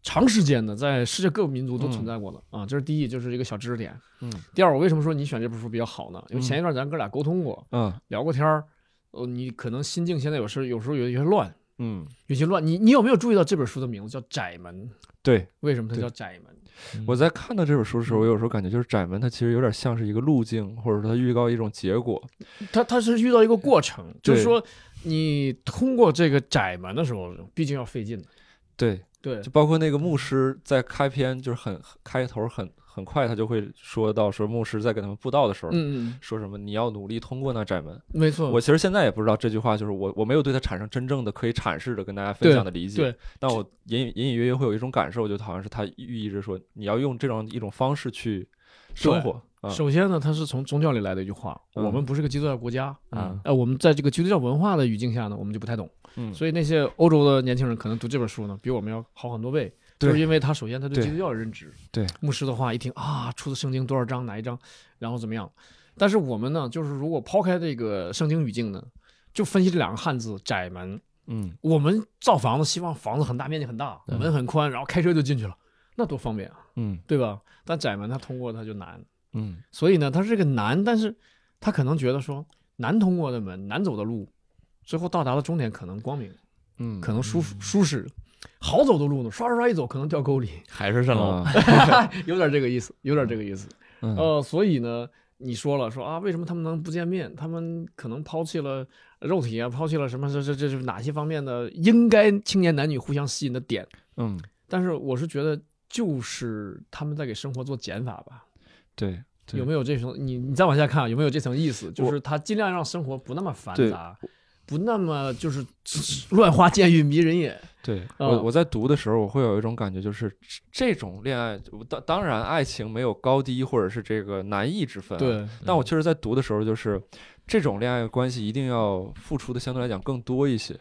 S2: 长时间的，在世界各个民族都存在过的、啊。这是第一，就是一个小知识点。
S1: 嗯。
S2: 第二，我为什么说你选这本书比较好呢？因
S1: 嗯
S2: 为前一段咱哥俩沟通过，
S1: 嗯
S2: 聊过天儿，呃，你可能心境现在有时有时候有些乱，
S1: 嗯，
S2: 有些乱。你你有没有注意到这本书的名字叫《窄门》？
S1: 对，
S2: 为什么它
S1: 对
S2: 叫窄门？
S1: 我在看到这本书的时候，我有时候感觉就是窄门，它其实有点像是一个路径，或者说它预告一种结果。
S2: 它它是遇到一个过程，就
S1: 对
S2: 是说你通过这个窄门的时候，毕竟要费劲的。
S1: 对，
S2: 对
S1: 就包括那个牧师在开篇，就是很开头很很快，他就会说到说牧师在给他们布道的时候，
S2: 嗯嗯，
S1: 说什么你要努力通过那窄门。
S2: 没错。
S1: 我其实现在也不知道这句话，就是我我没有对它产生真正的可以阐释的跟大家分享的理解，
S2: 对
S1: 但我隐隐隐隐约约会有一种感受，就好像是它寓意着说你要用这种一种方式去生活啊，
S2: 首先呢，它是从宗教里来的一句话，
S1: 嗯
S2: 我们不是个基督教国家，
S1: 嗯
S2: 呃，我们在这个基督教文化的语境下呢，我们就不太懂，
S1: 嗯
S2: 所以那些欧洲的年轻人可能读这本书呢，比我们要好很多倍，
S1: 对
S2: 就是因为他首先他对
S1: 对
S2: 基督教的认知，
S1: 对
S2: 牧师的话一听啊，出自圣经多少章哪一章，然后怎么样，但是我们呢，就是如果抛开这个圣经语境呢，就分析这两个汉字“窄门”，
S1: 嗯
S2: 我们造房子希望房子很大，面积很大，
S3: 对
S2: 门很宽，然后开车就进去了，那多方便啊，
S1: 嗯
S2: 对吧？但窄门它通过它就难。
S1: 嗯
S2: 所以呢，他这个难，但是他可能觉得说难通过的门，难走的路，最后到达的终点可能光明，
S1: 嗯，
S2: 可能舒服舒适，好走的路呢，刷刷刷一走可能掉沟里，
S3: 海市蜃楼，
S1: 啊
S2: 有点这个意思，有点这个意思。
S1: 嗯
S2: 呃，所以呢，你说了说啊，为什么他们能不见面？他们可能抛弃了肉体啊，抛弃了什么？这这这是哪些方面的应该青年男女互相吸引的点？
S1: 嗯，
S2: 但是我是觉得，就是他们在给生活做减法吧。
S1: 对对
S2: 有没有这层？你你再往下看啊，有没有这层意思？就
S1: 我
S2: 是他尽量让生活不那么繁
S1: 对
S2: 杂，不那么就是 乱花渐欲迷人眼。
S1: 对
S2: 啊
S1: 我我在读的时候，我会有一种感觉，就是这这种恋爱，当当然爱情没有高低或者是这个难易之分，，啊
S2: 对，
S1: 但我确实在读的时候，就是这种恋爱关系一定要付出的相对来讲更多一些。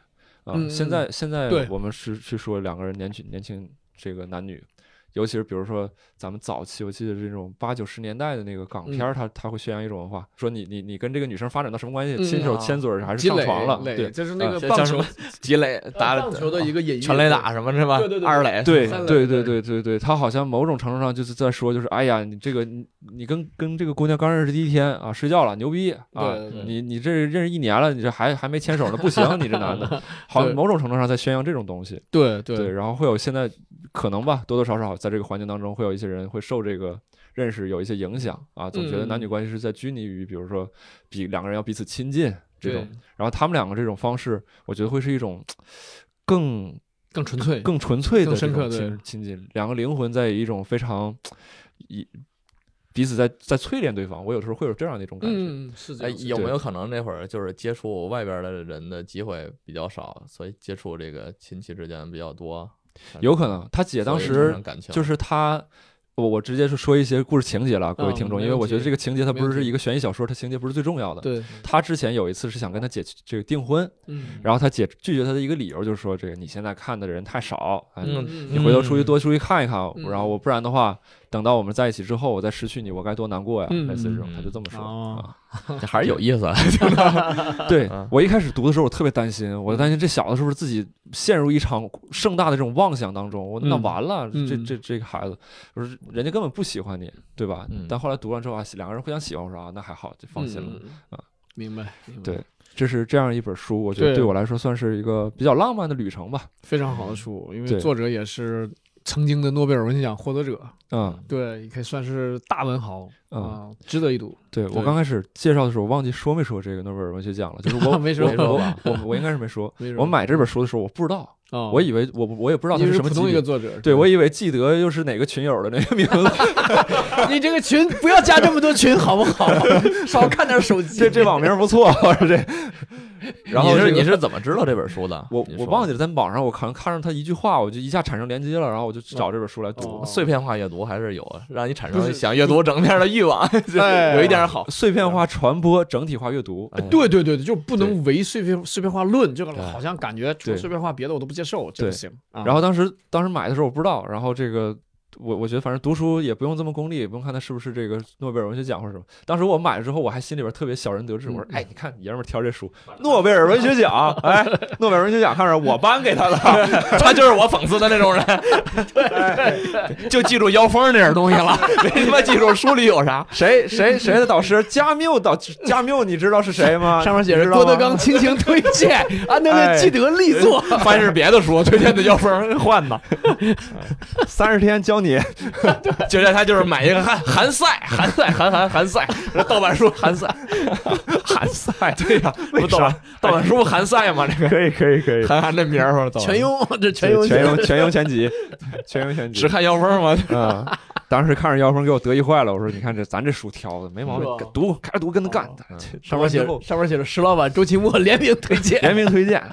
S1: 啊、
S2: 嗯
S1: 现在现
S2: 对
S1: 在我们是去说两个人年轻年轻这个男女，尤其是比如说咱们早期，我记得是那种八九十年代的那个港
S2: 嗯
S1: 片儿，它它会宣扬一种文化，说你你你跟这个女生发展到什么关系，
S2: 嗯
S1: 亲手
S2: 啊
S1: 牵嘴儿还是
S2: 积
S1: 上
S2: 累
S1: 床了，
S2: 垒
S1: 对
S2: 就是那个
S3: 叫
S2: 棒
S3: 呃啊什
S2: 球
S3: 么积累打
S2: 呃
S3: 哦
S2: 棒球的一个隐 喻，
S3: 全垒打什么是吧？
S2: 对对对对
S3: 二垒
S1: 对
S2: 三垒
S1: 对
S2: 对
S1: 对对对对，他好像某种程度上就是在说，就是哎呀，你这个你你跟跟这个姑娘刚认识第一天啊，睡觉了，牛逼啊
S2: 对对对！
S1: 你你这认识一年了，你这还还没牵手呢，不行，你这男 的，好
S2: 对
S1: 像某种程度上在宣扬这种东西。
S2: 对对
S1: 对，然后会有现在可能吧，多多少少在这个环境当中，会有一些人会受这个认识有一些影响啊，总觉得
S2: 嗯
S1: 男女关系是在拘泥于，比如说比两个人要彼此亲近这
S2: 对
S1: 种，然后他们两个这种方式，我觉得会是一种更
S2: 更纯粹，
S1: 更纯粹的、
S2: 更深刻的
S1: 亲亲近，两个灵魂在以一种非常一彼此在在淬炼对方。我有时候会有这样的一种感觉。
S2: 嗯是这
S3: 哎，
S2: 样子
S3: 有没有可能那会儿就是接触外边的人的机会比较少，所以接触这个亲戚之间比较多？
S1: 有可能，他姐当
S3: 所以产
S1: 时
S3: 生感情
S1: 就是他，我我直接是说一些故事情节了，各位
S2: 嗯
S1: 听众，
S2: 没
S1: 因为我
S2: 问
S1: 觉得
S2: 题
S1: 这个情节它
S2: 没
S1: 不
S2: 问
S1: 是
S2: 题
S1: 一个悬疑小说，它情节不是最重要的。
S2: 对，
S1: 他之前有一次是想跟他姐去这个订婚，
S2: 嗯，
S1: 然后他姐拒绝他的一个理由就是说，这个你现在看的人太少，哎
S3: 嗯
S1: 你回头出去
S3: 嗯
S1: 多出去看一看，
S2: 嗯
S1: 然后我不然的话，等到我们在一起之后，我再失去你，我该多难过呀！
S2: 嗯
S1: 类似这种
S3: 嗯，
S1: 他就这么说。
S2: 哦
S1: 啊
S3: 这还是有意思。
S1: 对
S3: 啊
S1: 我一开始读的时候，我特别担心，我担心这小子是不是自己陷入一场盛大的这种妄想当中，我那
S2: 嗯
S1: 完了，
S2: 嗯
S1: 这这这个孩子，我说人家根本不喜欢你，对吧？
S3: 嗯
S1: 但后来读完之后啊，两个人互相喜欢，我说啊，那还好，就放心了。
S2: 嗯
S1: 啊，
S2: 明白，明白
S1: 对这是这样一本书，我觉
S2: 对
S1: 得对我来说算是一个比较浪漫的旅程吧。
S2: 非常好的书，因为
S1: 对
S2: 作者也是曾经的诺贝尔文学奖获得者，
S1: 嗯
S2: 对，也可以算是大文豪
S1: 嗯，
S2: 啊，值得一读。
S1: 对我
S2: 对
S1: 刚开始介绍的时候，我忘记说没说这个诺贝尔文学奖了，就是我
S2: 没说
S1: 我我我我应该是没说。
S2: 没准
S1: 我买这本书的时候，我不知道，
S2: 啊，
S1: 我以为我我也不知道它
S2: 你
S1: 是
S2: 是
S1: 什么
S2: 普
S1: 级
S2: 通一个
S1: 别。
S2: 作者，
S1: 对，我以为记得又是哪个群友的那个名字，
S2: 你这个群 不要加这么多群，好不 好？少看点手机。
S1: 这这网名不错，我说这。 然后
S3: 你
S1: 这
S3: 是
S1: 个
S3: 你是怎么知道这本书的？
S1: 我
S3: 你
S1: 我
S3: 说
S1: 忘记了，在网上我可能看上他一句话，我就一下产生连接了，然后我就去找这本书来读。
S2: 哦
S3: 碎片化阅读还是有，啊让你产
S2: 不
S3: 生
S2: 是
S3: 想阅读整篇的欲望，
S2: 哎
S3: 有一点好。
S1: 碎片化传播，整体化阅读，
S3: 哎
S2: 对对对对，就不能唯碎片碎片化论，这个
S3: 对
S2: 好像感觉除
S1: 对
S2: 了碎片化别的我都不接受，这不行。啊然
S1: 然后当时当时买的时候我不知道，然后这个我我觉得反正读书也不用这么功利，也不用看它是不是这个诺贝尔文学奖或者什么。当时我买了之后，我还心里边特别小人得志，我说
S2: 嗯
S1: 哎，你看爷们儿挑这书，诺贝尔文学奖，哎，诺贝尔文学奖看着我颁给他 了，
S3: 哎他就是我讽刺的那种人，
S1: 哎
S3: 对，就记住妖风这点东西 了，没他妈记住书里有啥。
S1: 谁谁谁的导师加缪导加缪，你知道是谁吗？
S2: 上面写
S1: 你
S2: 着
S1: 知道
S2: 郭
S1: 吗
S2: 德纲倾情推荐，啊安德烈
S1: 哎
S2: 基德力作。
S3: 翻是别的书，推荐的妖风换的，
S1: 三十天教你，
S3: 觉得他就是买一个韩韩赛，韩赛，韩韩韩赛，盗版书韩赛，韩赛，对呀、不盗版盗版书不韩赛吗？这个
S1: 可以可以可以，
S3: 韩寒这名儿，我盗版
S2: 全用这全用
S1: 对全用全用全集，全用全集
S3: 只，看妖风吗？
S1: 嗯，当时看着姚峰给我得意坏了，我说你看这咱这书挑的没毛
S2: 是吧
S1: 病，读开始读跟他干
S2: 哦，
S1: 嗯
S2: 上
S1: 上
S2: 面
S1: 完
S2: 写
S1: 之
S2: 着
S1: 后
S2: 上面写着石老板、周奇墨联名推荐。
S1: 联名推荐，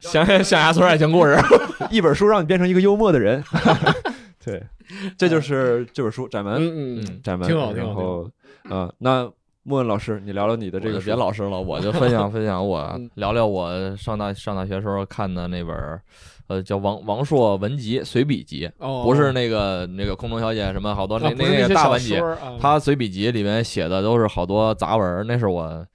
S3: 乡乡下村爱情故事，
S1: 一本书让你变成一个幽默的人，对，这就是这本书《窄门》，
S2: 嗯嗯，
S1: 窄门，
S2: 挺好挺好
S1: 然后，嗯，那莫问老师，你聊聊你的这
S3: 这
S1: 个
S3: 个
S1: 书
S3: 别，老师了，我就分享分享我
S2: 嗯
S3: 聊聊我上大上大学时候看的那本儿，呃，叫王王朔文集随笔集，
S2: 哦，
S3: 不是那个那个空中小姐什么好多
S2: 啊
S3: 那
S2: 不是
S3: 那
S2: 些
S3: 个大
S2: 小
S3: 文集
S2: 说，儿啊
S3: 他随笔集里面写的都是好多杂文儿，那是我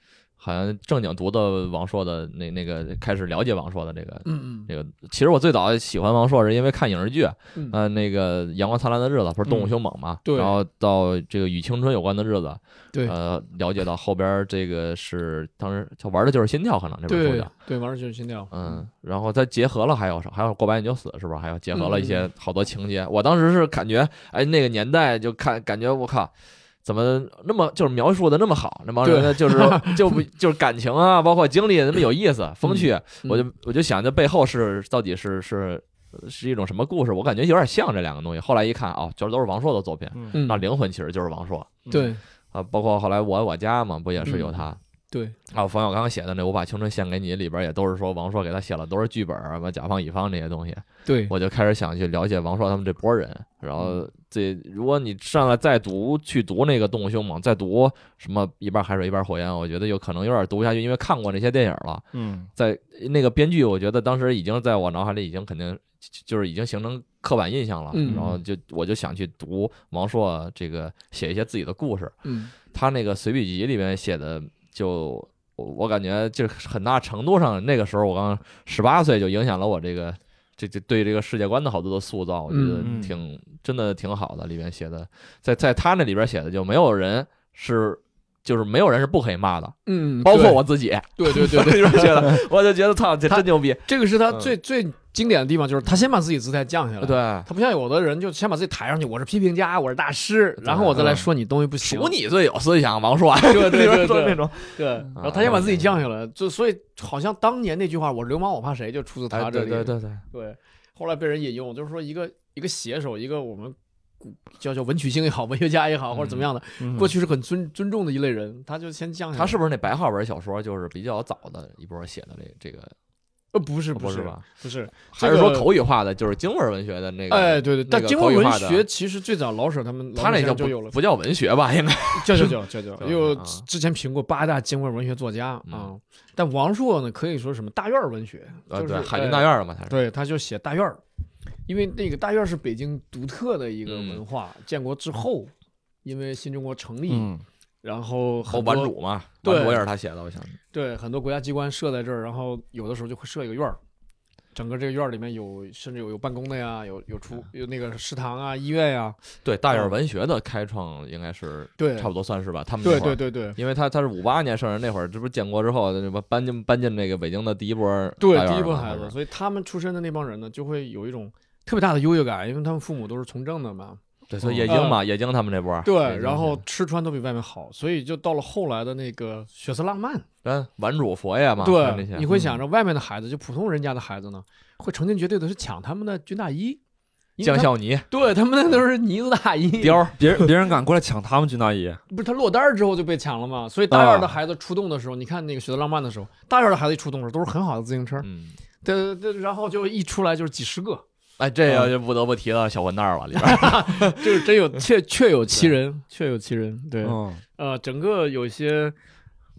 S3: 好像正经读的王朔的那那个开始了解王朔的这个
S2: 嗯
S3: 这个。其实我最早喜欢王朔是因为看影视剧，
S2: 嗯嗯，
S3: 呃，那个《阳光灿烂的日子》不是《动物凶猛》嘛，
S2: 对
S3: 然后到这个与青春有关的日子，
S2: 对
S3: 呃，了解到后边儿这个是当时他玩的就是心跳，可能这本书
S2: 对
S3: 叫。
S2: 对，王世军心跳，
S3: 嗯，然后再结合了还有啥？还有过百你就死，是不是？还有结合了一
S2: 嗯
S3: 些好多情节。我当时是感觉，哎，那个年代就看感觉我靠，怎么那么就是描述的那么好？那帮人呢， 就是就不就是感情啊，包括经历那么有意思、风趣。
S2: 嗯
S3: 我就我就想，这背后是到底是是是一种什么故事？我感觉有点像这两个东西。后来一看，哦，就是都是王朔的作品，
S1: 嗯
S2: 嗯
S3: 那灵魂其实就是王朔
S2: 对，
S3: 啊。包括后来我爱我家嘛，不也是有
S2: 嗯
S3: 他？
S2: 对，
S3: 还有冯小刚写的那《我把青春献给你》里边也都是说王朔给他写了多少剧本啊，什么甲方乙方这些东西，
S2: 对，
S3: 我就开始想去了解王朔他们这波人。然后这，如果你上来再读去读那个《动物凶猛》，再读什么一半海水一半火焰，我觉得有可能有点读不下去，因为看过那些电影了。
S1: 嗯，
S3: 在那个编剧，我觉得当时已经在我脑海里已经肯定就是已经形成刻板印象了，
S2: 嗯
S3: 然后就我就想去读王朔这个写一些自己的故事。
S2: 嗯
S3: 他那个随笔集里面写的就，我我感觉就是很大程度上，那个时候我刚十八岁，就影响了我这个这这对这个世界观的好多的塑造，我觉得
S1: 嗯
S3: 挺、真的挺好的。里面写的，在在他那里边写的就没有人是就是没有人是不可以骂的，
S2: 嗯，
S3: 包括我自己，
S2: 对，对对对
S3: 我就觉得我就觉得操，这真牛逼，
S2: 这个是他
S3: 嗯
S2: 最最经典的地方，就是他先把自己姿态降下来。
S3: 对，。
S2: 他不像有的人，就先把自己抬上去，我是批评家，我是大师，然后我再来说你东西不行。
S3: 数你最有思想，王朔，
S2: 对对
S3: 里边
S2: 对
S3: 说那
S2: 对
S3: 种，
S2: 对。
S3: 嗯
S2: 然后他先把自己降下来，就所以好像当年那句话“我流氓我怕谁”就出自他
S3: 哎，
S2: 这
S3: 对
S2: 里。
S3: 对对对，
S2: 啊对，后来被人引用，就是说一个一个写手，一个我们古叫叫文曲星也好，文学家也好，或者怎么样的，过去是很尊尊重的一类人，他就先降下来。
S3: 嗯他是不是那白话文小说就是比较早的一波写的这这个，
S2: 呃不是
S3: 不
S2: 不
S3: 是
S2: 是
S3: 吧？？
S2: 不是，
S3: 还是说
S2: 这个
S3: 口语化的，就是京味儿文学的那个？
S2: 哎，对对，
S3: 那
S2: 但
S3: 个
S2: 经过
S3: 口语
S2: 文
S3: 化的
S2: 学其实最早老舍他们
S3: 他那
S2: 叫
S3: 叫不
S2: 就有了，
S3: 不叫文学吧？应该
S2: 叫叫叫 叫叫，
S3: 对
S2: 有
S3: 啊
S2: 之前评过八大经味文学作家啊
S3: 嗯，
S2: 但王朔呢可以说什么大院儿文学，
S3: 啊，
S2: 就
S3: 对，
S2: 是
S3: 海军大，院儿了嘛，他
S2: 哎
S3: 是。
S2: 对，他就写大院儿，因为那个大院儿是北京独特的一个
S3: 嗯
S2: 文化，建国之后，因为新中国成立，
S1: 嗯
S2: 然
S3: 后
S2: 后很
S3: 哦版
S2: 多
S3: 主嘛，
S2: 对
S3: 版主也是他写的，我想。
S2: 对很多国家机关设在这儿，然后有的时候就会设一个院儿，整个这个院儿里面有甚至有有办公的呀，有有厨有那个食堂啊、医院呀，
S3: 对，大院儿文学的开创应该是
S2: 对，
S3: 差不多算是吧，他们那
S2: 对
S3: 会
S2: 对
S3: 儿。
S2: 对对
S3: 因为他他是五八年生人那会儿，这不是建国之后，那么搬进搬进那个北京的第一波大
S2: 对，
S3: 院儿
S2: 第一波
S3: 嘛
S2: 孩子，
S3: 他是
S2: 所以他们出身的那帮人呢，就会有一种特别大的优越感，因为他们父母都是从政的嘛，
S3: 对，所以叶京嘛，叶京他们那波儿，
S2: 嗯对
S3: 叶，京
S2: 然后
S3: 是
S2: 吃穿都比外面好，所以就到了后来的那个血色浪漫，
S3: 嗯，顽主佛爷嘛，看这
S2: 对
S3: 些，嗯
S2: 你会想着外面的孩子，就普通人家的孩子呢，会成群结队的去抢他们的军大衣，因为
S3: 将嗯
S2: 他
S3: 孝尼、
S2: 对他们那都是呢子大衣，
S3: 貂儿，
S1: 别人别人敢过来抢他们军大衣，
S2: 不是他落单儿之后就被抢了嘛，所以大
S3: 啊
S2: 院的孩子出动的时候，你看那个血色浪漫的时候，大院的孩子一出动的时候都是很好的自行车，
S3: 嗯，
S2: 对对，对然后就一出来就是几十个，
S3: 哎，这个就不得不提到小混蛋儿了，里边儿
S2: 就是真有确确有其人，确有其人。对，
S1: 嗯，
S2: 呃，整个有一些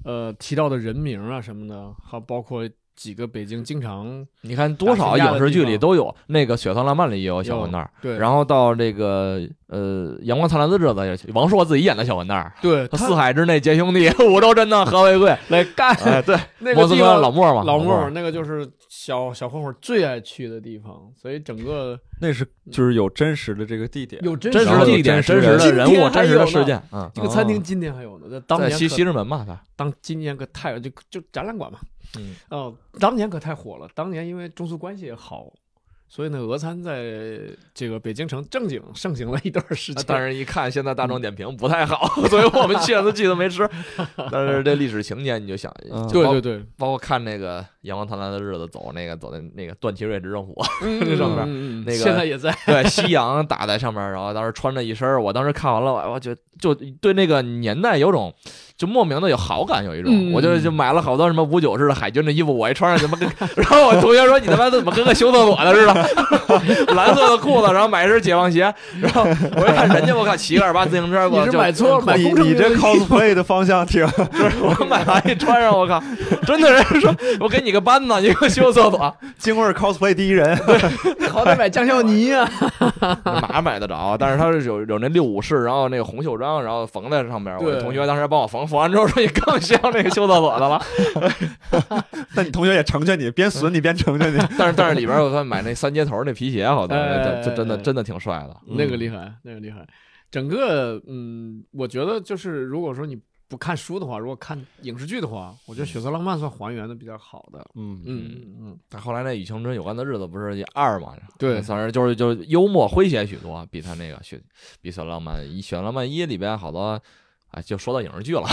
S2: 呃提到的人名啊什么的，还包括几个北京经常
S3: 你看多少影视剧里都有，那个《雪藏浪漫》里也有小混蛋儿，
S2: 对，
S3: 然后到这个呃《阳光灿烂的日子》也王朔自己演的小混蛋儿，
S2: 对他
S3: 四海之内皆兄弟， 五洲震荡何为贵？
S2: 来干、
S3: 哎，对，
S2: 那
S3: 莫
S2: 个
S3: 斯
S2: 地
S3: 科
S2: 方
S3: 老莫嘛，
S2: 老
S3: 莫
S2: 莫那个就是小小混混最爱去的地方，所以整个
S1: 那是就是有真实的这个地点，
S2: 有真
S3: 真实
S1: 实
S3: 的
S1: 的
S3: 地
S1: 地
S3: 点、
S1: 点
S3: 真实的人物、真实的事。
S2: 今天还有呢
S3: 件，嗯，
S2: 这个餐厅今天还有呢，在当
S3: 在
S2: 年
S3: 西
S2: 可
S3: 西直门嘛，他
S2: 当今年可太就就展览馆嘛，
S3: 嗯，
S2: 哦，当年可太火了。当年因为中苏关系也好，所以呢，俄餐在这个北京城正经盛行了一段时
S1: 啊
S2: 间。
S3: 但是一看现在大众点评不太 好，所以我们去了都记得没 吃，但是这历史情节你就想，
S1: 嗯
S3: 就
S2: 对
S3: 包
S2: 对对，
S3: 包括看那个《阳光灿烂的日子》走那个走的那个段祺瑞执政府，
S2: 这
S1: 嗯
S3: 上面
S2: 面
S3: 那个
S2: 嗯现在也在，
S3: 对，夕阳打在上面，然后当时穿着一身儿，我当时看完了，我我觉得就对那个年代有种就莫名的有好感，有一种，
S2: 嗯
S3: 我就就买了好多什么五九式的海军的衣服，我一穿上怎么跟， 然后我同学说你他妈怎么跟个修厕所的似的，蓝色的 裤子，然后买一身解放鞋，然后我一看人家我靠骑个二八自行车，
S2: 你
S3: 我
S2: 是
S3: 就
S2: 买错了，买
S1: 你
S2: 工程
S1: 你
S2: 兵
S1: 这
S2: 的
S1: cosplay 的方向挺，
S3: 我买完一穿上，我靠，真的人说我给你个扳子，你给我修厕所，
S1: 京味儿 cosplay 第一人，
S2: 好歹买酱香泥 啊。
S3: 哪买得着？但是它是有有那六武士，然后那个红袖章，然后缝在上面。我
S2: 对
S3: 同学当时帮我缝，缝完之后说你更像那个修厕所的 了。
S1: 那你同学也成全你，边损你边成全你，
S3: 但是但是里边我看买那三接头那皮鞋，好像
S2: 哎哎哎哎
S3: 这真的真的挺帅的。
S2: 那个厉害，那个厉害。整个嗯，我觉得就是如果说你不看书的话，如果看影视剧的话，
S3: 嗯
S2: 我觉得《血色浪漫》算还原的比较好的。
S1: 嗯
S2: 嗯嗯嗯，
S3: 但后来那《与青春有关的日子》不是二嘛？
S2: 对
S3: 算是就是就是幽默诙谐许多，比他那个雪比小浪漫一小浪漫一里边好多。哎，就说到影视 剧了，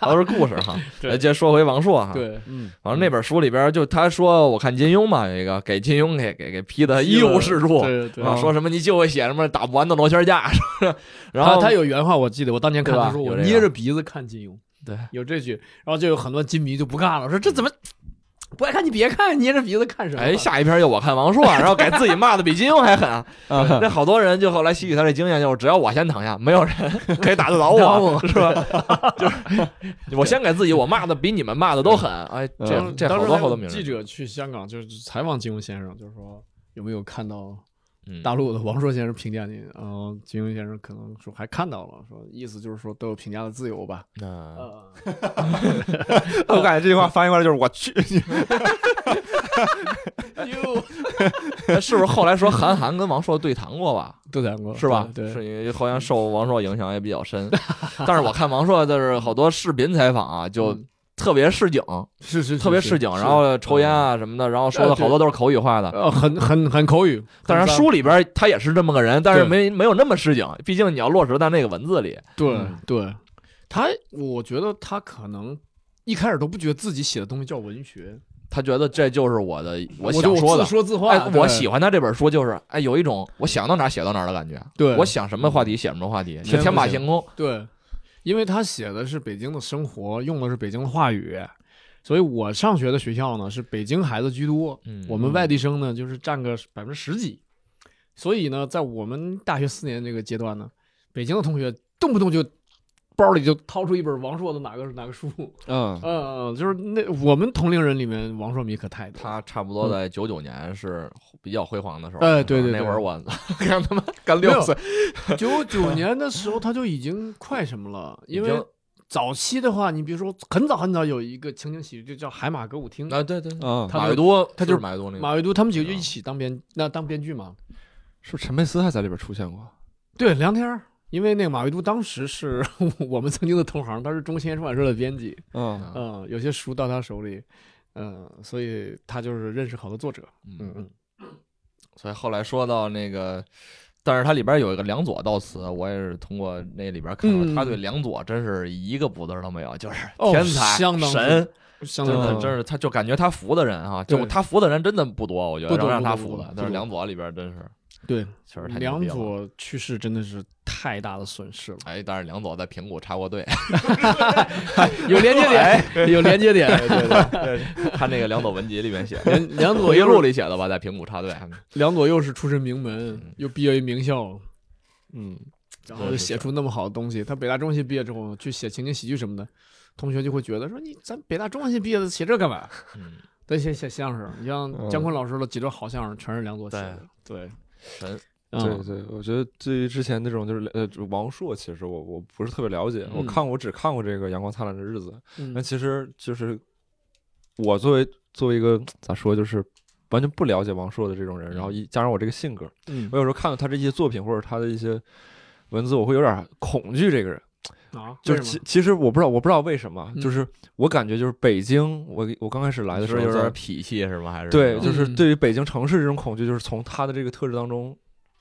S3: 都是故事哈。
S2: 对
S3: 哎接着说回王朔哈，
S2: 对，
S1: 嗯，
S3: 然后那本书里边就他说，我看金庸嘛，有一个给金庸给给给批的一无是处，
S2: 对对。
S3: 啊，说什么你就会写什么打不完的螺旋架，是不是然后
S2: 他他有原话，我记得我当年看
S3: 对吧
S2: 他说
S3: 有
S2: 我
S3: 这个
S2: 捏着鼻子看金庸，
S5: 对，
S2: 有这句，然后就有很多金迷就不干了，说这怎么不爱看你别看，捏着鼻子看什么？
S3: 哎，下一篇又我看王朔，啊然后给自己骂的比金庸还狠 啊！那好多人就后来吸取他这经验，就是只要我先躺下，没有人 可以打得倒我，是吧？ 就是我先给自己，我骂的比你们骂的都狠。哎，这
S5: 嗯
S3: 这
S2: 当
S3: 好
S2: 时
S3: 多
S2: 还
S3: 好
S2: 有
S3: 多名
S2: 记
S3: 人，
S2: 者去香港就是采访金庸先生，就是说有没有看到
S3: 嗯
S2: 大陆的王朔先生评价您？然后金庸先生可能说还看到了，说意思就是说都有评价的自由吧。
S3: 嗯
S1: 我感觉这句话翻译过来就是我 去，
S3: 是不是后来说韩寒跟王朔对谈过 吧？
S2: 都谈过
S3: 是吧？
S2: 哦对，嗯
S3: 是因为好像受王朔影响也比较 深，但是我看王朔就是好多视频采访啊，就
S2: 嗯
S3: 特别市井，
S2: 是是嗯哎
S3: 特别市井，然后抽烟啊什么的，然后说的好多都是口语化的。
S2: 呃很很很口语，
S3: 当然，
S2: 很
S3: 书里边他也是这么个人，但是没没有那么市井，毕竟你要落实在那个文字里。
S2: 对、
S5: 嗯
S2: 对，他我觉得他可能一开始都不觉得自己写的东西叫文学，
S3: 他觉得这就是我的，
S2: 我就
S3: 想说的
S2: 自。说自话，
S3: 哎，我喜
S2: 欢
S3: 欢他这本书，就是哎，有一种我想到哪儿写到哪儿的感觉。
S2: 对嗯
S3: 我想什么话题写什么话题，
S2: 天
S3: 是天马
S2: 赋型
S3: 行空。
S2: 对，因为他写的是北京的生活，用的是北京的话语，所以我上学的学校呢是北京孩子居多，
S3: 嗯，
S2: 我们外地生呢就是占个百分之十几，所以呢，在我们大学四年这个阶段呢，北京的同学动不动就。包里就掏出一本王朔的哪个哪个书，
S1: 嗯
S2: 嗯， 嗯，就是那我们同龄人里面王朔迷可太多了。
S3: 他差不多在九九年是比较辉煌的时候。
S2: 嗯
S3: 嗯
S2: 哎对对
S3: 那
S2: 对
S3: 会儿我 刚他妈刚
S2: 没
S3: 六
S2: 有
S3: 岁，
S2: 九九年的时候他就已经快什么 了，因
S3: 已
S2: 为
S3: 经
S2: 早期的话，你比如说很早很早有一个情景喜剧就叫《海马歌舞厅》，
S3: 啊对对，对
S1: 嗯，
S2: 他
S3: 马
S2: 就
S3: 未都
S2: 他
S3: 他
S2: 就是
S3: 马未都那个
S2: 马未都他们几个就一起当编那当编剧嘛。
S1: 是不是陈佩斯还在里边出现过？
S2: 对，梁天儿，因为那个马未都当时是 我们曾经的同行，他是中青年出版社的编辑，
S1: 嗯
S3: 啊
S2: 嗯，有些书到他手里，嗯，所以他就是认识好多作者，嗯
S3: 嗯，
S2: 嗯，
S3: 所以后来说到那个，但是它里边有一个梁左悼词，我也是通过那里边看到，
S2: 嗯
S3: 他对梁左真是一个补字儿都没有，就是
S2: 哦
S3: 天才、
S2: 相当
S3: 神，
S2: 相
S3: 真
S2: 当
S3: 的
S2: 于
S3: 真是他就感觉他服的人啊，
S2: 嗯对
S3: 就他服的人真的不多，我觉得
S2: 不
S3: 能
S2: 多
S3: 让他
S2: 不多
S3: 服
S2: 不
S3: 的
S2: 多，
S3: 但是梁左里边真是
S2: 对
S3: 确实太牛
S2: 梁
S3: 逼了。
S2: 左去世真的是太大的损 失了。
S3: 哎，但是梁左在平谷插过队， 哎
S2: 有连接点，有连接点， 对对。
S3: 他那个梁左文集里面写的，
S2: 梁梁左
S3: 回忆
S2: 又
S3: 录
S2: 是
S3: 里写的吧，在平谷插队。
S2: 梁左又是出身名
S3: 嗯
S2: 门，又毕业于名校，
S1: 嗯，
S2: 然后就写出那么好的东西。他北大中文系毕业之后去写情景喜剧什么的，同学就会觉得说你咱北大中文系毕业的写这干嘛？
S3: 嗯，
S2: 咱写写相声，
S1: 嗯
S2: 你像姜昆老师的几段好相声全是梁左写的，对，
S3: 神，
S1: 对
S2: 嗯，
S1: 对，我觉得对于之前那种就是呃王朔，其实我我不是特别了解，我
S2: 嗯
S1: 看过我只看过这个《阳光灿烂的日子》，那
S2: 嗯
S1: 其实就是我作为作为一个咋说，就是完全不了解王朔的这种人，然后一加上我这个性格，
S2: 嗯
S1: 我有时候看到他这一些作品或者他的一些文字，我会有点恐惧这个人。
S2: 啊，
S1: 就是
S2: 为什
S1: 其
S2: 么
S1: 其实我不知道，我不知道为什么，啊
S2: 嗯
S1: 就是我感觉就是北京，我我刚开始来的时
S3: 是
S1: 候
S3: 有
S1: 在
S3: 点痞气是吗？还是
S1: 对，
S2: 嗯
S1: 就是对于北京城市这种恐惧，就是从他的这个特质当中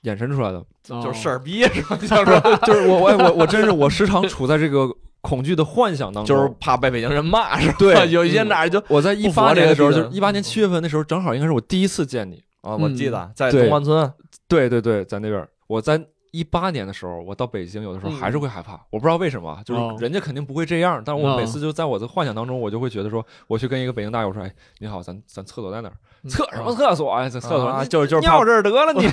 S1: 衍生出来的。
S2: 哦
S3: 就是事儿逼是吧？就是
S1: 就是我我我我真是我时常处在这个恐惧的幻想当中，
S3: 就是怕被北京人骂是吧？
S1: 对
S3: 有一些哪儿就
S1: 我在一
S3: 不符合
S1: 八
S3: 这
S1: 年
S3: 个
S1: 的时候，
S3: 地嗯
S1: 就
S3: 的
S1: 是一八年七月份那时候，正好应该是我第一次见你。
S3: 啊，我记得在
S1: 对
S3: 东关村，
S1: 对对对，在那边儿，我在一八年的时候，我到北京，有的时候
S2: 嗯
S1: 还是会害怕，我不知道为什么啊，就
S2: 哦
S1: 是人家肯定不会这样，但我
S2: 嗯
S1: 每次就在我的幻想当中，我就会觉得说，我去跟一个北京大爷我说，哎，你好，咱咱厕所在哪儿？
S2: 嗯
S1: 厕什么厕所呀？哎在厕所
S3: 啊
S1: 你
S3: 就是就是怕
S1: 尿这儿得了你，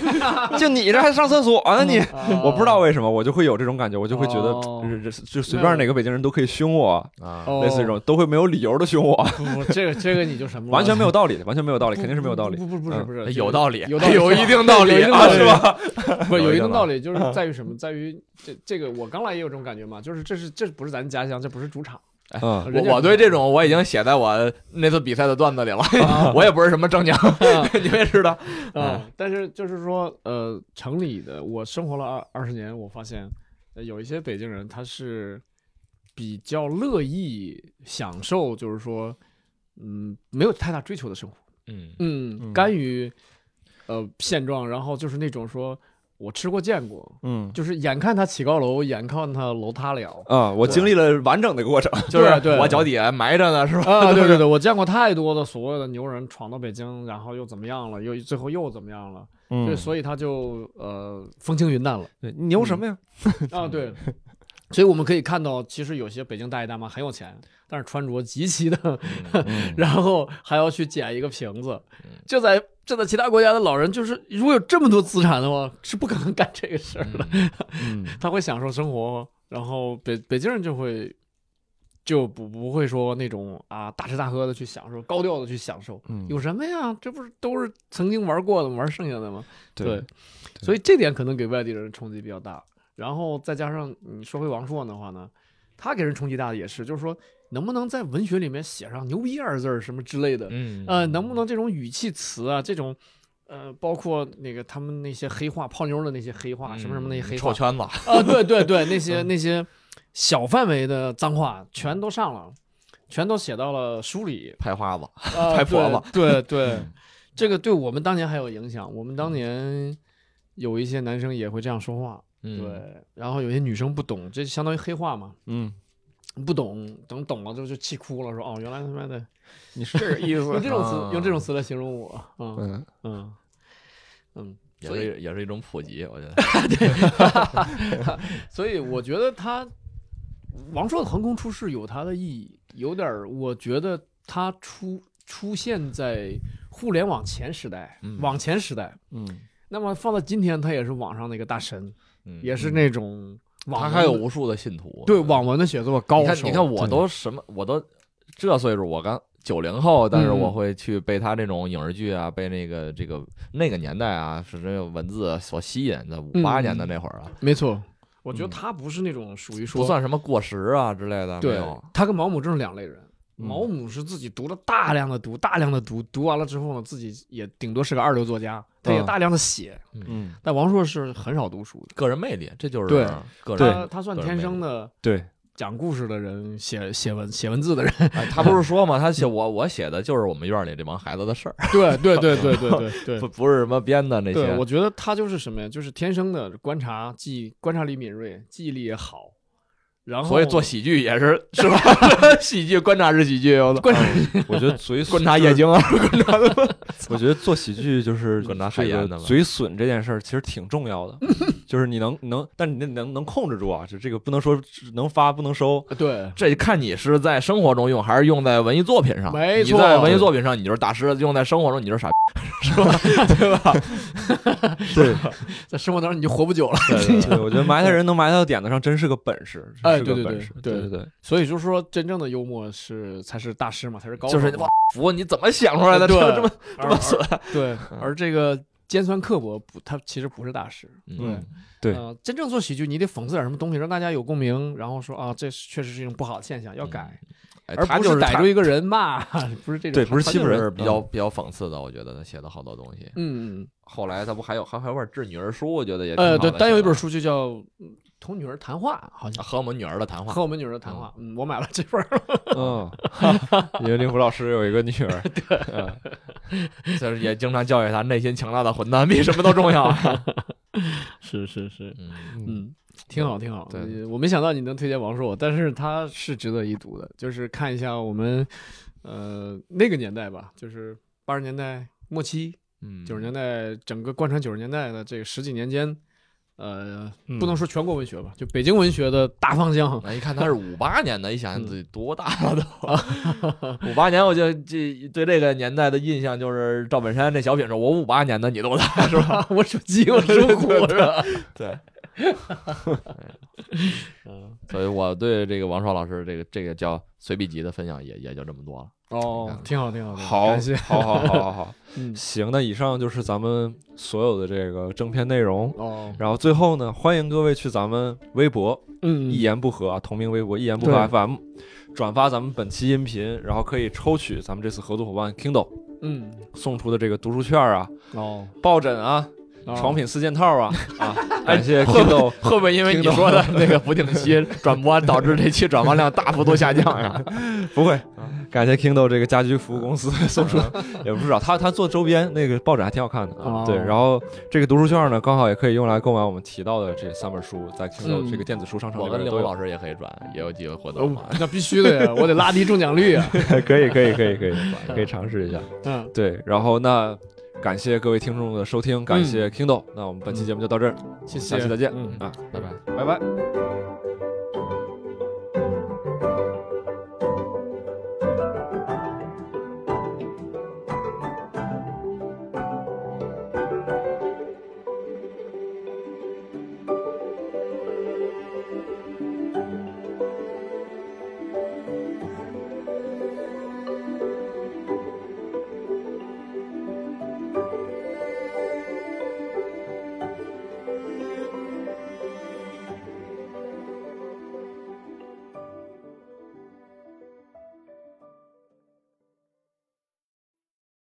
S1: 就你这还上厕所呢你。
S2: 啊
S1: 我不知道为什么，我就会有这种感觉，我就会觉得
S2: 哦
S1: 呃这，就随便哪个北京人都可以凶我，
S3: 啊
S2: 哦
S1: 类似这种都会没有理由的凶我，
S2: 不不这个这个你就什么了
S1: 完全没有道理，完全没有道理，
S2: 不
S1: 肯定是没有道理
S2: 不。不不不是
S1: 嗯
S2: 不是
S3: 哎 有道理，
S2: 有道理
S3: 一定道
S2: 有一
S3: 理
S2: 定
S3: 啊，
S2: 道理
S3: 是吧？
S2: 不是
S3: 有
S2: 有
S3: 一
S2: 一
S3: 定
S2: 定道理，就是在于什么？在于这这个，我刚来也有这种感觉嘛，就是这是这不是咱家乡，这不是主场。
S1: 嗯，
S2: 人家
S3: 我我对这 种 我已经写在我那次比赛的段子里 了，
S2: 嗯
S3: 我也不是什么正经，你们也知道。
S2: 啊，但是就是说，呃，城里的我生活了二二十年，我发现呃有一些北京人他是比较乐意享受，就是说，嗯，没有太大追求的生活，
S3: 嗯
S2: 嗯，
S1: 嗯
S2: 甘于呃现状，然后就是那种说我吃过见过，
S1: 嗯
S2: 就是眼看他起高楼，眼看他楼塌了。
S1: 啊，我经历了完整的过程。
S3: 就是
S2: 对对
S3: 我脚底下埋着呢，是吧？
S2: 啊，对对对，我见过太多的所谓的牛人闯到北京，然后又怎么样了，又最后又怎么样了，
S1: 嗯
S2: 对，所以他就呃风轻云淡了
S1: 对你牛什么呀？
S2: 啊，对， 所以我们可以看到，其实有些北京大爷大妈很有钱，但是穿着极其的，
S3: 嗯
S2: 然后还要去捡一个瓶子。就在就在其他国家的老人，就是如果有这么多资产的话，是不可能干这个事儿的。
S3: 嗯
S2: 他会享受生活，然后北北京人就会就不不会说那种啊大吃大喝的去享受，高调的去享受，
S3: 嗯
S2: 有什么呀？这不是都是曾经玩过的、玩剩下的吗？
S1: 对，
S2: 所以这点可能给外地人冲击比较大。然后再加上你说回王朔的话呢，他给人冲击大的也是，就是说能不能在文学里面写上“牛逼”二字儿什么之类的，
S4: 嗯
S2: 呃，能不能这种语气词啊，这种。呃，包括那个他们那些黑话，泡妞的那些黑话，
S3: 嗯
S2: 什么什么那些黑话
S4: 臭，圈子，
S2: 啊，对对对，那些
S4: 嗯
S2: 那些小范围的脏话全都上了，全都写到了书里，
S4: 拍花子，
S2: 啊
S4: 太佛了。
S2: 对对对，这个对我们当年还有影响。我们当年有一些男生也会这样说话，
S4: 嗯
S2: 对，然后有些女生不懂，这相当于黑话嘛，
S1: 嗯，
S2: 不懂，等懂了之后就气哭了，说哦，原来他妈的
S1: 你是这个意
S2: 用
S1: 思，
S2: 这种词、
S4: 啊
S2: 用这种词来形容我，嗯
S1: 嗯，
S2: 嗯嗯，
S3: 也
S2: 所以
S3: 是也是一种普及，我觉得。
S2: 所以我觉得他王朔的横空出世有他的意义，有点儿，我觉得他出出现在互联网前时代，
S4: 嗯
S2: 网前时代。
S1: 嗯，
S2: 那么放到今天，他也是网上的一个大神，
S4: 嗯
S2: 也是那种网
S3: 他
S2: 文
S3: 还有
S2: 的
S3: 无数的信徒。
S2: 对网文的写作高
S3: 你看
S2: 手。啊
S3: 你看我都什么，我都这岁数，我刚九零后，但是
S2: 嗯
S3: 我会去被他这种影视剧啊，被那个这个那个年代啊，是这个文字所吸引的。五八
S2: 嗯
S3: 年的那会儿啊，
S2: 没错，我觉得
S3: 嗯
S2: 他不是那种属于说
S3: 不算什么过时啊之类的，没
S2: 对
S3: 有。，
S2: 他跟毛姆正是两类人。
S1: 嗯
S2: 毛姆是自己读了大量的读，大量的读，读完了之后呢，自己也顶多是个二流作家，他也
S1: 嗯
S2: 大量的写。
S1: 嗯，
S2: 但王朔是很少读书的。
S3: 个人魅力，这就是
S2: 对
S3: 个人。
S2: 呃他他算
S3: 个人
S2: 天
S3: 魅
S2: 生
S3: 力
S2: 的
S1: 对，
S2: 讲故事的人，写写文写文字的人。
S3: 哎他不是说嘛，他写
S2: 嗯
S3: 我我写的就是我们院里这帮孩子的事儿，
S2: 对对对对 对对
S3: 不 不是什么编的那
S2: 对
S3: 些
S2: 对，。我觉得他就是什么呀？就是天生的观察记观察力敏锐，记忆力也好，然后
S3: 所以做喜剧也是是吧？ 喜剧观察式喜剧，我操
S2: 观察
S1: 我觉得嘴
S3: 观察夜
S1: 就是
S3: 景啊，
S1: 我觉得做喜剧就是
S3: 滚拿海
S1: 这
S3: 盐的
S1: 个
S3: 吧
S1: 嘴损这件事儿其实挺重要的，就是你能能，但你那能能控制住啊，就这个不能说能发不能收，
S2: 对
S3: 这看你是在生活中用还是用在文艺作品上。
S2: 没错
S3: 你在文艺作品上你就是大师，用在生活中你就是傻逼，
S1: 对
S2: 在生活当中你就活不久了。
S1: 对对，我觉得埋汰人能埋汰到点子上，真是个本事，真
S2: 哎
S1: 是个
S2: 对对对
S1: 本事，
S2: 对
S1: 对对，
S2: 所以就是说，真正的幽默是才是大师嘛，才是高手
S3: 就
S2: 嘛，
S3: 是哇服你怎么想出来的？
S2: 对
S3: 这这么
S2: 而
S3: 这么损？
S2: 而对，而这个尖酸刻薄不，他其实不是大师。
S3: 嗯，
S1: 对
S2: 呃，真正做喜剧，你得讽刺点什么东西，让大家有共鸣，然后说啊，这是确实是一种不好的现象，要改。
S3: 哎
S2: 而
S3: 他
S2: 不
S3: 就是
S2: 逮
S3: 他
S2: 住一个人骂， 不是这种。
S1: 对不是
S3: 他
S1: 欺负
S3: 就是
S1: 人
S3: 比较比较讽刺的。我觉得他写的好多东西。
S2: 嗯，
S3: 后来他不还有还还有本治女儿书，我觉得也挺好
S2: 呃，
S3: 的
S2: 对，单有一本
S3: 写
S2: 书就叫《嗯同女儿谈话》，好
S3: 的
S2: 像
S3: 和我们女儿的谈话
S2: 和我们女儿的谈话。嗯，我买了这本儿。
S1: 嗯， 因为令狐老师有一个女儿，
S3: 就是也经常教育他，内心强大的混蛋比什么都 重要。
S2: 是是是，
S3: 嗯，
S2: 嗯，挺好挺好。
S3: 对
S2: 呃我没想到你能推荐王朔，但是他是值得一读的，就是看一下我们呃那个年代吧，就是八十年代末期、
S3: 嗯
S2: 九十年代，整个贯穿九十年代的这个十几年间。呃，
S1: 嗯
S2: 不能说全国文学吧，就北京文学的大方向。
S3: 那一看他是嗯五八年的，一想自己多大了 都。五八年，我就这对这个年代的印象就是赵本山这小品说：“我五八年的，你多大？”是 吧？
S2: 我属鸡，我属虎，是吧？
S3: 对。
S2: 嗯，
S3: 所以我对这个王朔老师这个这个叫随笔集的分享也也就这么多了。
S2: 哦，挺好，挺好，挺
S1: 好，
S2: 感谢。
S1: 好好好好好，
S2: 嗯，
S1: 行，那以上就是咱们所有的这个正片内容。
S2: 哦，
S1: 然后最后呢，欢迎各位去咱们微博
S2: 嗯，
S1: 一言不合啊，同名微博一言不
S2: 对
S1: 合 FM，转发咱们本期音频，然后可以抽取咱们这次合作伙伴 Kindle
S2: 嗯，
S1: 送出的这个读书券啊、
S2: 哦，
S1: 抱枕啊、
S2: 哦
S1: 床品四件套啊 啊！感谢 Kindle，
S3: 会不会因为你说的那个不定 期转播，导致这期转播量大幅度下降呀？
S1: 不会，感谢 Kindle 这个家居服务公司 送出的啊也不少，他他做周边那个抱枕还挺好看的啊
S2: 哦。
S1: 对，然后这个读书券呢，刚好也可以用来购买我们提到的这三本书，在 Kindle
S2: 嗯
S1: 这个电子书商城
S3: 我
S1: 里
S3: 跟
S1: 面
S3: 令
S1: 都
S3: 狐
S1: 有。
S3: 老师也可以转，也有机会获得嘛
S2: 哦。那必须的呀，我得拉低中奖率啊。
S1: 可以可以可以可以可以尝试一下。
S2: 嗯，
S1: 对，然后那感谢各位听众的收嗯听，感谢 Kindle，、那我们本期节目就到这儿，
S2: 谢
S1: 下期
S2: 谢
S1: 再。见，
S2: 嗯
S1: 啊，
S3: 拜拜。
S1: 拜拜。
S2: 拜拜。